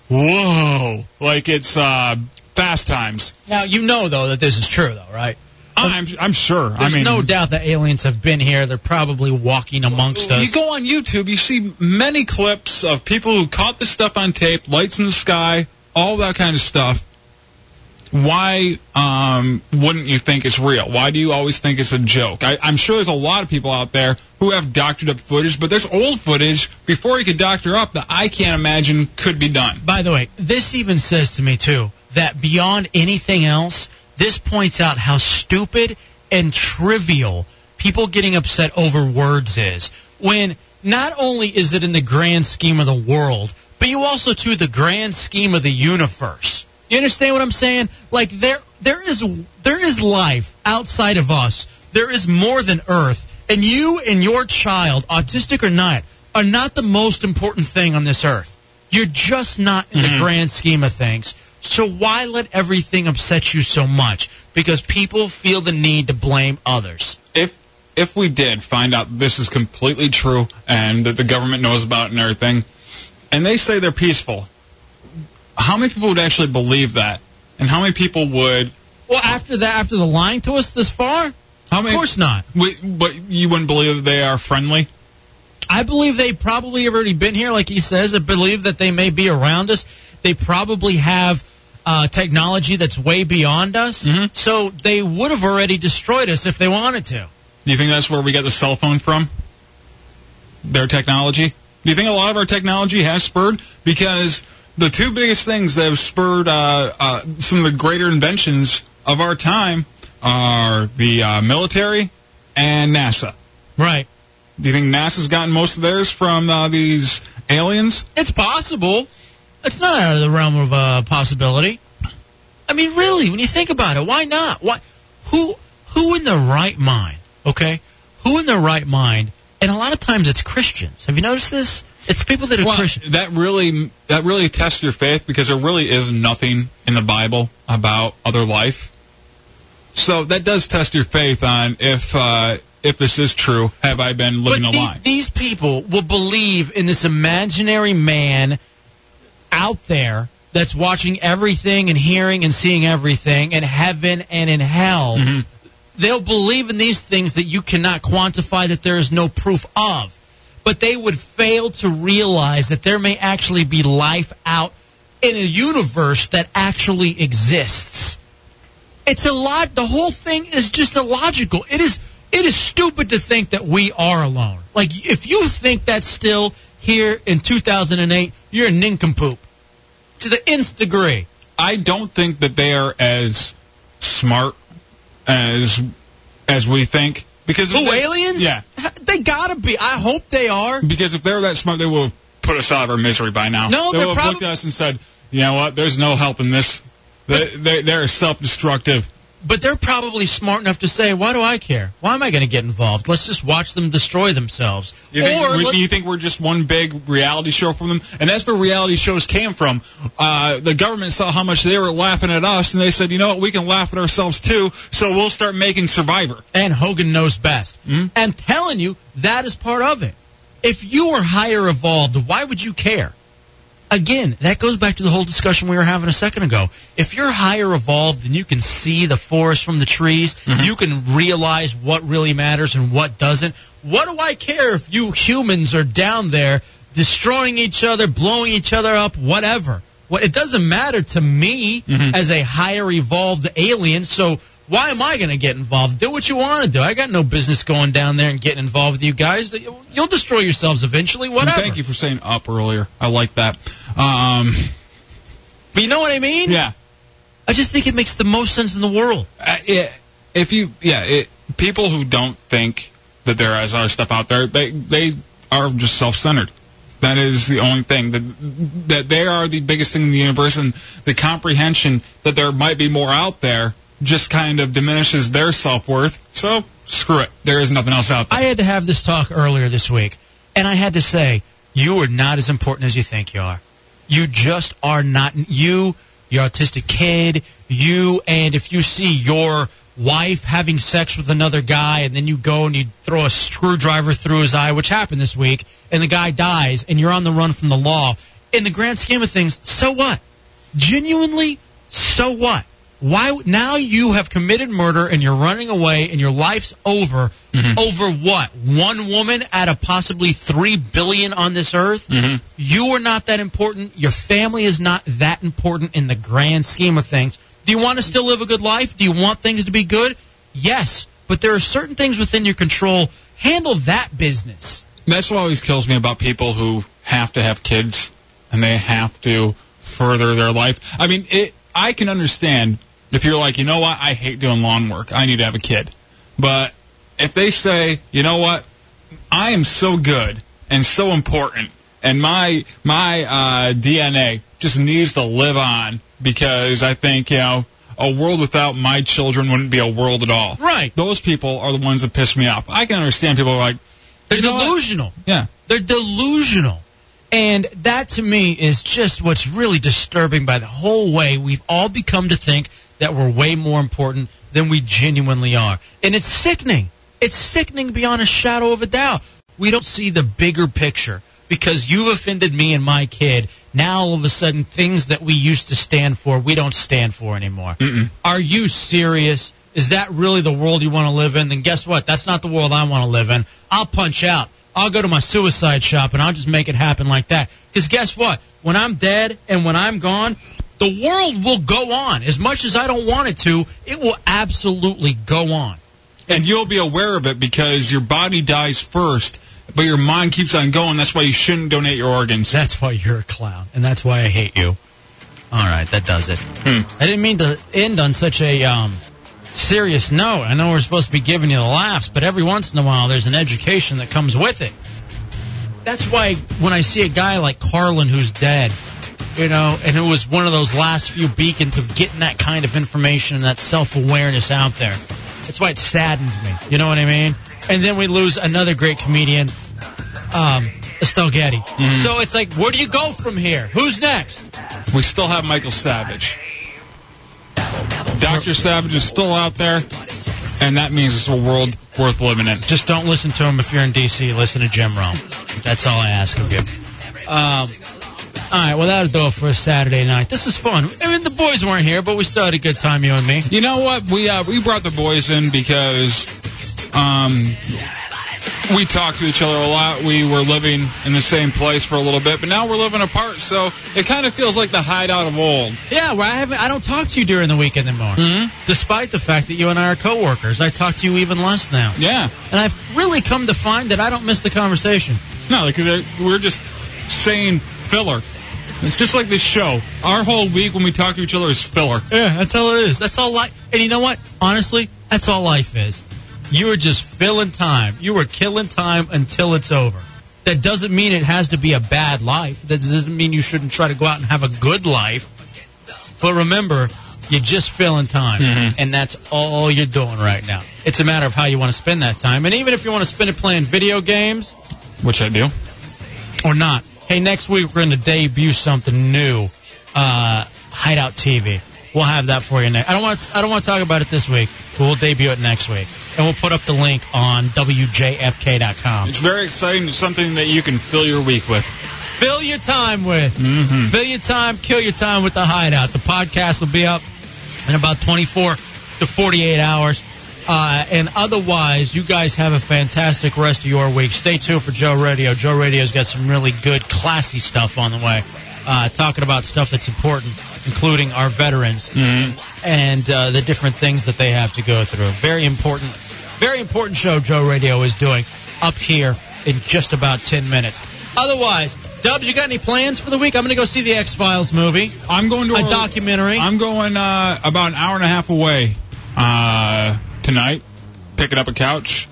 Speaker 3: "Whoa!" Like it's uh, fast times.
Speaker 2: Now you know though that this is true though, right?
Speaker 3: I'm I'm sure.
Speaker 2: There's
Speaker 3: I mean,
Speaker 2: no doubt that aliens have been here. They're probably walking amongst us.
Speaker 3: You go on YouTube, you see many clips of people who caught this stuff on tape, lights in the sky, all that kind of stuff. Why um, wouldn't you think it's real? Why do you always think it's a joke? I, I'm sure there's a lot of people out there who have doctored up footage, but there's old footage before you could doctor up that I can't imagine could be done.
Speaker 2: By the way, this even says to me too that beyond anything else, this points out how stupid and trivial people getting upset over words is. When not only is it in the grand scheme of the world, but you also to the grand scheme of the universe. You understand what I'm saying? Like there there is there is life outside of us. There is more than earth. And you and your child, autistic or not, are not the most important thing on this earth. You're just not in the grand scheme of things. So why let everything upset you so much? Because people feel the need to blame others.
Speaker 3: if if we did find out this is completely true and that the government knows about it and everything, and they say they're peaceful, how many people would actually believe that? And how many people would?
Speaker 2: Well, after that, after the lying to us this far,
Speaker 3: How many?
Speaker 2: of course not.
Speaker 3: we- But you wouldn't believe they are friendly.
Speaker 2: I believe they probably have already been here, like he says. I believe that they may be around us. They probably have uh, technology that's way beyond us. So they would have already destroyed us if they wanted to.
Speaker 3: Do you think that's where we got the cell phone from? Their technology? Do you think a lot of our technology has spurred? Because the two biggest things that have spurred uh, uh, some of the greater inventions of our time are the uh, military and NASA.
Speaker 2: Right.
Speaker 3: Do you think NASA's gotten most of theirs from uh, these aliens?
Speaker 2: It's possible. It's not out of the realm of uh, possibility. I mean, really, when you think about it, why not? Why? Who? Who in their right mind? Okay. Who in their right mind? And a lot of times it's Christians. Have you noticed this? It's people that are
Speaker 3: Well,
Speaker 2: Christian.
Speaker 3: that really that really tests your faith because there really is nothing in the Bible about other life. So that does test your faith on if uh, if this is true. Have I been living
Speaker 2: but
Speaker 3: a lie?
Speaker 2: These, these people will believe in this imaginary man out there that's watching everything and hearing and seeing everything in heaven and in hell. They'll believe in these things that you cannot quantify, that there is no proof of. But they would fail to realize that there may actually be life out in a universe that actually exists. It's a lot. The whole thing is just illogical. It is. It is stupid to think that we are alone. Like if you think that's still here in 2008, you're a nincompoop to the nth degree.
Speaker 3: I don't think that they are as smart as as we think because if
Speaker 2: Who
Speaker 3: they-
Speaker 2: aliens?
Speaker 3: Yeah,
Speaker 2: They gotta be. I hope they are.
Speaker 3: because if they were that smart, they would have put us out of our misery by now.
Speaker 2: No,
Speaker 3: they
Speaker 2: they're
Speaker 3: would have
Speaker 2: prob-
Speaker 3: looked at us and said, "You know what? There's no help in this. They they, they are self-destructive."
Speaker 2: But they're probably smart enough to say, "Why do I care? Why am I going to get involved? Let's just watch them destroy themselves."
Speaker 3: You think,
Speaker 2: or
Speaker 3: we-
Speaker 2: let's-
Speaker 3: you think we're just one big reality show from them? And that's where reality shows came from. Uh, the government saw how much they were laughing at us, and they said, you know what, we can laugh at ourselves too, so we'll start making Survivor.
Speaker 2: and Hogan knows best. I'm telling you, that is part of it. If you were higher evolved, why would you care? Again, that goes back to the whole discussion we were having a second ago. If you're higher evolved and you can see the forest from the trees, you can realize what really matters and what doesn't. What do I care if you humans are down there destroying each other, blowing each other up, whatever? What it doesn't matter to me as a higher evolved alien. So Why am I going to get involved? Do what you want to do. I got no business going down there and getting involved with you guys. You'll destroy yourselves eventually.
Speaker 3: And
Speaker 2: Whatever.
Speaker 3: Thank you for saying up earlier. I like that. Um,
Speaker 2: But you know what I mean?
Speaker 3: Yeah.
Speaker 2: I just think it makes the most sense in the world.
Speaker 3: Uh, yeah, if you yeah, it, people who don't think that there is other stuff out there, they they are just self-centered. That is the only thing that that they are the biggest thing in the universe, and the comprehension that there might be more out there just kind of diminishes their self-worth. So screw it, there is nothing else out there.
Speaker 2: I had to have this talk earlier this week, and I had to say, you are not as important as you think you are. You just are not. You, your autistic kid, you, and if you see your wife having sex with another guy, and then you go and you throw a screwdriver through his eye, which happened this week, and the guy dies, and you're on the run from the law. In the grand scheme of things, so what? Genuinely, so what? Why now you have committed murder and you're running away and your life's over over what? One woman out of possibly 3 billion on this earth? You are not that important. Your family is not that important in the grand scheme of things. Do you want to still live a good life? Do you want things to be good? Yes, but there are certain things within your control. Handle that business.
Speaker 3: That's what always kills me about people who have to have kids and they have to further their life. I mean, it, I can understand if you're like, you know what, I hate doing lawn work. I need to have a kid. But if they say, you know what, I am so good and so important and my my uh, DNA just needs to live on because I think, you know, a world without my children wouldn't be a world at all.
Speaker 2: Right.
Speaker 3: Those people are the ones that piss me off. I can understand people who are like,
Speaker 2: They're
Speaker 3: you know what?
Speaker 2: delusional.
Speaker 3: Yeah.
Speaker 2: They're delusional. And that to me is just what's really disturbing by the whole way we've all become to think that we're way more important than we genuinely are. And it's sickening. It's sickening beyond a shadow of a doubt. We don't see the bigger picture because you've offended me and my kid. Now all of a sudden things that we used to stand for, we don't stand for anymore. Are you serious? Is that really the world you want to live in? Then guess what? That's not the world I want to live in. I'll punch out. I'll go to my suicide shop and I'll just make it happen like that. Because guess what? When I'm dead and when I'm gone, the world will go on. As much as I don't want it to, it will absolutely go on.
Speaker 3: and you'll be aware of it because your body dies first, but your mind keeps on going. That's why you shouldn't donate your organs.
Speaker 2: That's why you're a clown, and that's why I hate you. All right, that does it. I didn't mean to end on such a um, serious note. I know we're supposed to be giving you the laughs, but every once in a while there's an education that comes with it. That's why when I see a guy like Carlin who's dead, you know, and who was one of those last few beacons of getting that kind of information and that self awareness out there, that's why it saddens me. You know what I mean? And then we lose another great comedian, um, Estelle Getty. So it's like, where do you go from here? Who's next?
Speaker 3: We still have Michael Savage. Dr. Savage is still out there, and that means it's a world worth living in.
Speaker 2: Just don't listen to him if you're in D.C. Listen to Jim Rome. That's all I ask of you. Um, all right, well, that'll do it for a Saturday night. This was fun. I mean, the boys weren't here, but we still had a good time, you and me.
Speaker 3: You know what? We uh, we brought the boys in because um, we talked to each other a lot. We were living in the same place for a little bit, but now we're living apart. So it kind of feels like the hideout of old.
Speaker 2: Yeah, well, I haven't. I don't talk to you during the weekend anymore. Despite the fact that you and I are coworkers, I talk to you even less now.
Speaker 3: Yeah.
Speaker 2: And I've really come to find that I don't miss the conversation.
Speaker 3: No, like they're- we're just saying filler. It's just like this show. Our whole week when we talk to each other is filler.
Speaker 2: Yeah, that's all it is. That's all life. And you know what? Honestly, that's all life is. You are just filling time. You are killing time until it's over. That doesn't mean it has to be a bad life. That doesn't mean you shouldn't try to go out and have a good life. But remember, you're just filling time, and that's all you're doing right now. It's a matter of how you want to spend that time. And even if you want to spend it playing video games,
Speaker 3: which I do,
Speaker 2: or not. Hey, next week we're going to debut something new, uh, Hideout TV. We'll have that for you next. I don't want I don't want to talk about it this week, but we'll debut it next week, and we'll put up the link on wjfk.com.
Speaker 3: It's very exciting. It's something that you can fill your week with.
Speaker 2: Fill your time with, fill your time, kill your time with the Hideout. The podcast will be up in about 24 to 48 hours. Uh, and otherwise, you guys have a fantastic rest of your week. Stay tuned for Joe Radio. Joe Radio's got some really good, classy stuff on the way. uh, talking about stuff that's important, including our veterans and uh, the different things that they have to go through. Very important, very important show Joe Radio is doing up here in just about 10 minutes. Otherwise, Dubs, you got any plans for the week? I'm going to go see the X Files movie.
Speaker 3: I'm going to
Speaker 2: a documentary.
Speaker 3: I'm going uh, about an hour and a half away uh, tonight. Picking up a couch,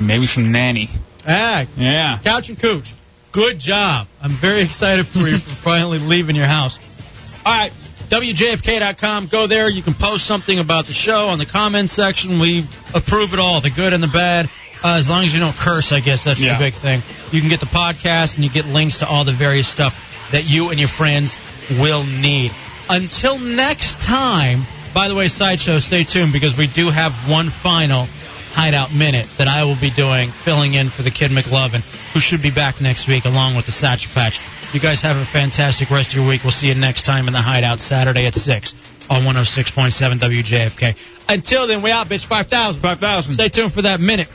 Speaker 3: maybe some nanny.
Speaker 2: Ah,
Speaker 3: Yeah.
Speaker 2: Couch and Cooch, good job. I'm very excited for you for finally leaving your house. All right, WJFK.com. Go there. You can post something about the show on the comments section. We approve it all, the good and the bad. Uh, as long as you don't curse, I guess that's
Speaker 3: Yeah.
Speaker 2: the big thing. You can get the podcast and you get links to all the various stuff that you and your friends will need. Until next time, by the way, Sideshow, stay tuned because we do have one final Hideout Minute that I will be doing, filling in for the kid McLovin, who should be back next week along with the Satchel Patch. You guys have a fantastic rest of your week. We'll see you next time in the Hideout Saturday at 6 on 106.7 WJFK. Until then, we out, bitch. 5,000.
Speaker 3: 5,000.
Speaker 2: Stay tuned for that minute.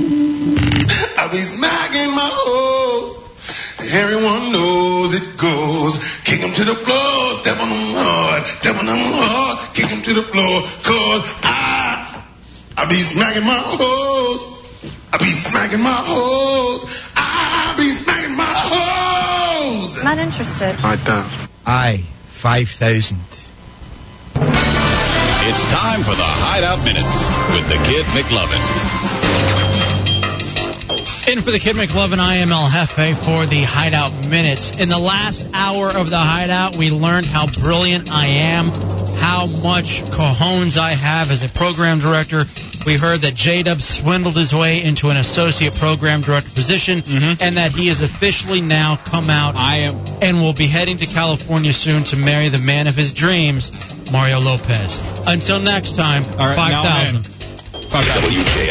Speaker 29: I be smacking my hoes. Everyone knows it goes. Kick 'em to the floor, step on 'em hard, step on 'em hard, kick 'em to the floor, cause I, I be smacking my hoes. I be smacking my hoes. I be smacking my hoes.
Speaker 30: Not interested.
Speaker 8: Five thousand. Aye, five thousand.
Speaker 1: It's time for the Hideout Minutes with the Kid McLovin.
Speaker 2: In for the Kid McLovin, I am El Jefe for the Hideout Minutes. In the last hour of the Hideout, we learned how brilliant I am, how much cojones I have as a program director. We heard that J Dub swindled his way into an associate program director position, and that he has officially now come out Mm-hmm. I am. and will be heading to California soon to marry the man of his dreams, Mario Lopez. Until next time,
Speaker 3: right, now I'm in.
Speaker 2: 5,000.
Speaker 1: WJFK.